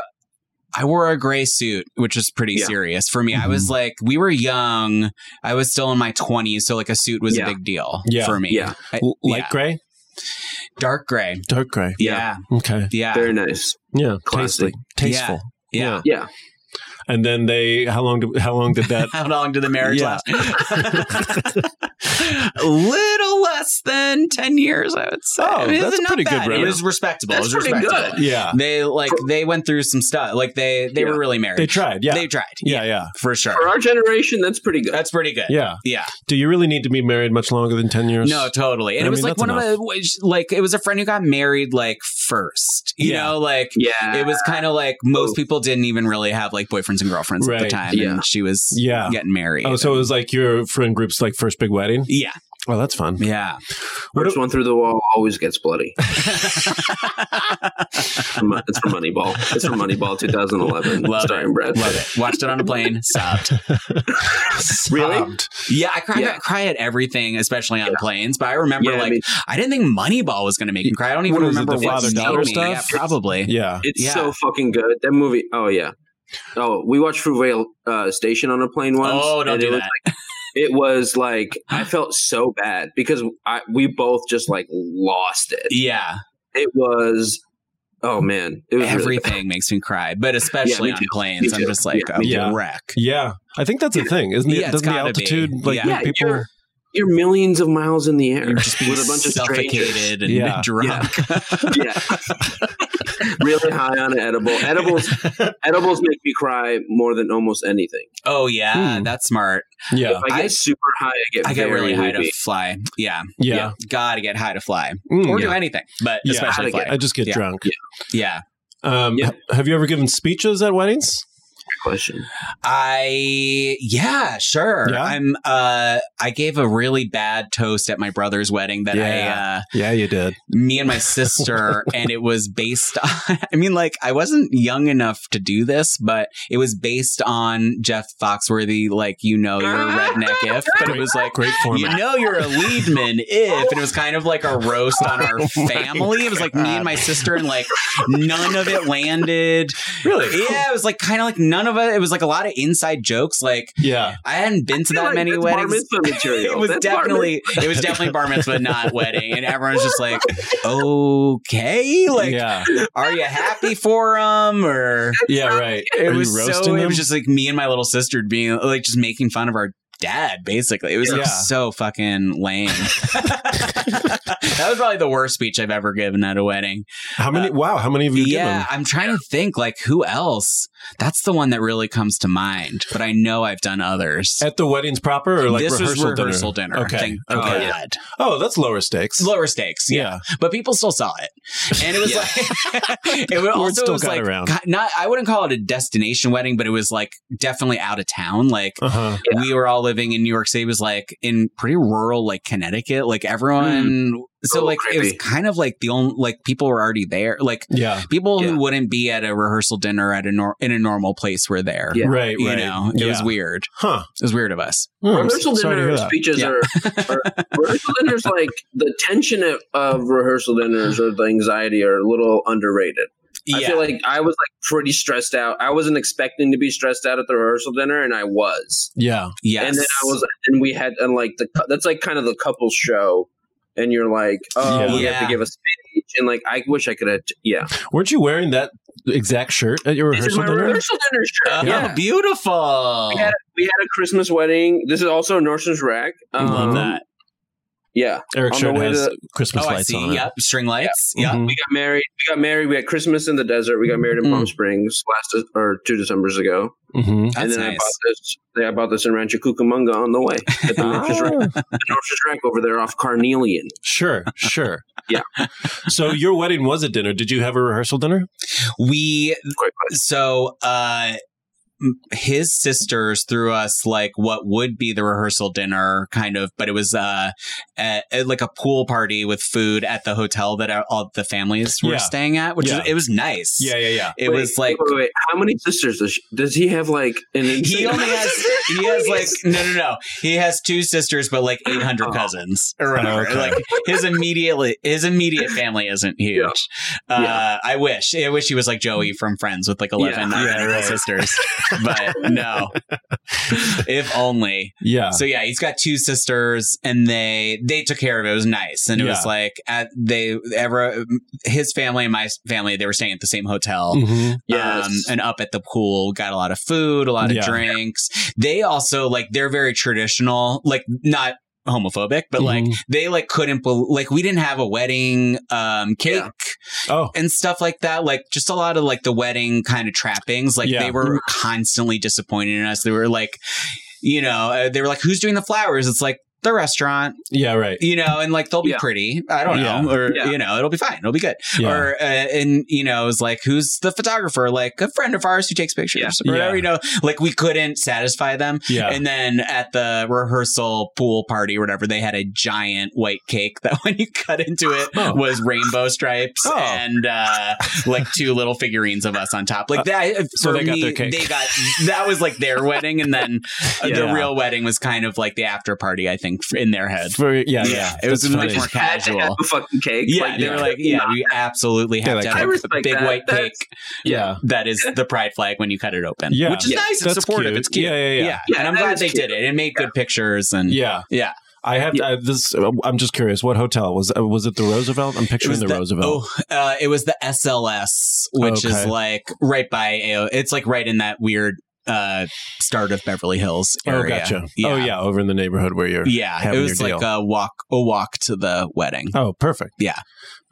Speaker 5: I wore a gray suit, which was pretty
Speaker 3: Yeah.
Speaker 5: serious for me. I was
Speaker 2: Mm-hmm.
Speaker 5: like, we were young. I was still in my twenties, so like a suit was
Speaker 3: Yeah.
Speaker 5: a big deal
Speaker 2: Yeah.
Speaker 5: for me.
Speaker 3: Yeah.
Speaker 5: I-
Speaker 2: L- Light
Speaker 5: yeah.
Speaker 2: gray,
Speaker 5: dark gray.
Speaker 2: dark gray.
Speaker 5: Yeah,
Speaker 3: Yeah.
Speaker 2: Okay.
Speaker 5: yeah, yeah.
Speaker 3: Very nice.
Speaker 2: Yeah,
Speaker 3: Classic.
Speaker 2: tasty, tasteful.
Speaker 5: Yeah.
Speaker 3: Yeah.
Speaker 2: And then they, how long? Did, how long did that?
Speaker 5: How long did the marriage
Speaker 2: Yeah.
Speaker 5: last? a little less than ten years, I would say.
Speaker 2: Oh,
Speaker 5: It was
Speaker 2: that's a
Speaker 5: not
Speaker 2: pretty good
Speaker 5: bad. It
Speaker 2: rate.
Speaker 5: was respectable.
Speaker 3: That's
Speaker 5: it was
Speaker 3: pretty good.
Speaker 5: respectable.
Speaker 2: yeah,
Speaker 5: They like they went through some stuff. Like they they
Speaker 3: Yeah.
Speaker 5: were really married.
Speaker 2: they tried. Yeah,
Speaker 5: They tried.
Speaker 2: yeah, yeah,
Speaker 5: for sure.
Speaker 3: For our generation, that's pretty good.
Speaker 5: That's pretty good.
Speaker 2: yeah.
Speaker 5: Yeah.
Speaker 2: Do you really need to be married much longer than ten years?
Speaker 5: No, totally. And
Speaker 2: I
Speaker 5: it was
Speaker 2: mean,
Speaker 5: like
Speaker 2: that's
Speaker 5: one of a which- like it was a friend who got married like first. You
Speaker 2: Yeah.
Speaker 5: know, like
Speaker 3: yeah.
Speaker 5: it was kind of like most people didn't even really have like boyfriends and girlfriends at the
Speaker 2: Right.
Speaker 5: time.
Speaker 3: Yeah.
Speaker 5: And she was
Speaker 2: Yeah.
Speaker 5: getting married.
Speaker 2: Oh, so it was like your friend group's like first big wedding.
Speaker 5: yeah,
Speaker 2: Well, that's fun.
Speaker 5: yeah.
Speaker 3: First one through the wall always gets bloody. It's from it's from Moneyball. It's from Moneyball 2011.
Speaker 5: Love
Speaker 3: starring
Speaker 5: it.
Speaker 3: Brad.
Speaker 5: Love it. Watched it on a plane. Sobbed.
Speaker 3: Really?
Speaker 2: Sobbed.
Speaker 5: Yeah, I cry,
Speaker 3: Yeah.
Speaker 5: I cry at everything, especially on planes. But I remember
Speaker 3: Yeah, I
Speaker 5: like I,
Speaker 3: mean-
Speaker 5: didn't think Moneyball was going to make me cry. I don't even
Speaker 2: What is it,
Speaker 5: remember
Speaker 2: the
Speaker 5: what
Speaker 2: father-daughter
Speaker 5: made me- yeah,
Speaker 2: stuff?
Speaker 5: probably.
Speaker 2: Yeah.
Speaker 3: It's
Speaker 5: Yeah.
Speaker 3: so fucking good. That movie. Oh yeah. Oh, we watched Fruitvale uh, Station on a plane once.
Speaker 5: Oh, don't
Speaker 3: and it
Speaker 5: do
Speaker 3: was
Speaker 5: that.
Speaker 3: it was like I felt so bad because I we both just like lost it.
Speaker 5: yeah,
Speaker 3: It was oh man, it was really
Speaker 5: everything makes me cry, but especially
Speaker 3: me
Speaker 5: on
Speaker 3: too.
Speaker 5: planes,
Speaker 3: Me
Speaker 5: I'm
Speaker 3: too.
Speaker 5: just like
Speaker 3: Yeah,
Speaker 5: a
Speaker 2: me too.
Speaker 5: wreck.
Speaker 2: Yeah, I think that's a thing, isn't it?
Speaker 5: Yeah, it's
Speaker 2: Doesn't the
Speaker 5: gotta be.
Speaker 2: altitude like
Speaker 5: Yeah.
Speaker 2: make
Speaker 3: Yeah,
Speaker 2: people?
Speaker 3: you're- you're millions of miles in the air
Speaker 5: You're just being
Speaker 3: with a bunch of strangers.
Speaker 5: suffocated and
Speaker 2: Yeah.
Speaker 5: drunk.
Speaker 3: yeah, really high on an edible. Edibles, edibles make me cry more than almost anything.
Speaker 5: Oh yeah,
Speaker 2: Hmm.
Speaker 5: that's smart.
Speaker 2: Yeah,
Speaker 3: If I get
Speaker 5: I-
Speaker 3: super high, I get
Speaker 5: I get
Speaker 3: very
Speaker 5: really high to
Speaker 3: loopy.
Speaker 5: fly. Yeah,
Speaker 2: yeah.
Speaker 5: gotta get high to fly
Speaker 2: Mm,
Speaker 5: or do
Speaker 2: yeah.
Speaker 5: anything, but
Speaker 2: Yeah.
Speaker 5: especially
Speaker 3: Hmm, Gotta
Speaker 5: fly.
Speaker 3: get-
Speaker 2: I just get
Speaker 5: Yeah.
Speaker 2: drunk.
Speaker 5: yeah,
Speaker 2: Um,
Speaker 3: Yeah.
Speaker 2: ha- Have you ever given speeches at weddings?
Speaker 3: Question.
Speaker 5: I yeah, sure.
Speaker 2: Yeah?
Speaker 5: I'm. Uh, I gave a really bad toast at my brother's wedding that I. Uh,
Speaker 2: Yeah. Yeah, you did.
Speaker 5: me and my sister and it was based on i mean like i wasn't young enough to do this but it was based on jeff foxworthy like you know you're a redneck if but it was like
Speaker 2: Great
Speaker 5: you
Speaker 2: format.
Speaker 5: know you're a leadman if and it was kind of like a roast on
Speaker 2: Oh
Speaker 5: our family it was like me and my sister and like none of it landed
Speaker 2: Really?
Speaker 5: yeah it was like kind of like none of it it was like a lot of inside jokes like
Speaker 2: Yeah.
Speaker 5: i hadn't been to
Speaker 3: I feel
Speaker 5: that
Speaker 3: like
Speaker 5: many
Speaker 3: that's bar
Speaker 5: weddings
Speaker 3: mitzvah material.
Speaker 5: it was
Speaker 3: That's bar
Speaker 5: definitely it was definitely bar mitzvah, not wedding, and everyone's just like, okay, like,
Speaker 2: yeah.
Speaker 5: are you happy for them or?
Speaker 2: Yeah. Right.
Speaker 5: It
Speaker 2: Are
Speaker 5: was
Speaker 2: you
Speaker 5: so.
Speaker 2: roasting
Speaker 5: It
Speaker 2: them?
Speaker 5: was just like me and my little sister being like just making fun of our dad. Basically, it was like
Speaker 2: Yeah.
Speaker 5: so fucking lame. that was probably the worst speech I've ever given at a wedding.
Speaker 2: how
Speaker 3: uh,
Speaker 2: many? wow. How many of you
Speaker 5: Yeah, I'm trying to think like who else. That's the one that really comes to mind, but I know I've done others.
Speaker 2: given at the weddings proper or like
Speaker 5: this
Speaker 2: rehearsal,
Speaker 5: was rehearsal dinner.
Speaker 2: Okay.
Speaker 5: Thank
Speaker 3: Okay.
Speaker 5: God.
Speaker 2: Oh, that's lower stakes.
Speaker 5: lower stakes. Yeah.
Speaker 2: yeah.
Speaker 5: But people still saw it. And it was
Speaker 3: Yeah.
Speaker 5: like, it was
Speaker 2: Word
Speaker 5: also
Speaker 2: still
Speaker 5: was
Speaker 2: got
Speaker 5: like,
Speaker 2: around.
Speaker 5: ki- not, I wouldn't call it a destination wedding, but it was like definitely out of town. Like,
Speaker 2: Uh huh.
Speaker 5: we were all living in New York City. It was like in pretty rural, like Connecticut. Like, everyone.
Speaker 2: Mm.
Speaker 5: So,
Speaker 3: Oh,
Speaker 5: like, it was
Speaker 3: creepy.
Speaker 5: kind of like the only, like, people were already there. Like,
Speaker 2: Yeah.
Speaker 5: people
Speaker 3: Yeah.
Speaker 5: who wouldn't be at a rehearsal dinner at a nor- in a normal place were there.
Speaker 3: Yeah.
Speaker 2: Right. Right.
Speaker 5: You know, it
Speaker 2: yeah.
Speaker 5: was weird.
Speaker 2: Huh.
Speaker 5: It was weird of us.
Speaker 2: Hmm, I'm
Speaker 3: rehearsal
Speaker 2: sorry to
Speaker 3: dinner
Speaker 2: hear that.
Speaker 3: speeches
Speaker 5: Yeah.
Speaker 3: are, are rehearsal dinners like the tension of, of rehearsal dinners or the anxiety are a little underrated. I feel like I was like pretty stressed out. I wasn't expecting to be stressed out at the rehearsal dinner, and I was.
Speaker 2: Yeah.
Speaker 5: yes.
Speaker 3: And then I was, and we had, and like the cou- that's like kind of the couple show, and you're like, oh,
Speaker 2: Yeah.
Speaker 3: we have
Speaker 5: Yeah.
Speaker 3: to give a speech, and like I wish I could have, yeah.
Speaker 2: Weren't you wearing that exact shirt at your
Speaker 3: This is
Speaker 2: rehearsal
Speaker 3: my
Speaker 2: dinner?
Speaker 3: rehearsal dinner
Speaker 5: Oh,
Speaker 3: shirt. Yeah.
Speaker 5: beautiful.
Speaker 3: We had, we had a Christmas wedding. This is also Nordstrom's Rack.
Speaker 5: Love that.
Speaker 3: Um, Yeah,
Speaker 2: Eric
Speaker 3: On
Speaker 2: Shirt
Speaker 3: the way
Speaker 2: has
Speaker 3: to-
Speaker 2: Christmas
Speaker 5: Oh, I
Speaker 2: lights
Speaker 5: see.
Speaker 2: on. it.
Speaker 5: Yep. String lights.
Speaker 2: Yeah.
Speaker 5: Yep.
Speaker 2: Mhm.
Speaker 3: we got married. We got married. We had Christmas in the desert. We got married in Palm
Speaker 2: Mm.
Speaker 3: Springs last or two December's ago.
Speaker 2: Mhm.
Speaker 5: That's
Speaker 3: and then I
Speaker 5: nice.
Speaker 3: bought this. They, I bought this in Rancho Cucamonga on the way at
Speaker 5: Oh.
Speaker 3: the Northridge Rank,
Speaker 2: Ah.
Speaker 3: the Northridge Rank over there off Carnelian.
Speaker 2: Sure, sure.
Speaker 3: Yeah.
Speaker 2: So your wedding was a dinner. Did you have a rehearsal dinner?
Speaker 5: We
Speaker 3: Quite
Speaker 5: so uh m- his sisters threw us like what would be the rehearsal dinner kind of but it was uh a, a- like a pool party with food at the hotel that our, all the families were
Speaker 2: Yeah.
Speaker 5: staying at which
Speaker 2: Yeah.
Speaker 5: is, it was nice
Speaker 2: yeah, yeah.
Speaker 5: it
Speaker 3: Wait,
Speaker 5: was like
Speaker 3: wait, wait, how many sisters does, she, does he have? Like an
Speaker 5: he
Speaker 3: insane-
Speaker 5: only has he has like no no no he has two sisters but like
Speaker 3: Oh.
Speaker 5: 800 cousins or whatever
Speaker 2: Okay.
Speaker 5: like his immediately his immediate family isn't huge uh
Speaker 3: Yeah.
Speaker 5: i wish i wish he was like joey from friends with like 11
Speaker 3: Yeah.
Speaker 5: identical sisters but no if only
Speaker 2: Yeah.
Speaker 5: so yeah he's got two sisters and they they took care of it it was nice and it was
Speaker 2: Yeah.
Speaker 5: like at they ever his family and my family they were staying at the same
Speaker 3: Mm-hmm.
Speaker 5: hotel
Speaker 2: Mhm.
Speaker 3: Yes.
Speaker 5: um, and up at the pool got a lot of food a lot of
Speaker 2: Yeah.
Speaker 5: drinks they also like they're very traditional like not homophobic but
Speaker 3: Mm-hmm.
Speaker 5: like
Speaker 2: Mhm.
Speaker 5: they like couldn't bel like we didn't have a wedding um cake
Speaker 3: Yeah.
Speaker 2: Oh,
Speaker 5: and stuff like that like just a lot of like the wedding kind of trappings like
Speaker 2: Yeah.
Speaker 5: they were constantly disappointed in us they were like you know uh, they were like who's doing the flowers it's like the restaurant
Speaker 2: yeah, right.
Speaker 5: you know and like they'll be
Speaker 3: Yeah.
Speaker 5: pretty i don't know
Speaker 2: Yeah.
Speaker 5: or
Speaker 3: Yeah.
Speaker 5: you know it'll be fine it'll be good
Speaker 2: Yeah.
Speaker 5: or uh, and you know it's like who's the photographer like a friend of ours who takes pictures
Speaker 2: Yeah.
Speaker 5: or whatever you know like we couldn't satisfy them
Speaker 2: yeah.
Speaker 5: and then at the rehearsal pool party or whatever they had a giant white cake that when you cut into it
Speaker 2: Oh.
Speaker 5: was rainbow stripes
Speaker 2: Oh.
Speaker 5: and uh, like two little figurines of us on top like that uh, for
Speaker 2: Uh, so they
Speaker 5: me,
Speaker 2: got their cake.
Speaker 5: they got that was like their wedding and then uh,
Speaker 2: Yeah.
Speaker 5: the real wedding was kind of like the after party i think in their head
Speaker 2: For- yeah, yeah.
Speaker 5: it was
Speaker 2: That's
Speaker 5: much
Speaker 2: funny.
Speaker 5: more
Speaker 3: Had to have
Speaker 5: casual
Speaker 3: a fucking cake.
Speaker 5: yeah,
Speaker 3: Like,
Speaker 5: they
Speaker 3: yeah.
Speaker 5: were like, yeah, we absolutely
Speaker 2: They're
Speaker 5: have
Speaker 2: like,
Speaker 5: to
Speaker 2: I
Speaker 5: have a
Speaker 3: respect
Speaker 5: big
Speaker 3: that.
Speaker 5: white
Speaker 3: That's-
Speaker 5: cake
Speaker 2: yeah.
Speaker 5: that is the pride flag when you cut it open.
Speaker 2: Yeah.
Speaker 5: which is
Speaker 3: Yeah.
Speaker 5: nice. It's
Speaker 2: That's
Speaker 5: supportive.
Speaker 2: cute.
Speaker 5: It's cute.
Speaker 2: Yeah, yeah, yeah.
Speaker 3: Yeah,
Speaker 5: and I'm
Speaker 3: that
Speaker 5: glad
Speaker 3: is
Speaker 5: they
Speaker 3: cute.
Speaker 5: did it. It made good pictures and
Speaker 2: Yeah.
Speaker 5: Mm. yeah.
Speaker 2: I have to, I, this. I'm just curious. What hotel was? Uh, was it the Roosevelt? I'm
Speaker 5: It
Speaker 2: picturing
Speaker 5: was
Speaker 2: the, Roosevelt.
Speaker 5: Oh, uh, it was the SLS, which is
Speaker 2: Okay.
Speaker 5: like right by AO. It's like right in that weird uh, start of Beverly Hills
Speaker 2: Oh,
Speaker 5: area.
Speaker 2: gotcha. Oh,
Speaker 5: Yeah.
Speaker 2: yeah. Over in the neighborhood where you're.
Speaker 5: Yeah, it
Speaker 2: Having
Speaker 5: was
Speaker 2: your
Speaker 5: like
Speaker 2: deal.
Speaker 5: a walk, a walk to the wedding.
Speaker 2: Oh, perfect.
Speaker 5: Yeah.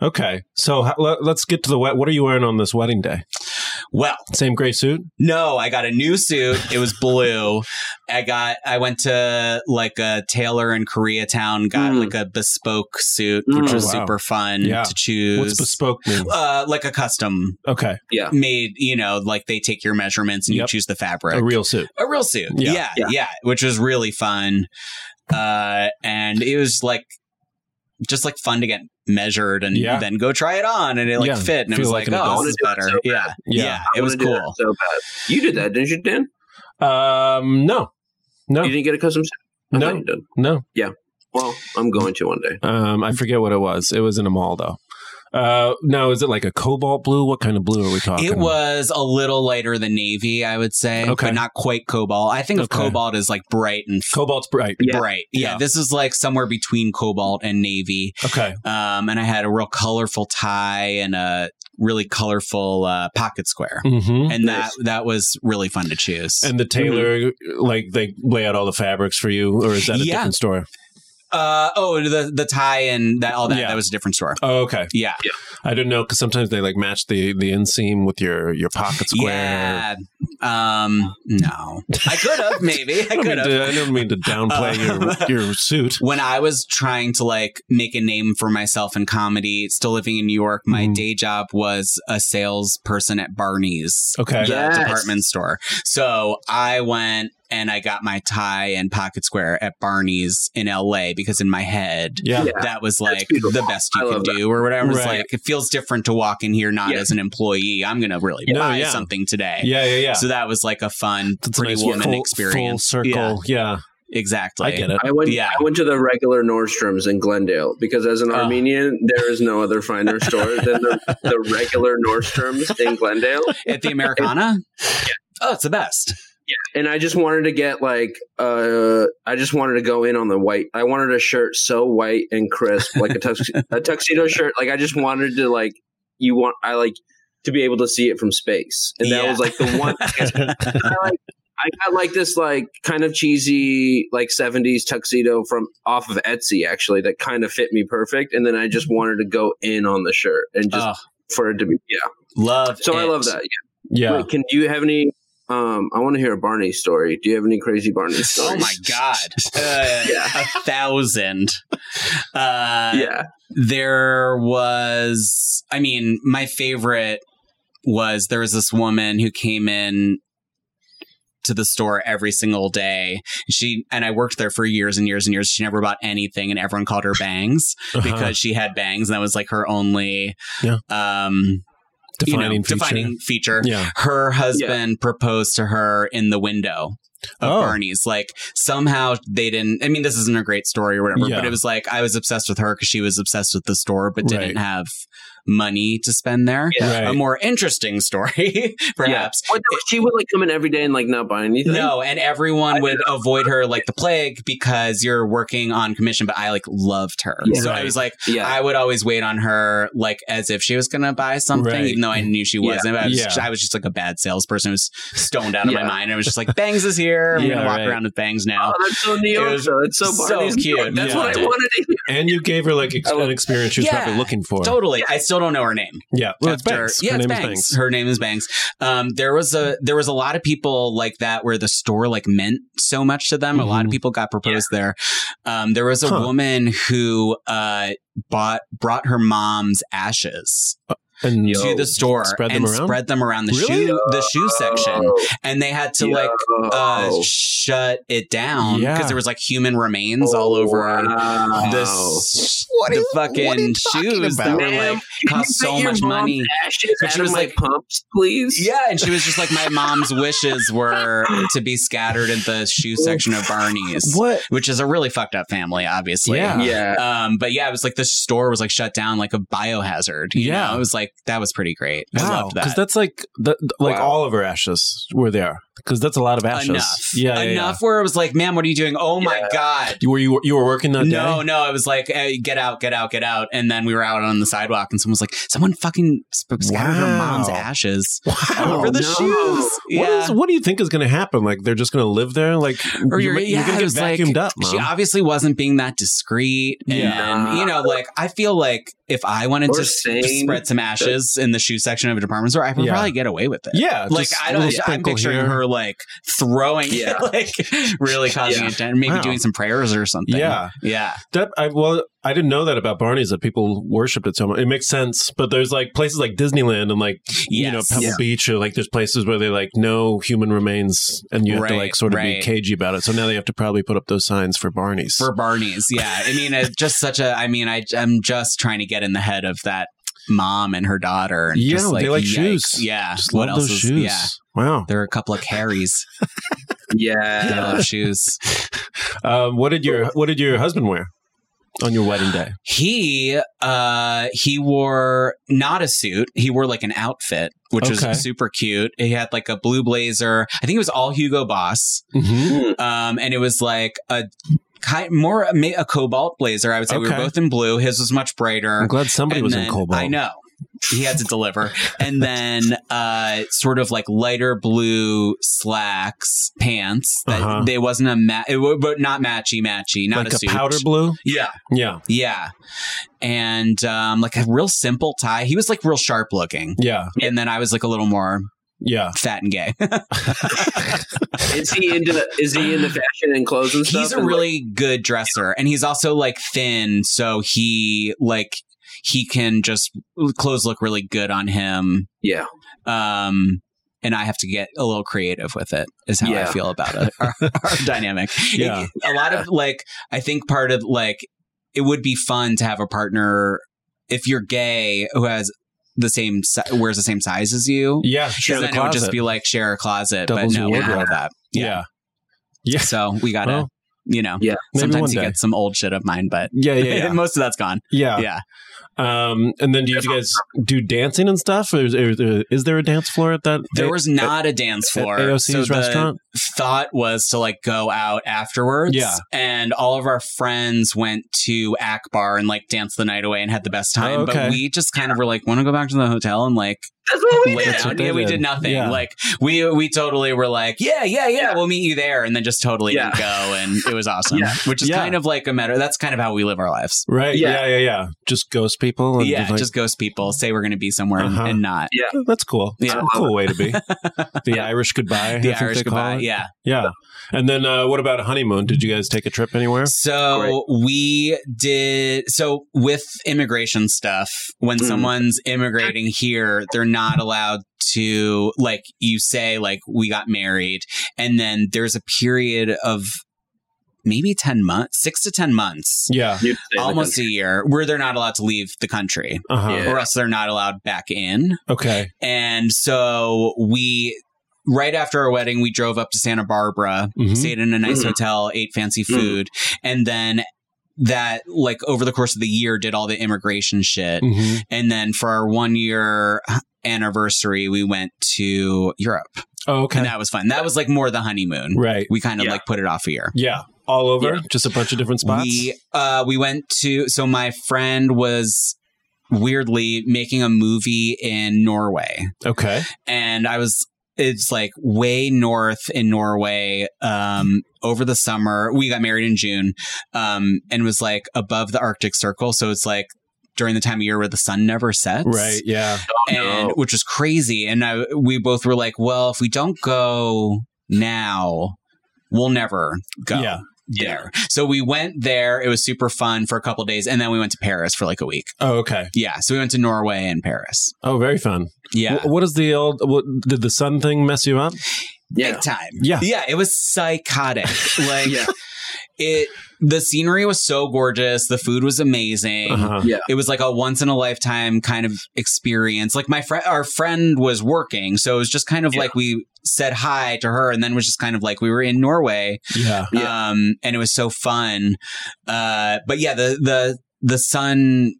Speaker 2: Okay. So h- let- let's get to the wet. What are you wearing on this wedding day?
Speaker 5: Well,
Speaker 2: Same gray suit.
Speaker 5: No, I got a new suit. It was blue. I got. I went to like a tailor in Koreatown. Got
Speaker 3: Mm.
Speaker 5: like a bespoke suit,
Speaker 3: Mm.
Speaker 2: Hmm.
Speaker 5: which
Speaker 2: Oh,
Speaker 5: was
Speaker 2: wow.
Speaker 5: super fun
Speaker 2: Yeah.
Speaker 5: to choose.
Speaker 2: What's bespoke mean?
Speaker 5: Uh, like a custom
Speaker 2: Okay,
Speaker 5: made. You know, like they take your measurements and
Speaker 2: Yep.
Speaker 5: you choose the fabric.
Speaker 2: a real suit.
Speaker 5: A real suit.
Speaker 2: Yeah.
Speaker 5: Yeah. Yeah,
Speaker 3: Yeah.
Speaker 5: which was really fun. Uh, and it was like just like fun to get measured and
Speaker 2: Yeah.
Speaker 5: then go try it on and it like
Speaker 2: Yeah.
Speaker 5: fit and it
Speaker 2: Feel
Speaker 5: was
Speaker 2: like
Speaker 5: like,
Speaker 2: an
Speaker 5: oh,
Speaker 2: adult.
Speaker 5: this is
Speaker 3: I wanna do
Speaker 5: better.
Speaker 3: that so
Speaker 5: yeah.
Speaker 2: Yeah.
Speaker 5: yeah,
Speaker 3: I
Speaker 5: it was
Speaker 3: wanna do that
Speaker 5: cool.
Speaker 3: So bad. You did that, didn't you, Dan?
Speaker 2: Um, no, no,
Speaker 3: You didn't get a custom suit. I thought
Speaker 2: no,
Speaker 3: you did.
Speaker 2: no.
Speaker 3: Well, I'm going to one day.
Speaker 2: Um, I forget what it was. It was in a mall though. Uh, no, is it like a cobalt blue? What kind of blue are we talking?
Speaker 5: It was a little lighter than navy, I would say,
Speaker 2: Okay.
Speaker 5: but not quite cobalt. I think of
Speaker 2: Okay.
Speaker 5: cobalt as like bright and f-
Speaker 2: cobalt's bright.
Speaker 3: Yeah.
Speaker 5: bright. Yeah,
Speaker 2: Yeah.
Speaker 5: this is like somewhere between cobalt and navy.
Speaker 2: Okay,
Speaker 5: Um, and I had a real colorful tie and a really colorful uh, pocket square,
Speaker 2: mm-hmm.
Speaker 5: and
Speaker 3: Nice.
Speaker 5: that that was really fun to choose.
Speaker 2: and the tailor like they lay out all the fabrics for you, or is that a
Speaker 5: Yeah.
Speaker 2: different store?
Speaker 5: uh, oh, the the tie and that all that
Speaker 2: Yeah.
Speaker 5: that was a different store.
Speaker 2: Oh, okay.
Speaker 5: Yeah.
Speaker 3: Yeah.
Speaker 2: I didn't know because sometimes they like match the the inseam with your your pocket square.
Speaker 5: Yeah. Um. No, I could have maybe.
Speaker 2: I
Speaker 5: I
Speaker 2: don't
Speaker 5: Uh, could
Speaker 2: mean
Speaker 5: have.
Speaker 2: to, I don't mean to downplay your your suit.
Speaker 5: when I was trying to like make a name for myself in comedy, still living in New York, my
Speaker 2: Mhm.
Speaker 5: day job was a salesperson at Barney's
Speaker 2: Okay.
Speaker 5: the
Speaker 3: Yes.
Speaker 5: department store. So I went and I got my tie and pocket square at Barney's in LA because in my head
Speaker 2: Yeah.
Speaker 3: Yeah.
Speaker 5: that was
Speaker 3: That's
Speaker 5: like
Speaker 3: beautiful.
Speaker 5: the best
Speaker 3: I
Speaker 5: you can
Speaker 3: love that.
Speaker 5: do or whatever. It's
Speaker 2: Right.
Speaker 5: like it feels different to walk in here not
Speaker 3: Yeah.
Speaker 5: as an employee. I'm gonna really
Speaker 2: No,
Speaker 5: buy
Speaker 2: yeah.
Speaker 5: something today.
Speaker 2: Yeah. Yeah. Yeah.
Speaker 5: So that was like a fun
Speaker 2: That's a
Speaker 5: pretty
Speaker 2: nice
Speaker 5: woman
Speaker 2: full- Full
Speaker 5: experience.
Speaker 2: circle. Yeah.
Speaker 5: Yeah, exactly.
Speaker 2: I get it.
Speaker 3: I went.
Speaker 5: Yeah.
Speaker 3: I went to the regular Nordstroms in Glendale because, as an
Speaker 5: Oh.
Speaker 3: Armenian, there is no other finer store than the, the regular Nordstroms in Glendale.
Speaker 5: at the Americana. Oh, it's the best.
Speaker 3: And I just wanted to get like, uh, I just wanted to go in on the white. I wanted a shirt so white and crisp, like a, tux- a tuxedo shirt. Like I just wanted to like you want. I like to be able to see it from space, and that
Speaker 5: Yeah.
Speaker 3: was like the one. I, like, I got like this like kind of cheesy like 70s tuxedo from off of Etsy actually that kind of fit me perfect and then I just wanted to go in on the shirt and just
Speaker 5: Oh,
Speaker 3: for it to be yeah.
Speaker 5: love.
Speaker 3: So I
Speaker 5: it.
Speaker 3: love that.
Speaker 2: Yeah.
Speaker 3: Wait, can do you have any um I want to hear a Barney story. Do you have any crazy Barney
Speaker 5: Oh
Speaker 3: stories?
Speaker 5: my god, uh,
Speaker 3: Yeah.
Speaker 5: a thousand. Uh,
Speaker 3: Yeah.
Speaker 5: there was i mean my favorite was there was this woman who came in to the store every single day she and i worked there for years and years and years she never bought anything and everyone called her bangs
Speaker 2: Uh-huh.
Speaker 5: because she had bangs and that was like her only
Speaker 2: Yeah.
Speaker 5: um you know,
Speaker 2: defining feature.
Speaker 5: defining feature
Speaker 2: Yeah.
Speaker 5: her husband proposed to her in the window of
Speaker 2: Oh.
Speaker 5: Barney's. Like somehow they didn't. I mean, this isn't a great story or whatever,
Speaker 2: Yeah.
Speaker 5: but it was like I was obsessed with her because she was obsessed with the store, but
Speaker 2: Right.
Speaker 5: didn't have money to spend there.
Speaker 2: Right.
Speaker 5: A more interesting story, perhaps.
Speaker 3: Yeah. What, she would like come in every day and like not buy anything.
Speaker 5: No, and everyone
Speaker 3: I
Speaker 5: would avoid her like the plague because you're working on commission. But I like loved her,
Speaker 3: Yeah.
Speaker 5: so
Speaker 2: Right.
Speaker 5: I was like,
Speaker 3: Yeah.
Speaker 5: I would always wait on her like as if she was gonna buy something,
Speaker 2: Right.
Speaker 5: even though I knew she
Speaker 3: Yeah.
Speaker 5: wasn't. I, was,
Speaker 2: Yeah.
Speaker 5: I was just like a bad salesperson who was stoned out of
Speaker 3: Yeah.
Speaker 5: my mind. I was just like, Bangs is here. I'm
Speaker 2: Yeah,
Speaker 5: gonna walk
Speaker 2: right.
Speaker 5: around with Bangs now.
Speaker 3: Oh, that's so New York.
Speaker 5: was
Speaker 3: though. That's so
Speaker 5: so
Speaker 3: Barney's New
Speaker 5: cute.
Speaker 3: York. That's
Speaker 2: Yeah.
Speaker 3: what I wanted to hear.
Speaker 2: And you gave her like ex-
Speaker 3: I love-
Speaker 2: an experience she was
Speaker 5: Oh, Yeah.
Speaker 2: probably looking for.
Speaker 5: Totally. I still don't know her name.
Speaker 2: Yeah. Well, it's
Speaker 5: After-
Speaker 2: Banks.
Speaker 5: Yeah,
Speaker 2: Her
Speaker 5: it's
Speaker 2: name is
Speaker 5: Banks.
Speaker 2: Banks.
Speaker 5: Her name is Banks. Um, there was a there was a lot of people like that where the store like meant so much to them. A lot of
Speaker 2: Mhm.
Speaker 5: people got proposed there. Um, there was a
Speaker 2: Huh.
Speaker 5: woman who uh, bought brought her mom's ashes
Speaker 2: And
Speaker 5: to the store
Speaker 2: Spread them
Speaker 5: and
Speaker 2: around?
Speaker 5: spread them around the
Speaker 2: Really?
Speaker 5: shoe the shoe section,
Speaker 3: Oh,
Speaker 5: and they had to
Speaker 3: yo.
Speaker 5: like uh, shut it down because
Speaker 2: Yeah.
Speaker 5: there was like human remains all
Speaker 3: Oh,
Speaker 5: over
Speaker 3: wow.
Speaker 5: the, s- the fucking shoes that were
Speaker 3: Ma'am,
Speaker 5: like
Speaker 3: Can
Speaker 5: cost
Speaker 3: you
Speaker 5: so
Speaker 3: get your
Speaker 5: much
Speaker 3: mom's
Speaker 5: money.
Speaker 3: Ashes
Speaker 5: But
Speaker 3: out
Speaker 5: she
Speaker 3: of
Speaker 5: was
Speaker 3: my
Speaker 5: like-
Speaker 3: pumps, please.
Speaker 5: Yeah, and she was just like, my mom's wishes were to be scattered in the shoe section of Barney's,
Speaker 2: What?
Speaker 5: which is a really fucked up family, obviously.
Speaker 2: Yeah.
Speaker 3: yeah.
Speaker 5: Um, but yeah, it was like the store was like shut down like a biohazard. You
Speaker 2: Yeah.
Speaker 5: know? it was like that was pretty great. I
Speaker 2: Wow.
Speaker 5: loved that.
Speaker 2: Because that's like the, like
Speaker 3: Wow.
Speaker 2: all of her ashes were there. Because that's a lot of ashes.
Speaker 5: Enough.
Speaker 2: Yeah. yeah, yeah.
Speaker 5: Enough where it was like, ma'am, what are you doing? Oh my
Speaker 3: Yeah.
Speaker 5: God.
Speaker 2: You were you, you were working that
Speaker 5: No,
Speaker 2: day?
Speaker 5: no, it was like, hey, get out, get out, get out. And then we were out on the sidewalk and someone was like, someone fucking sp- scattered her
Speaker 2: Wow.
Speaker 5: mom's ashes
Speaker 2: Wow.
Speaker 5: all over the
Speaker 3: Oh, no.
Speaker 5: shoes.
Speaker 2: What,
Speaker 5: Yeah.
Speaker 2: is, what do you think is going to happen? Like they're just going to live there? Like
Speaker 5: Or
Speaker 2: you
Speaker 5: you're-
Speaker 2: mi- you're,
Speaker 5: yeah,
Speaker 2: going
Speaker 5: it
Speaker 2: to get
Speaker 5: was like-
Speaker 2: vacuumed up, mom.
Speaker 5: she obviously wasn't being that discreet. And,
Speaker 3: Yeah.
Speaker 5: you know, like, I feel like if I wanted
Speaker 3: Or
Speaker 5: to s-
Speaker 3: saying
Speaker 5: spread some ashes in the shoe section of a department store, I would
Speaker 2: Yeah.
Speaker 5: probably get away with it.
Speaker 2: yeah.
Speaker 5: Like
Speaker 2: just
Speaker 5: I
Speaker 2: a little
Speaker 5: don't, I'm
Speaker 2: sprinkle
Speaker 5: picturing
Speaker 2: here.
Speaker 5: her like throwing,
Speaker 3: Yeah.
Speaker 5: like really causing
Speaker 3: Yeah.
Speaker 5: a dent, maybe
Speaker 2: Wow.
Speaker 5: doing some prayers or something.
Speaker 2: Yeah.
Speaker 5: yeah.
Speaker 2: That I well, I didn't know that about Barney's that people worshipped it so much. It makes sense, but there's like places like Disneyland and like you know
Speaker 5: Yes.
Speaker 2: Pebble
Speaker 5: Yeah.
Speaker 2: Beach or like there's places where they like no human remains and you have to
Speaker 5: Right,
Speaker 2: like sort of be
Speaker 5: right.
Speaker 2: cagey about it. So now they have to probably put up those signs for Barney's.
Speaker 5: for Barney's. Yeah, I mean, it's just such a. I mean, I I'm just trying to get in the head of that mom and her daughter. And
Speaker 2: Yeah,
Speaker 5: just like,
Speaker 2: they like
Speaker 5: yikes.
Speaker 2: shoes.
Speaker 5: Yeah,
Speaker 2: Just
Speaker 5: what
Speaker 2: love
Speaker 5: else
Speaker 2: those
Speaker 5: is
Speaker 2: shoes.
Speaker 5: yeah?
Speaker 2: Wow.
Speaker 5: There are a couple of carries. They
Speaker 3: Yeah.
Speaker 5: love shoes.
Speaker 2: Um, what did your What did your husband wear on your wedding day?
Speaker 5: He uh he wore not a suit. He wore like an outfit, which
Speaker 2: Okay.
Speaker 5: was super cute. He had like a blue blazer. I think it was all Hugo Boss.
Speaker 2: Mm-hmm.
Speaker 5: um, and it was like a ki- more a, ma- a cobalt blazer. I would say we were
Speaker 2: Okay
Speaker 5: both in blue. His was much brighter.
Speaker 2: I'm glad somebody
Speaker 5: And
Speaker 2: was in
Speaker 5: then-
Speaker 2: Cobalt.
Speaker 5: I know. He had to deliver. and then uh sort of like lighter blue slacks pants that
Speaker 2: Uh-huh.
Speaker 5: they wasn't a ma- it wa- but not matchy matchy, not
Speaker 2: like
Speaker 5: a,
Speaker 2: a,
Speaker 5: suit.
Speaker 2: powder blue.
Speaker 5: Yeah.
Speaker 2: Yeah,
Speaker 5: Yeah. And um like a real simple tie. He was like real sharp looking.
Speaker 2: yeah,
Speaker 5: And then I was like a little more
Speaker 2: yeah.
Speaker 5: fat and gay.
Speaker 3: Is he into is he into fashion and clothes and stuff?
Speaker 5: he's a
Speaker 3: And, like,
Speaker 5: really good dresser and he's also like thin so he like he can just clothes look really good on him
Speaker 3: yeah.
Speaker 5: um and I have to get a little creative with it. Is how
Speaker 3: Yeah.
Speaker 5: I feel about it. Our, our dynamic. It-
Speaker 2: Yeah.
Speaker 5: a lot of like I think part of like it would be fun to have a partner if you're gay who has the same si- wears the same size as you.
Speaker 2: Yeah,
Speaker 5: 'Cause
Speaker 2: share the
Speaker 5: then it would just
Speaker 2: closet.
Speaker 5: be like share a closet,
Speaker 2: Doubles
Speaker 5: but no,
Speaker 2: your
Speaker 5: we don't
Speaker 3: wardrobe.
Speaker 5: have that.
Speaker 2: yeah, yeah.
Speaker 5: So we gotta,
Speaker 2: Well,
Speaker 5: you know,
Speaker 3: yeah,
Speaker 2: maybe one
Speaker 5: sometimes you
Speaker 2: day.
Speaker 5: get some old shit of mine, but
Speaker 2: Yeah, yeah, yeah.
Speaker 5: most of that's gone.
Speaker 2: yeah.
Speaker 5: yeah.
Speaker 2: Um, and then do you guys do dancing and stuff? Or is, is- is there a dance floor at that?
Speaker 5: There was not a dance
Speaker 2: at
Speaker 5: floor.
Speaker 2: AOC's
Speaker 5: the
Speaker 2: restaurant?
Speaker 5: Thought was to like go out afterwards.
Speaker 2: Yeah.
Speaker 5: And all of our friends went to Akbar and like danced the night away and had the best time.
Speaker 2: Oh, okay.
Speaker 5: But we just kind of were like, want to go back to the hotel and like
Speaker 3: That's what we
Speaker 5: lay
Speaker 3: did.
Speaker 2: That's
Speaker 5: down.
Speaker 2: what they
Speaker 5: Yeah, we
Speaker 2: did.
Speaker 5: did nothing.
Speaker 2: Yeah.
Speaker 5: Like we we totally were like, yeah, yeah, yeah, we'll meet you there, and then just totally
Speaker 3: Yeah.
Speaker 5: didn't go, and it was awesome.
Speaker 3: Yeah.
Speaker 5: Which is
Speaker 2: Yeah.
Speaker 5: kind of like a matter. That's kind of how we live our lives.
Speaker 2: Right. Yeah.
Speaker 3: Yeah.
Speaker 2: Yeah. Yeah. Just ghost people. And
Speaker 5: yeah,
Speaker 2: like,
Speaker 5: just ghost people say we're going to be somewhere and-
Speaker 2: Uh-huh.
Speaker 5: and not.
Speaker 2: "Oh, that's cool.
Speaker 5: Yeah.
Speaker 2: That's a cool way to be. The
Speaker 3: Yeah.
Speaker 2: Irish goodbye. I
Speaker 5: The
Speaker 2: think
Speaker 5: Irish
Speaker 2: they call
Speaker 5: goodbye.
Speaker 2: it.
Speaker 5: Yeah.
Speaker 2: Yeah. And then uh, what about a honeymoon? Did you guys take a trip anywhere?
Speaker 5: So we did. So with immigration stuff, when
Speaker 3: Mm.
Speaker 5: someone's immigrating here, they're not allowed to, like, you say, like, we got married. And then there's a period of maybe 10 months, six to 10 months,
Speaker 2: Yeah.
Speaker 3: You stay in the
Speaker 5: almost a
Speaker 3: country.
Speaker 5: year, where they're not allowed to leave the country
Speaker 2: Uh huh.
Speaker 3: Yeah.
Speaker 5: or else they're not allowed back in.
Speaker 2: Okay.
Speaker 5: And so we, right after our wedding, we drove up to Santa Barbara,
Speaker 2: Mhm.
Speaker 5: stayed in a nice
Speaker 3: Mhm.
Speaker 5: hotel, ate fancy
Speaker 2: Mm-hmm.
Speaker 3: Mhm.
Speaker 5: food, and then that, like, over the course of the year, did all the immigration shit.
Speaker 2: Mhm.
Speaker 5: And then for our one year anniversary, we went to Europe,
Speaker 2: Oh, okay.
Speaker 5: and that was fun. That was like more the honeymoon.
Speaker 2: right.
Speaker 5: We kind of
Speaker 3: Yeah.
Speaker 5: like put it off a year.
Speaker 2: Yeah. All over. Just a bunch of different spots.
Speaker 5: We uh, we went to so my friend was weirdly making a movie in Norway.
Speaker 2: okay.
Speaker 5: and I was it's like way north in Norway um over the summer we got married in June um and was like above the arctic circle so it's like during the time of year where the sun never sets
Speaker 2: Right. Yeah.
Speaker 5: and
Speaker 3: No.
Speaker 5: which was crazy and I, we both were like well if we don't go now we'll never go
Speaker 2: Yeah.
Speaker 5: there so we went there it was super fun for a couple days and then we went to Paris for like a week
Speaker 2: Oh, okay.
Speaker 5: yeah so we went to Norway and Paris
Speaker 2: Oh, very fun.
Speaker 5: yeah
Speaker 2: Wh- what is the old? What, did the sun thing mess you up?
Speaker 3: Yeah.
Speaker 5: big time.
Speaker 2: Yeah.
Speaker 5: Yeah, it was psychotic. like
Speaker 3: Yeah.
Speaker 5: it the scenery was so gorgeous, the food was amazing.
Speaker 2: Uh-huh.
Speaker 3: Yeah.
Speaker 5: It was like a once in a lifetime kind of experience. Like my friend our friend was working, so it was just kind of
Speaker 3: Yeah.
Speaker 5: like we said hi to her and then was just kind of like we were in Norway.
Speaker 2: Yeah.
Speaker 3: Yeah.
Speaker 5: Um and it was so fun. Uh but yeah, the the the sun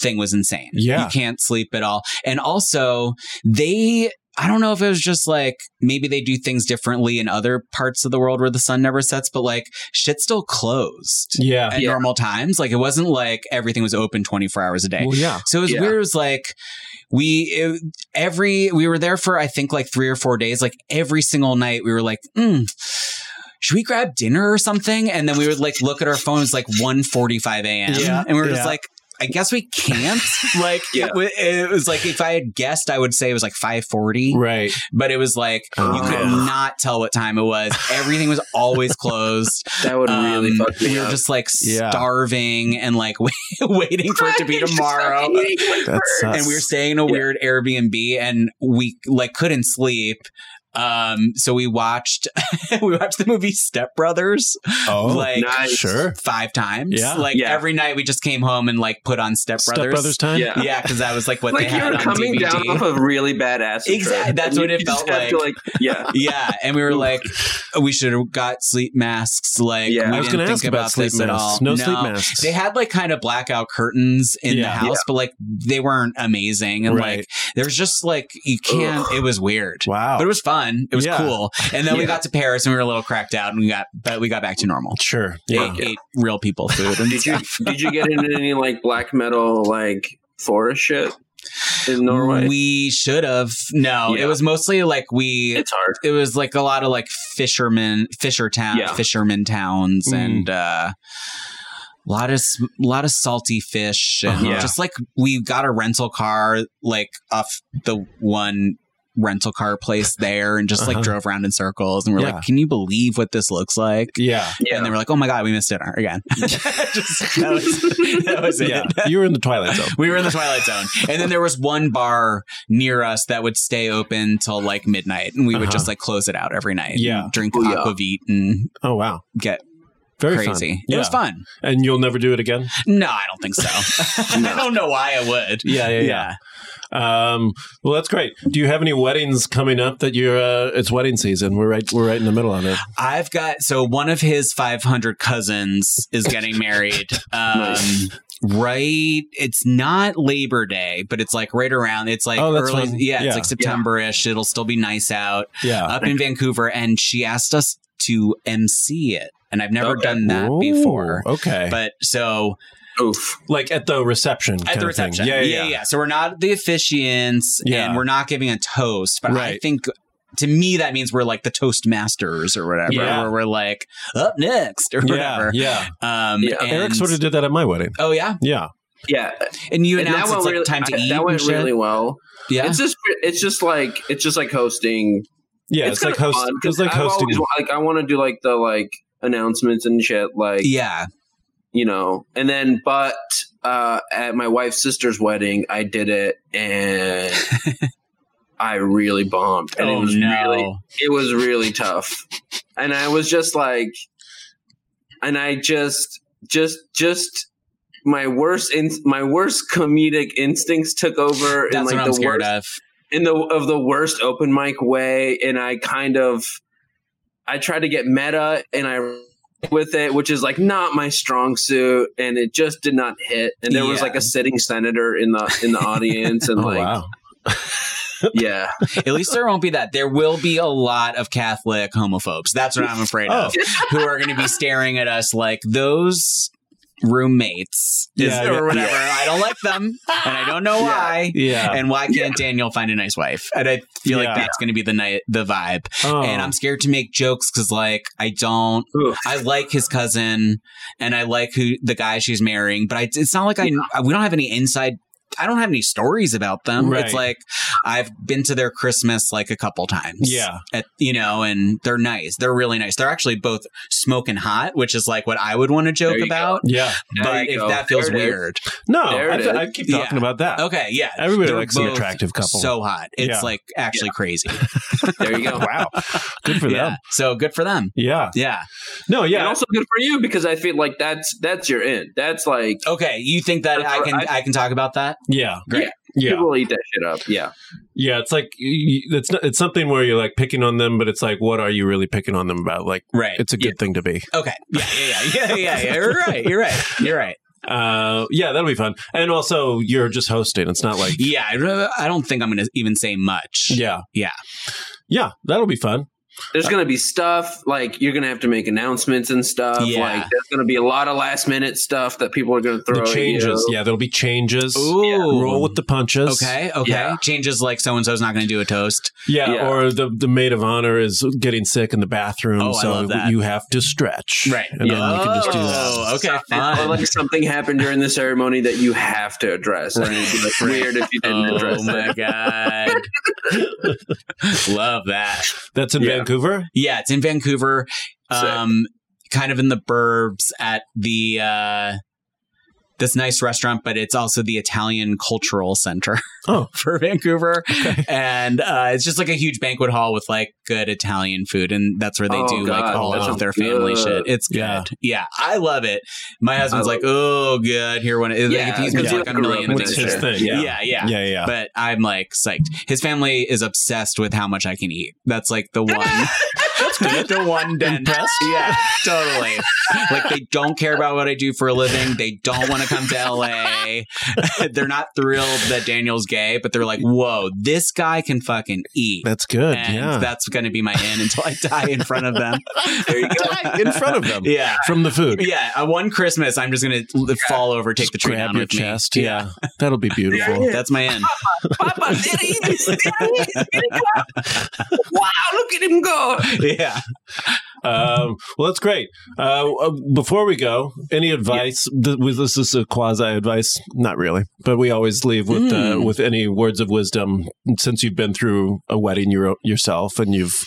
Speaker 5: thing was insane.
Speaker 2: Yeah.
Speaker 5: You can't sleep at all. And also they I don't know if it was just like maybe they do things differently in other parts of the world where the sun never sets, but like shit still closed
Speaker 2: Yeah.
Speaker 5: at
Speaker 3: Yeah.
Speaker 5: normal times. Like it wasn't like everything was open 24 hours a day.
Speaker 2: Well, yeah.
Speaker 5: So it was
Speaker 3: Yeah.
Speaker 5: weird. It was like we it, every we were there for I think like three or four days. Like every single night, we were like, mm, should we grab dinner or something? And then we would like look at our phones like 1.45 a.m.
Speaker 2: Yeah.
Speaker 5: and we were
Speaker 2: Yeah.
Speaker 5: just like. I guess we can't. Like
Speaker 3: Yeah.
Speaker 5: it, wa- it was like if I had guessed, I would say it was like five forty,
Speaker 2: Right.
Speaker 5: but it was like you
Speaker 2: Oh.
Speaker 5: could not tell what time it was. Everything was always closed.
Speaker 3: That would
Speaker 5: Um,
Speaker 3: really fuck me
Speaker 5: we were
Speaker 3: up.
Speaker 5: just like
Speaker 2: Yeah.
Speaker 5: starving and like waiting for it to be tomorrow
Speaker 2: That sucks.
Speaker 5: and we were staying in a weird airbnb and we like couldn't sleep um so we watched we watched the movie step brothers
Speaker 2: Oh,
Speaker 5: like
Speaker 3: nice.
Speaker 2: sure.
Speaker 5: five times
Speaker 2: Yeah.
Speaker 5: like
Speaker 3: Yeah.
Speaker 5: every night we just came home and like put on step
Speaker 2: Step
Speaker 5: brothers
Speaker 2: Brothers time.
Speaker 3: Yeah.
Speaker 5: yeah because that was like what
Speaker 3: like
Speaker 5: they
Speaker 3: you
Speaker 5: had
Speaker 3: were
Speaker 5: on
Speaker 3: coming
Speaker 5: DVD.
Speaker 3: down off a really bad acid
Speaker 5: Exact-
Speaker 3: trip.
Speaker 5: that's
Speaker 3: And
Speaker 5: what
Speaker 3: you
Speaker 5: it
Speaker 3: just
Speaker 5: felt
Speaker 3: have to, like. Yeah,
Speaker 5: yeah, and we were like, we should have got sleep masks. Like,
Speaker 3: Yeah.
Speaker 5: we
Speaker 2: I was
Speaker 5: didn't
Speaker 2: going to
Speaker 5: think
Speaker 2: ask about, sleep
Speaker 5: this at all.
Speaker 2: masks. No, sleep masks.
Speaker 5: They had like kind of blackout curtains in the
Speaker 2: Yeah.
Speaker 5: house, but like they weren't amazing. And
Speaker 2: Right.
Speaker 5: like there was just like you can't. It was weird.
Speaker 2: wow.
Speaker 5: But it was fun. It was
Speaker 2: Yeah.
Speaker 5: cool. And then we
Speaker 3: Yeah.
Speaker 5: got to Paris and we were a little cracked out and we got but we got back to normal.
Speaker 2: sure.
Speaker 5: Yeah.
Speaker 2: Yeah.
Speaker 5: Ate, ate real people food. And
Speaker 3: Did you did you get into any like black metal like forest shit in Norway?
Speaker 5: We should have. No,
Speaker 3: Yeah.
Speaker 5: it was mostly like we
Speaker 3: it's hard.
Speaker 5: it was like a lot of like fishermen fisher town
Speaker 3: Yeah.
Speaker 5: fishermen towns
Speaker 2: Mm.
Speaker 5: and uh a lot of s- lot of salty fish and
Speaker 2: Uh-huh.
Speaker 3: Yeah.
Speaker 5: just like we got a rental car like off the one rental car place there and just
Speaker 2: Uh-huh.
Speaker 5: like drove around in circles and we're
Speaker 2: Yeah.
Speaker 5: like can you believe what this looks like
Speaker 2: Yeah.
Speaker 3: Yeah,
Speaker 5: and they were like oh my god we missed dinner again Just- that, was, that was it
Speaker 2: Yeah. you were in the Twilight Zone.
Speaker 5: we were in the twilight zone and then there was one bar near us that would stay open till like midnight and we would
Speaker 2: Uh-huh.
Speaker 5: just like close it out every night
Speaker 2: Yeah.
Speaker 5: and drink
Speaker 3: Oh, yeah.
Speaker 5: aquavit and
Speaker 2: Oh, wow.
Speaker 5: get
Speaker 2: Very
Speaker 5: crazy
Speaker 2: fun.
Speaker 5: it was fun
Speaker 2: And you'll never do it again?
Speaker 5: no i don't think so i don't know why i would
Speaker 2: Yeah, yeah, yeah. Um, well, that's great. Do you have any weddings coming up that you're, uh, it's wedding season. We're right, we're right in the middle of it.
Speaker 5: i've got so one of his 500 cousins is getting married um
Speaker 3: Nice.
Speaker 5: Right, it's not Labor Day, but it's like right around. It's like
Speaker 2: Oh, that's
Speaker 5: early,
Speaker 2: when-
Speaker 5: yeah,
Speaker 2: yeah.
Speaker 5: it's like September-ish. It'll still be nice out.
Speaker 2: Yeah.
Speaker 5: up in Vancouver, and she asked us to MC it, and I've never
Speaker 3: Okay.
Speaker 5: done that
Speaker 2: Ooh,
Speaker 5: before.
Speaker 2: Okay.
Speaker 5: But so
Speaker 3: Oof.
Speaker 2: like at the reception.
Speaker 5: at
Speaker 2: kind
Speaker 5: the
Speaker 2: of thing.
Speaker 5: reception.
Speaker 2: Yeah, yeah, yeah.
Speaker 5: So we're not the officiants
Speaker 2: Yeah.
Speaker 5: and we're not giving a toast, but I
Speaker 2: Right.
Speaker 5: think to me that means we're like the toast masters or whatever,
Speaker 2: Yeah.
Speaker 5: where we're like up next or
Speaker 2: Yeah,
Speaker 5: whatever.
Speaker 2: yeah.
Speaker 5: Um,
Speaker 3: Yeah.
Speaker 5: and-
Speaker 2: Eric sort of did that at my wedding.
Speaker 5: Oh yeah,
Speaker 2: Yeah,
Speaker 3: Yeah,
Speaker 5: and you
Speaker 3: And
Speaker 5: announce it's like
Speaker 3: really,
Speaker 5: time to
Speaker 3: I-
Speaker 5: eat.
Speaker 3: That went
Speaker 5: and shit?
Speaker 3: really well.
Speaker 5: yeah,
Speaker 3: It's just, it's just like, it's just like hosting.
Speaker 2: yeah. It's, like
Speaker 3: kinda
Speaker 2: host.
Speaker 3: fun, 'cause
Speaker 2: It's like
Speaker 3: I've
Speaker 2: hosting.
Speaker 3: always wa- like I want to do like the like announcements and shit. Like
Speaker 5: yeah.
Speaker 3: you know, and then but uh, at my wife's sister's wedding, I did it and. I really bombed,
Speaker 5: Oh,
Speaker 2: Oh,
Speaker 3: and oh, it was really it was really tough and i was just like and i just just just my worst in, my worst comedic instincts took over in
Speaker 5: That's
Speaker 3: like
Speaker 5: what I'm
Speaker 3: the
Speaker 5: scared
Speaker 3: worst
Speaker 5: of.
Speaker 3: in the of the worst open mic way and i kind of i tried to get meta and i with it which is like not my strong suit and it just did not hit and there was
Speaker 5: Yeah.
Speaker 3: like a sitting senator in the in the audience and
Speaker 2: oh
Speaker 3: like
Speaker 2: wow.
Speaker 3: yeah
Speaker 5: At least there won't be that. There will be a lot of Catholic homophobes. That's what I'm afraid
Speaker 2: Oh.
Speaker 5: of. Who are going to be staring at us like those roommates is-
Speaker 2: Yeah, yeah.
Speaker 5: or whatever. I don't like them, and I don't know
Speaker 3: Yeah.
Speaker 5: why.
Speaker 2: Yeah.
Speaker 5: And why can't Daniel find a nice wife? And I feel
Speaker 2: Yeah.
Speaker 5: like that's going to be the night, the vibe.
Speaker 2: Oh.
Speaker 5: And I'm scared to make jokes because, like, I don't.
Speaker 3: Oof.
Speaker 5: I like his cousin, and I like who the guy she's marrying. But I, it's not like I, We don't have any inside. I don't have any stories about them.
Speaker 2: Right.
Speaker 5: It's like I've been to their Christmas like a couple times.
Speaker 2: Yeah.
Speaker 5: At, you know, and they're nice. They're really nice. They're actually both smoking hot, which is like what I would want to joke
Speaker 3: There you go.
Speaker 5: about.
Speaker 2: yeah.
Speaker 3: There
Speaker 5: But
Speaker 3: you
Speaker 5: if
Speaker 3: go.
Speaker 5: that feels
Speaker 3: There it is.
Speaker 5: weird,
Speaker 2: No,
Speaker 3: There
Speaker 2: I,
Speaker 3: it
Speaker 2: th-
Speaker 3: is.
Speaker 2: I keep talking
Speaker 5: Yeah.
Speaker 2: about that.
Speaker 5: okay, yeah,
Speaker 2: Everybody
Speaker 5: They're
Speaker 2: likes an
Speaker 5: both
Speaker 2: attractive couple.
Speaker 5: so hot. It's
Speaker 2: Yeah.
Speaker 5: like actually crazy.
Speaker 3: there you go
Speaker 2: wow, good for
Speaker 5: yeah.
Speaker 2: them.
Speaker 5: So good for them.
Speaker 2: Yeah.
Speaker 5: Yeah.
Speaker 2: No.
Speaker 3: and
Speaker 2: Yeah.
Speaker 3: also good for you because I feel like that's that's your end. That's like
Speaker 5: Okay. You think that I can I can talk about that?
Speaker 2: yeah.
Speaker 3: Great.
Speaker 2: Yeah.
Speaker 3: people eat that shit up. Yeah,
Speaker 2: Yeah, it's like y- y- it's not, it's something where you're like picking on them, but it's like, what are you really picking on them about? Like,
Speaker 5: Right.
Speaker 2: it's a good thing to be.
Speaker 5: Okay. Yeah, yeah, yeah, yeah, yeah, yeah. You're right. You're right. You're right.
Speaker 2: Uh, yeah, that'll be fun. And also, you're just hosting. It's not like
Speaker 5: Yeah, I re- I don't think I'm going to even say much.
Speaker 2: yeah,
Speaker 5: Yeah.
Speaker 2: yeah. That'll be fun. Uh,
Speaker 3: there's gonna be stuff like you're gonna have to make announcements and stuff.
Speaker 5: Yeah.
Speaker 3: Like there's gonna be a lot of last minute stuff that people are gonna throw.
Speaker 2: the
Speaker 3: at you.
Speaker 2: changes. Yeah, there'll be changes. Roll with the punches.
Speaker 5: Okay. Okay.
Speaker 3: Yeah.
Speaker 5: Changes like so and so's not going to do a toast.
Speaker 2: Yeah,
Speaker 3: Yeah.
Speaker 2: or the the maid of honor is getting sick in the bathroom,
Speaker 5: Oh, I
Speaker 2: so
Speaker 5: love that.
Speaker 2: you have to stretch. And then you can just do that.
Speaker 5: Oh, okay.
Speaker 3: Or
Speaker 5: Fine.
Speaker 3: like something happened during the ceremony that you have to address. And it'd be like weird if you didn't
Speaker 5: Oh
Speaker 3: address that.
Speaker 5: my god. Love that.
Speaker 2: That's in
Speaker 3: Yeah.
Speaker 2: Vancouver.
Speaker 5: Yeah, it's in Vancouver.
Speaker 3: Sick.
Speaker 5: Um kind of in the burbs at the uh this nice restaurant, but it's also the Italian Cultural Center
Speaker 2: Oh.
Speaker 5: for Vancouver. And uh, it's just like a huge banquet hall with like good Italian food. And that's where they
Speaker 3: Oh,
Speaker 5: do like
Speaker 3: God,
Speaker 5: all
Speaker 3: that
Speaker 5: of
Speaker 3: sounds
Speaker 5: their family
Speaker 3: good.
Speaker 5: shit. It's good.
Speaker 2: Yeah.
Speaker 5: Yeah. I love it. My husband's
Speaker 3: love
Speaker 5: like, oh, good. Here, when it is.
Speaker 3: Yeah,
Speaker 5: like, if he's
Speaker 3: because
Speaker 5: been
Speaker 3: you
Speaker 5: like a
Speaker 3: grew up
Speaker 5: million
Speaker 3: with
Speaker 2: What's
Speaker 5: things.
Speaker 3: it.
Speaker 2: his
Speaker 3: sure.
Speaker 2: thing?
Speaker 5: Yeah, yeah. yeah.
Speaker 2: yeah, yeah.
Speaker 5: But I'm like psyched. His family is obsessed with how much I can eat. That's like the one. That's good. The one dent. Yeah, totally. like they don't care about what I do for a living. They don't want to come to LA. they're not thrilled that Daniel's gay, but they're like, "Whoa, this guy can fucking eat."
Speaker 2: That's good.
Speaker 5: and
Speaker 2: yeah,
Speaker 5: that's going to be my end until I die in front of them. there you go.
Speaker 2: in front of them.
Speaker 5: Yeah.
Speaker 2: From the food.
Speaker 5: Yeah, uh, one Christmas, I'm just gonna l- fall over, take the tree
Speaker 2: grab
Speaker 5: down
Speaker 2: your
Speaker 5: with me.
Speaker 2: chest. Yeah. That'll be beautiful.
Speaker 5: that's my end.
Speaker 3: Papa, there he is. There he is. There he is. Wow, look at him go.
Speaker 5: yeah.
Speaker 2: Um, well, that's great. Uh, uh, before we go, any advice? Th- was this is a quasi advice? Not really, but we always leave with uh,
Speaker 5: Mm.
Speaker 2: with any words of wisdom. Since you've been through a wedding your, yourself and you've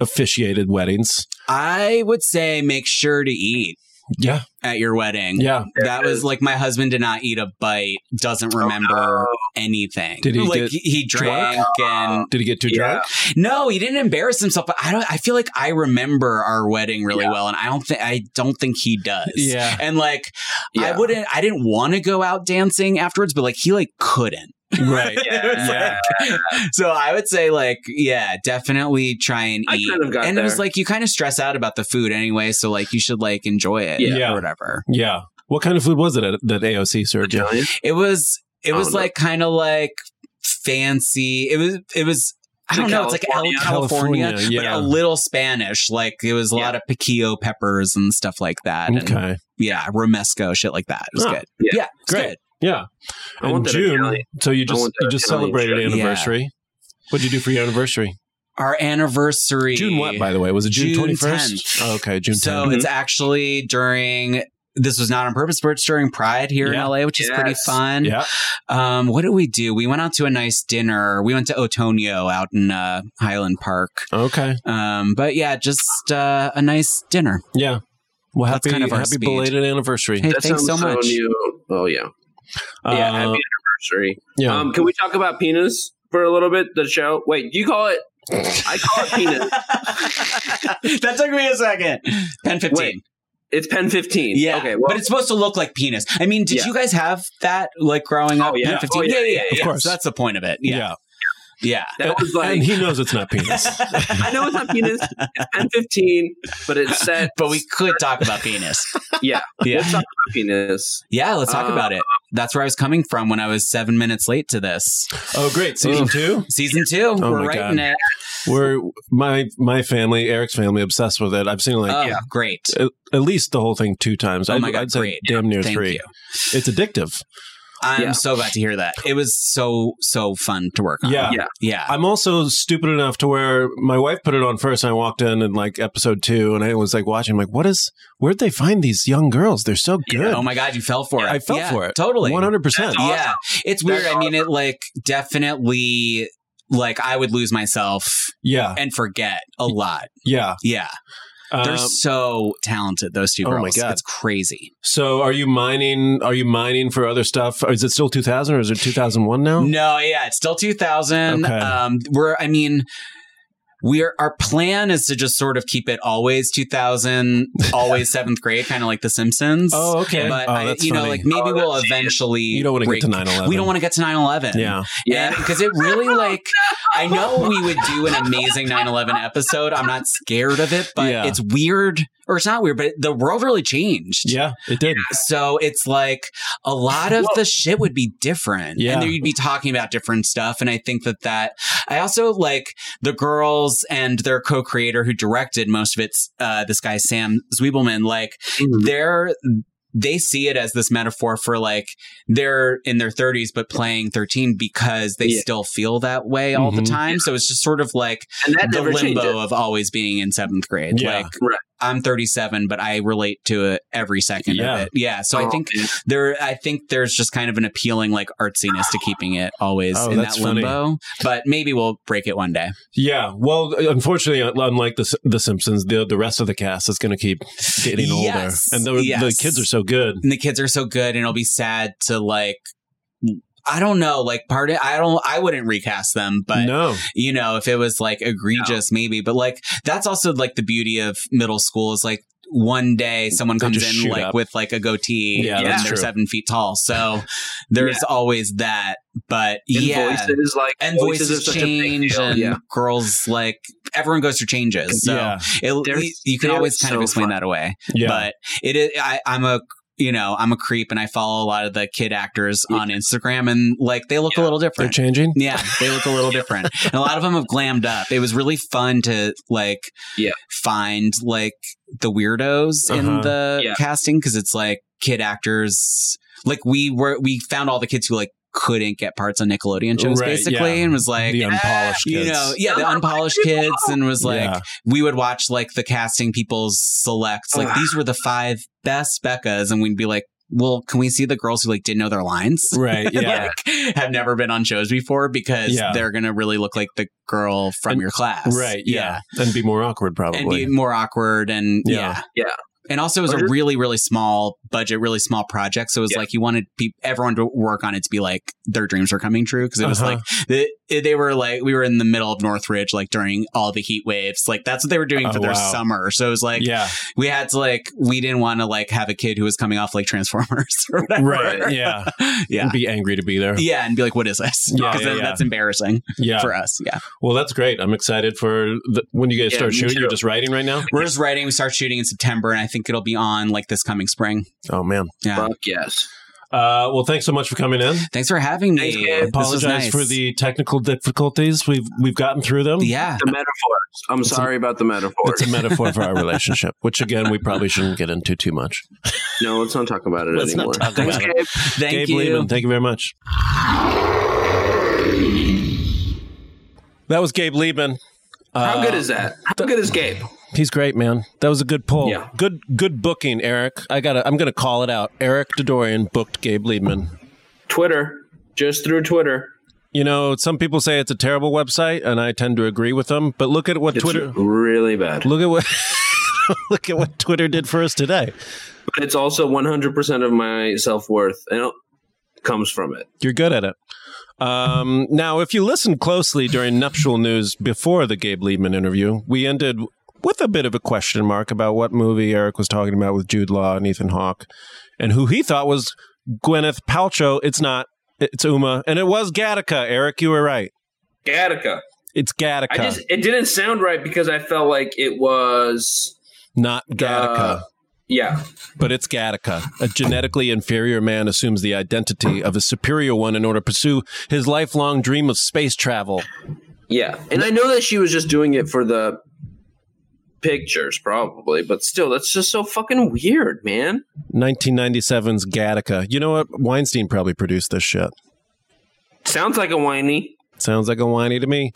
Speaker 2: officiated weddings,
Speaker 5: I would say make sure to eat
Speaker 2: yeah,
Speaker 5: at your wedding.
Speaker 2: yeah.
Speaker 5: That was like my husband did not eat a bite, doesn't remember anything.
Speaker 2: Did he
Speaker 5: like
Speaker 2: get
Speaker 5: he, he drank and
Speaker 2: Did he get too
Speaker 3: Yeah.
Speaker 2: drunk?
Speaker 5: no, he didn't embarrass himself, but I don't I feel like I remember our wedding really well and I don't think I don't think he does.
Speaker 2: Yeah.
Speaker 5: And like
Speaker 3: Yeah.
Speaker 5: I wouldn't I didn't want to go out dancing afterwards, but like he like couldn't.
Speaker 2: Right.
Speaker 5: It was like- so I would say like yeah, definitely try and
Speaker 3: I
Speaker 5: eat.
Speaker 3: kind of got
Speaker 5: and it was
Speaker 3: there.
Speaker 5: like you kind of stress out about the food anyway, so like you should like enjoy it
Speaker 3: Yeah.
Speaker 2: Yeah.
Speaker 5: or whatever.
Speaker 2: Yeah. What kind of food was it at, that AOC served you?
Speaker 3: Italian?
Speaker 5: It was it
Speaker 3: I
Speaker 5: was
Speaker 3: don't know.
Speaker 5: like kind of like fancy. It was it was I don't know. It's like L
Speaker 3: California.
Speaker 5: California,
Speaker 2: California, yeah.
Speaker 5: but a little Spanish. Like it was a lot of piquillo peppers and stuff like that. And
Speaker 2: Okay.
Speaker 5: yeah, romesco shit like that. It was
Speaker 2: Huh.
Speaker 5: good.
Speaker 3: Yeah.
Speaker 5: Yeah, it's
Speaker 2: Great.
Speaker 5: good.
Speaker 2: Yeah.
Speaker 3: I
Speaker 2: In
Speaker 3: want that
Speaker 2: June.
Speaker 3: Italian.
Speaker 2: So you just
Speaker 3: want that
Speaker 2: you just
Speaker 3: Italian
Speaker 2: celebrated
Speaker 5: shit. Yeah.
Speaker 2: anniversary. What'd you do for your anniversary?
Speaker 5: Our anniversary,
Speaker 2: June what, by the way? Was it June
Speaker 5: June
Speaker 2: twenty first?
Speaker 5: 10th.
Speaker 2: Oh, okay, June
Speaker 5: so
Speaker 2: tenth.
Speaker 5: it's
Speaker 3: Mm-hmm.
Speaker 5: actually during. This was not on purpose, but it's during Pride here
Speaker 2: Yeah.
Speaker 5: in LA, which is pretty
Speaker 3: Yes.
Speaker 5: fun.
Speaker 2: Yeah.
Speaker 5: Um, what did we do? We went out to a nice dinner. We went to Otonio out in uh, Highland Park.
Speaker 2: Okay.
Speaker 5: Um, but yeah, just uh, a nice dinner.
Speaker 2: Yeah. Well,
Speaker 5: That's
Speaker 2: happy
Speaker 5: kind of our
Speaker 2: happy
Speaker 5: speed.
Speaker 2: belated anniversary.
Speaker 5: Hey,
Speaker 3: That
Speaker 5: thanks so
Speaker 3: sounds
Speaker 5: much.
Speaker 3: new. Oh yeah, yeah.
Speaker 2: Uh,
Speaker 3: Happy anniversary.
Speaker 2: yeah.
Speaker 3: Um, can we talk about penis for a little bit? The show. Wait, you call it? I call it penis.
Speaker 5: that took me a second. Pen fifteen.
Speaker 3: Wait, It's pen fifteen.
Speaker 5: Yeah,
Speaker 3: Okay. Well,
Speaker 5: but it's supposed to look like penis. I mean, did
Speaker 3: Yeah.
Speaker 5: you guys have that like growing up?
Speaker 3: Oh, yeah.
Speaker 5: Pen 15?
Speaker 3: Oh, yeah, yeah,
Speaker 2: yeah. Of course.
Speaker 5: So that's the point of it.
Speaker 2: yeah.
Speaker 5: Yeah, yeah.
Speaker 3: that was
Speaker 2: and
Speaker 3: like
Speaker 2: he knows it's not penis.
Speaker 3: I know it's not penis. It's pen fifteen, but it's set.
Speaker 5: But we could talk about penis.
Speaker 3: Yeah.
Speaker 5: yeah,
Speaker 3: It's not penis.
Speaker 5: yeah. Let's talk
Speaker 3: Uh,
Speaker 5: about it. That's where I was coming from when I was seven minutes late to this
Speaker 2: oh, great. Season two.
Speaker 5: season two.
Speaker 2: Oh,
Speaker 5: we're
Speaker 2: my
Speaker 5: writing
Speaker 2: God.
Speaker 5: it.
Speaker 2: We're my my family, Eric's family, obsessed with it. I've seen it like
Speaker 5: oh, great.
Speaker 2: at, at least the whole thing two times.
Speaker 5: Oh
Speaker 2: I'd,
Speaker 5: my God,
Speaker 2: I'd say
Speaker 5: great.
Speaker 2: damn near
Speaker 5: Thank
Speaker 2: three.
Speaker 5: you.
Speaker 2: It's addictive.
Speaker 5: I'm
Speaker 3: Yeah.
Speaker 5: so glad to hear that. It was so so fun to work on.
Speaker 2: Yeah.
Speaker 3: Yeah.
Speaker 5: Uh, yeah.
Speaker 2: I'm also stupid enough to where my wife put it on first and I walked in and like episode two and I was like watching like what is where'd they find these young girls? They're so good.
Speaker 5: Oh my god, you fell for it.
Speaker 2: I fell
Speaker 5: Yeah,
Speaker 2: for it.
Speaker 5: Totally.
Speaker 2: One hundred percent.
Speaker 3: That's awesome.
Speaker 5: Yeah, it's weird.
Speaker 3: That's
Speaker 5: I mean, it like definitely like I would lose myself
Speaker 2: Yeah.
Speaker 5: and forget a lot.
Speaker 2: Yeah.
Speaker 5: Yeah, they're
Speaker 2: Um,
Speaker 5: so talented. Those two
Speaker 2: oh my
Speaker 5: girls.
Speaker 2: God.
Speaker 5: it's crazy.
Speaker 2: so are you mining are you mining for other stuff? Or Is it still two thousand or is it two thousand one now?
Speaker 5: No, yeah, it's still two thousand.
Speaker 2: Okay.
Speaker 5: Um, we're. I mean. We're our plan is to just sort of keep it always 2000, always seventh grade, kind of like The Simpsons.
Speaker 2: Oh, okay.
Speaker 5: But
Speaker 2: Oh,
Speaker 5: I,
Speaker 2: that's
Speaker 5: you know,
Speaker 2: funny.
Speaker 5: like maybe
Speaker 3: Oh,
Speaker 5: we'll
Speaker 3: that's-
Speaker 5: eventually.
Speaker 2: you don't want to get
Speaker 5: break-
Speaker 2: to 9-11.
Speaker 5: We don't want to get to 9 11.
Speaker 2: Yeah.
Speaker 5: Yeah,
Speaker 3: Yeah.
Speaker 5: because it
Speaker 3: Oh,
Speaker 5: really like I know we would do an amazing 9/11 episode. I'm not scared of it, but
Speaker 2: Yeah.
Speaker 5: it's weird or it's not weird, but the world really changed.
Speaker 2: Yeah, it did.
Speaker 5: So it's like a lot of
Speaker 3: Well-
Speaker 5: the shit would be different.
Speaker 2: Yeah.
Speaker 5: And then you'd be talking about different stuff. And I think that that, I also like the girls and their co creator who directed most of it's uh, this guy, Sam Zwiebelman, like
Speaker 3: Mhm.
Speaker 5: they're, they see it as this metaphor for like they're in their 30s but playing 13 because they
Speaker 3: Yeah.
Speaker 5: still feel that way all the
Speaker 2: Mhm.
Speaker 5: time. So it's just sort of like
Speaker 3: And that
Speaker 5: the
Speaker 3: never
Speaker 5: limbo
Speaker 3: changes.
Speaker 5: of always being in seventh grade.
Speaker 2: Yeah.
Speaker 5: Like
Speaker 3: Right.
Speaker 5: I'm 37, but I relate to it every second
Speaker 2: Yeah.
Speaker 5: of it. Yeah. So I
Speaker 3: Oh,
Speaker 5: think
Speaker 3: man.
Speaker 5: there, I think there's just kind of an appealing like artsiness to keeping it always
Speaker 2: Oh,
Speaker 5: in
Speaker 2: that's
Speaker 5: that limbo. But maybe we'll break it one day.
Speaker 2: Yeah. Well, unfortunately, unlike the the Simpsons, the the rest of the cast is going to keep getting older,
Speaker 5: Yes,
Speaker 2: and the, the
Speaker 5: yes.
Speaker 2: kids are so good.
Speaker 5: And the kids are so good, and it'll be sad to like. I don't know, like part of I don't I wouldn't recast them, but
Speaker 2: no,
Speaker 5: you know, if it was like egregious, maybe. But like that's also like the beauty of middle school is like one day someone
Speaker 2: They
Speaker 5: comes
Speaker 2: just shoot
Speaker 5: in like
Speaker 2: up.
Speaker 5: with like a goatee
Speaker 2: Yeah,
Speaker 5: and
Speaker 3: that's
Speaker 5: they're
Speaker 2: true.
Speaker 5: seven feet tall. So there's always that. But
Speaker 3: And
Speaker 5: yeah.
Speaker 3: voices like
Speaker 5: and voices,
Speaker 3: are such a big
Speaker 5: change
Speaker 3: deal.
Speaker 5: and
Speaker 3: yeah.
Speaker 5: girls like everyone goes through changes. So
Speaker 2: yeah,
Speaker 5: it,
Speaker 3: They're-
Speaker 5: you can
Speaker 3: they're
Speaker 5: always kind
Speaker 3: so
Speaker 5: of explain
Speaker 3: fun.
Speaker 5: that away.
Speaker 2: yeah.
Speaker 5: But it is I, I'm a you know, I'm a creep and I follow a lot of the kid actors on Instagram and like they look a
Speaker 3: Yeah.
Speaker 5: little
Speaker 2: They're
Speaker 5: different.
Speaker 2: changing.
Speaker 5: Yeah, they look a little different. And a lot of them have glammed up. It was really fun to like
Speaker 3: Yeah.
Speaker 5: find like the weirdos
Speaker 2: Uh-huh.
Speaker 5: in the
Speaker 3: Yeah.
Speaker 5: casting cuz it's like kid actors like we were we found all the kids who like couldn't get parts on Nickelodeon shows
Speaker 2: Right,
Speaker 5: basically
Speaker 2: yeah.
Speaker 5: and was like
Speaker 2: the unpolished
Speaker 5: you
Speaker 2: kids.
Speaker 5: know, yeah, the unpolished kids, and was like,
Speaker 2: Yeah.
Speaker 5: we would watch like the casting people's selects, like
Speaker 3: Ugh.
Speaker 5: these were the five best Beccas, and we'd be like, well, can we see the girls who like didn't know their lines?
Speaker 2: right. Yeah,
Speaker 5: like have never been on shows before because
Speaker 2: Yeah.
Speaker 5: they're gonna really look like the girl from
Speaker 2: And-
Speaker 5: your class.
Speaker 2: right. Yeah. and be more awkward
Speaker 5: And
Speaker 2: probably.
Speaker 5: be more awkward and
Speaker 2: Yeah.
Speaker 3: Yeah.
Speaker 5: yeah. And also it was
Speaker 3: Or
Speaker 5: a
Speaker 3: just-
Speaker 5: really, really small budget, really small project. So it was
Speaker 3: Yeah.
Speaker 5: like you wanted pe- everyone to work on it to be like their dreams were coming true. Cause it was
Speaker 2: Uh-huh.
Speaker 5: like they, they were like, we were in the middle of Northridge, like during all the heat waves. Like that's what they were doing
Speaker 2: Oh,
Speaker 5: for their
Speaker 2: wow.
Speaker 5: summer. So it was like,
Speaker 2: yeah,
Speaker 5: we had to like, we didn't want to like have a kid who was coming off like Transformers or whatever.
Speaker 2: right. Yeah,
Speaker 5: yeah.
Speaker 2: and be angry to be there.
Speaker 5: Yeah, and be like, what is this?
Speaker 2: Yeah,
Speaker 5: Because
Speaker 2: yeah,
Speaker 5: then
Speaker 2: yeah.
Speaker 5: that's embarrassing
Speaker 2: Yeah.
Speaker 5: for us. Yeah.
Speaker 2: Well, that's great. I'm excited for the, when you guys
Speaker 3: Yeah,
Speaker 2: start
Speaker 3: me
Speaker 2: shooting. You're
Speaker 3: too.
Speaker 2: just writing right now.
Speaker 5: We're just writing. We start shooting in September, and I think it'll be on like this coming spring.
Speaker 2: Oh man.
Speaker 5: Yeah.
Speaker 3: Fuck yes.
Speaker 2: Uh, well, thanks so much for coming in.
Speaker 5: Thanks for having me.
Speaker 3: Thanks, man.
Speaker 5: This was
Speaker 2: Apologize
Speaker 5: nice.
Speaker 2: for the technical difficulties. We've we've gotten through them.
Speaker 5: Yeah.
Speaker 3: The metaphors. I'm
Speaker 2: a-
Speaker 3: sorry about the metaphors.
Speaker 2: It's a metaphor for our relationship, which again we probably shouldn't get into too much.
Speaker 3: no, let's not talk about it
Speaker 2: Let's not
Speaker 3: anymore.
Speaker 2: talk
Speaker 3: Thanks,
Speaker 2: about
Speaker 3: Gabe.
Speaker 5: Thank
Speaker 2: Gabe
Speaker 5: you.
Speaker 2: Lehman, thank you very much. That was Gabe Liebman.
Speaker 3: How
Speaker 2: Uh,
Speaker 3: good is that? How good is Gabe?
Speaker 2: He's great, man. That was a good pull.
Speaker 3: Yeah.
Speaker 2: Good good booking, Eric. I gotta I'm gonna call it out. Eric Dodorian booked Gabe Liebman.
Speaker 3: Twitter, just through Twitter.
Speaker 2: You know, some people say it's a terrible website, and I tend to agree with them, but look at what
Speaker 3: It's
Speaker 2: Twitter
Speaker 3: really bad.
Speaker 2: look at what look at what Twitter did for us today.
Speaker 3: But it's also 100% of my self worth and it comes from it.
Speaker 2: You're good at it. Um, now, if you listen closely during nuptial news before the Gabe Liebman interview, we ended with a bit of a question mark about what movie Eric was talking about with Jude Law and Ethan Hawke, and who he thought was Gwyneth Paltrow. It's not. It's Uma, and it was Gattaca. Eric, you were right.
Speaker 3: Gattaca.
Speaker 2: It's Gattaca,
Speaker 3: I just, it didn't sound right because I felt like it was,
Speaker 2: not Gattaca.
Speaker 3: Uh, yeah.
Speaker 2: but it's Gattaca. A genetically inferior man assumes the identity of a superior one in order to pursue his lifelong dream of space travel.
Speaker 3: Yeah. And I know that she was just doing it for the pictures, probably, but still, that's just so fucking weird, man.
Speaker 2: 1997's Gattaca. You know what? Weinstein probably produced this shit.
Speaker 3: Sounds like a whiny.
Speaker 2: Sounds like a whiny to me.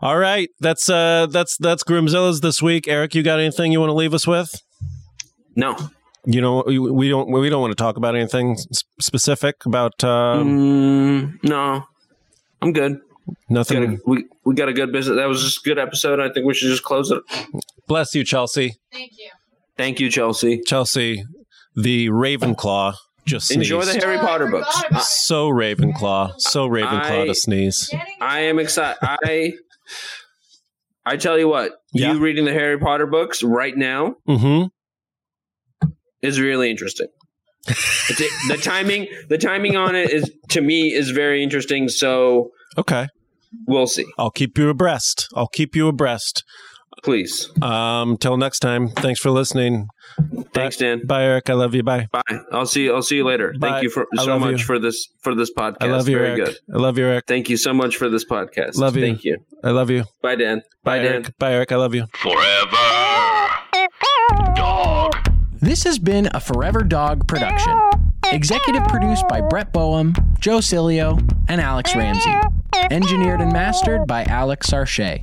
Speaker 2: All right, that's uh, that's that's Groomzilla's this week. Eric, you got anything you want to leave us with?
Speaker 3: No.
Speaker 2: You know, we, we don't we don't want to talk about anything s- specific about uh,
Speaker 3: Mm, no. I'm good. Got
Speaker 2: nothing.
Speaker 3: a, we, we got a good business. That was just a good episode. I think we should just close it.
Speaker 2: Bless you, Chelsea.
Speaker 4: Thank you.
Speaker 3: Thank you, Chelsea.
Speaker 2: Chelsea, the Ravenclaw just sneezed.
Speaker 3: Enjoy the Harry
Speaker 4: Oh, I
Speaker 3: Potter
Speaker 4: forgot
Speaker 3: books.
Speaker 4: about it.
Speaker 2: so Ravenclaw, so Ravenclaw
Speaker 3: I-
Speaker 2: to sneeze.
Speaker 4: Getting
Speaker 3: I am excited. I I tell you what,
Speaker 2: Yeah.
Speaker 3: you reading the Harry Potter books right now
Speaker 2: Mm-hmm.
Speaker 3: is really interesting. It's a- the timing, the timing on it is to me is very interesting. So
Speaker 2: Okay,
Speaker 3: we'll see.
Speaker 2: I'll keep you abreast. I'll keep you abreast.
Speaker 3: Please,
Speaker 2: Um, till next time. Thanks for listening.
Speaker 3: thanks, Dan.
Speaker 2: Bye, Eric. I love you. Bye.
Speaker 3: Bye. I'll see. I'll see you later.
Speaker 2: Bye.
Speaker 3: Thank you for
Speaker 2: I
Speaker 3: so
Speaker 2: love
Speaker 3: much
Speaker 2: you.
Speaker 3: for this for this podcast.
Speaker 2: I love you,
Speaker 3: very
Speaker 2: Eric.
Speaker 3: good.
Speaker 2: I love you, Eric.
Speaker 3: Thank you so much for this podcast.
Speaker 2: Love you.
Speaker 3: Thank you.
Speaker 2: I love you.
Speaker 3: Bye, Dan.
Speaker 2: Bye,
Speaker 3: Dan.
Speaker 2: Eric. Bye, Eric. I love you.
Speaker 1: Forever. Dog.
Speaker 6: This has been a Forever Dog production. Executive produced by Brett Boehm, Joe Cilio, and Alex Ramsey. Engineered and mastered by Alex Sarche.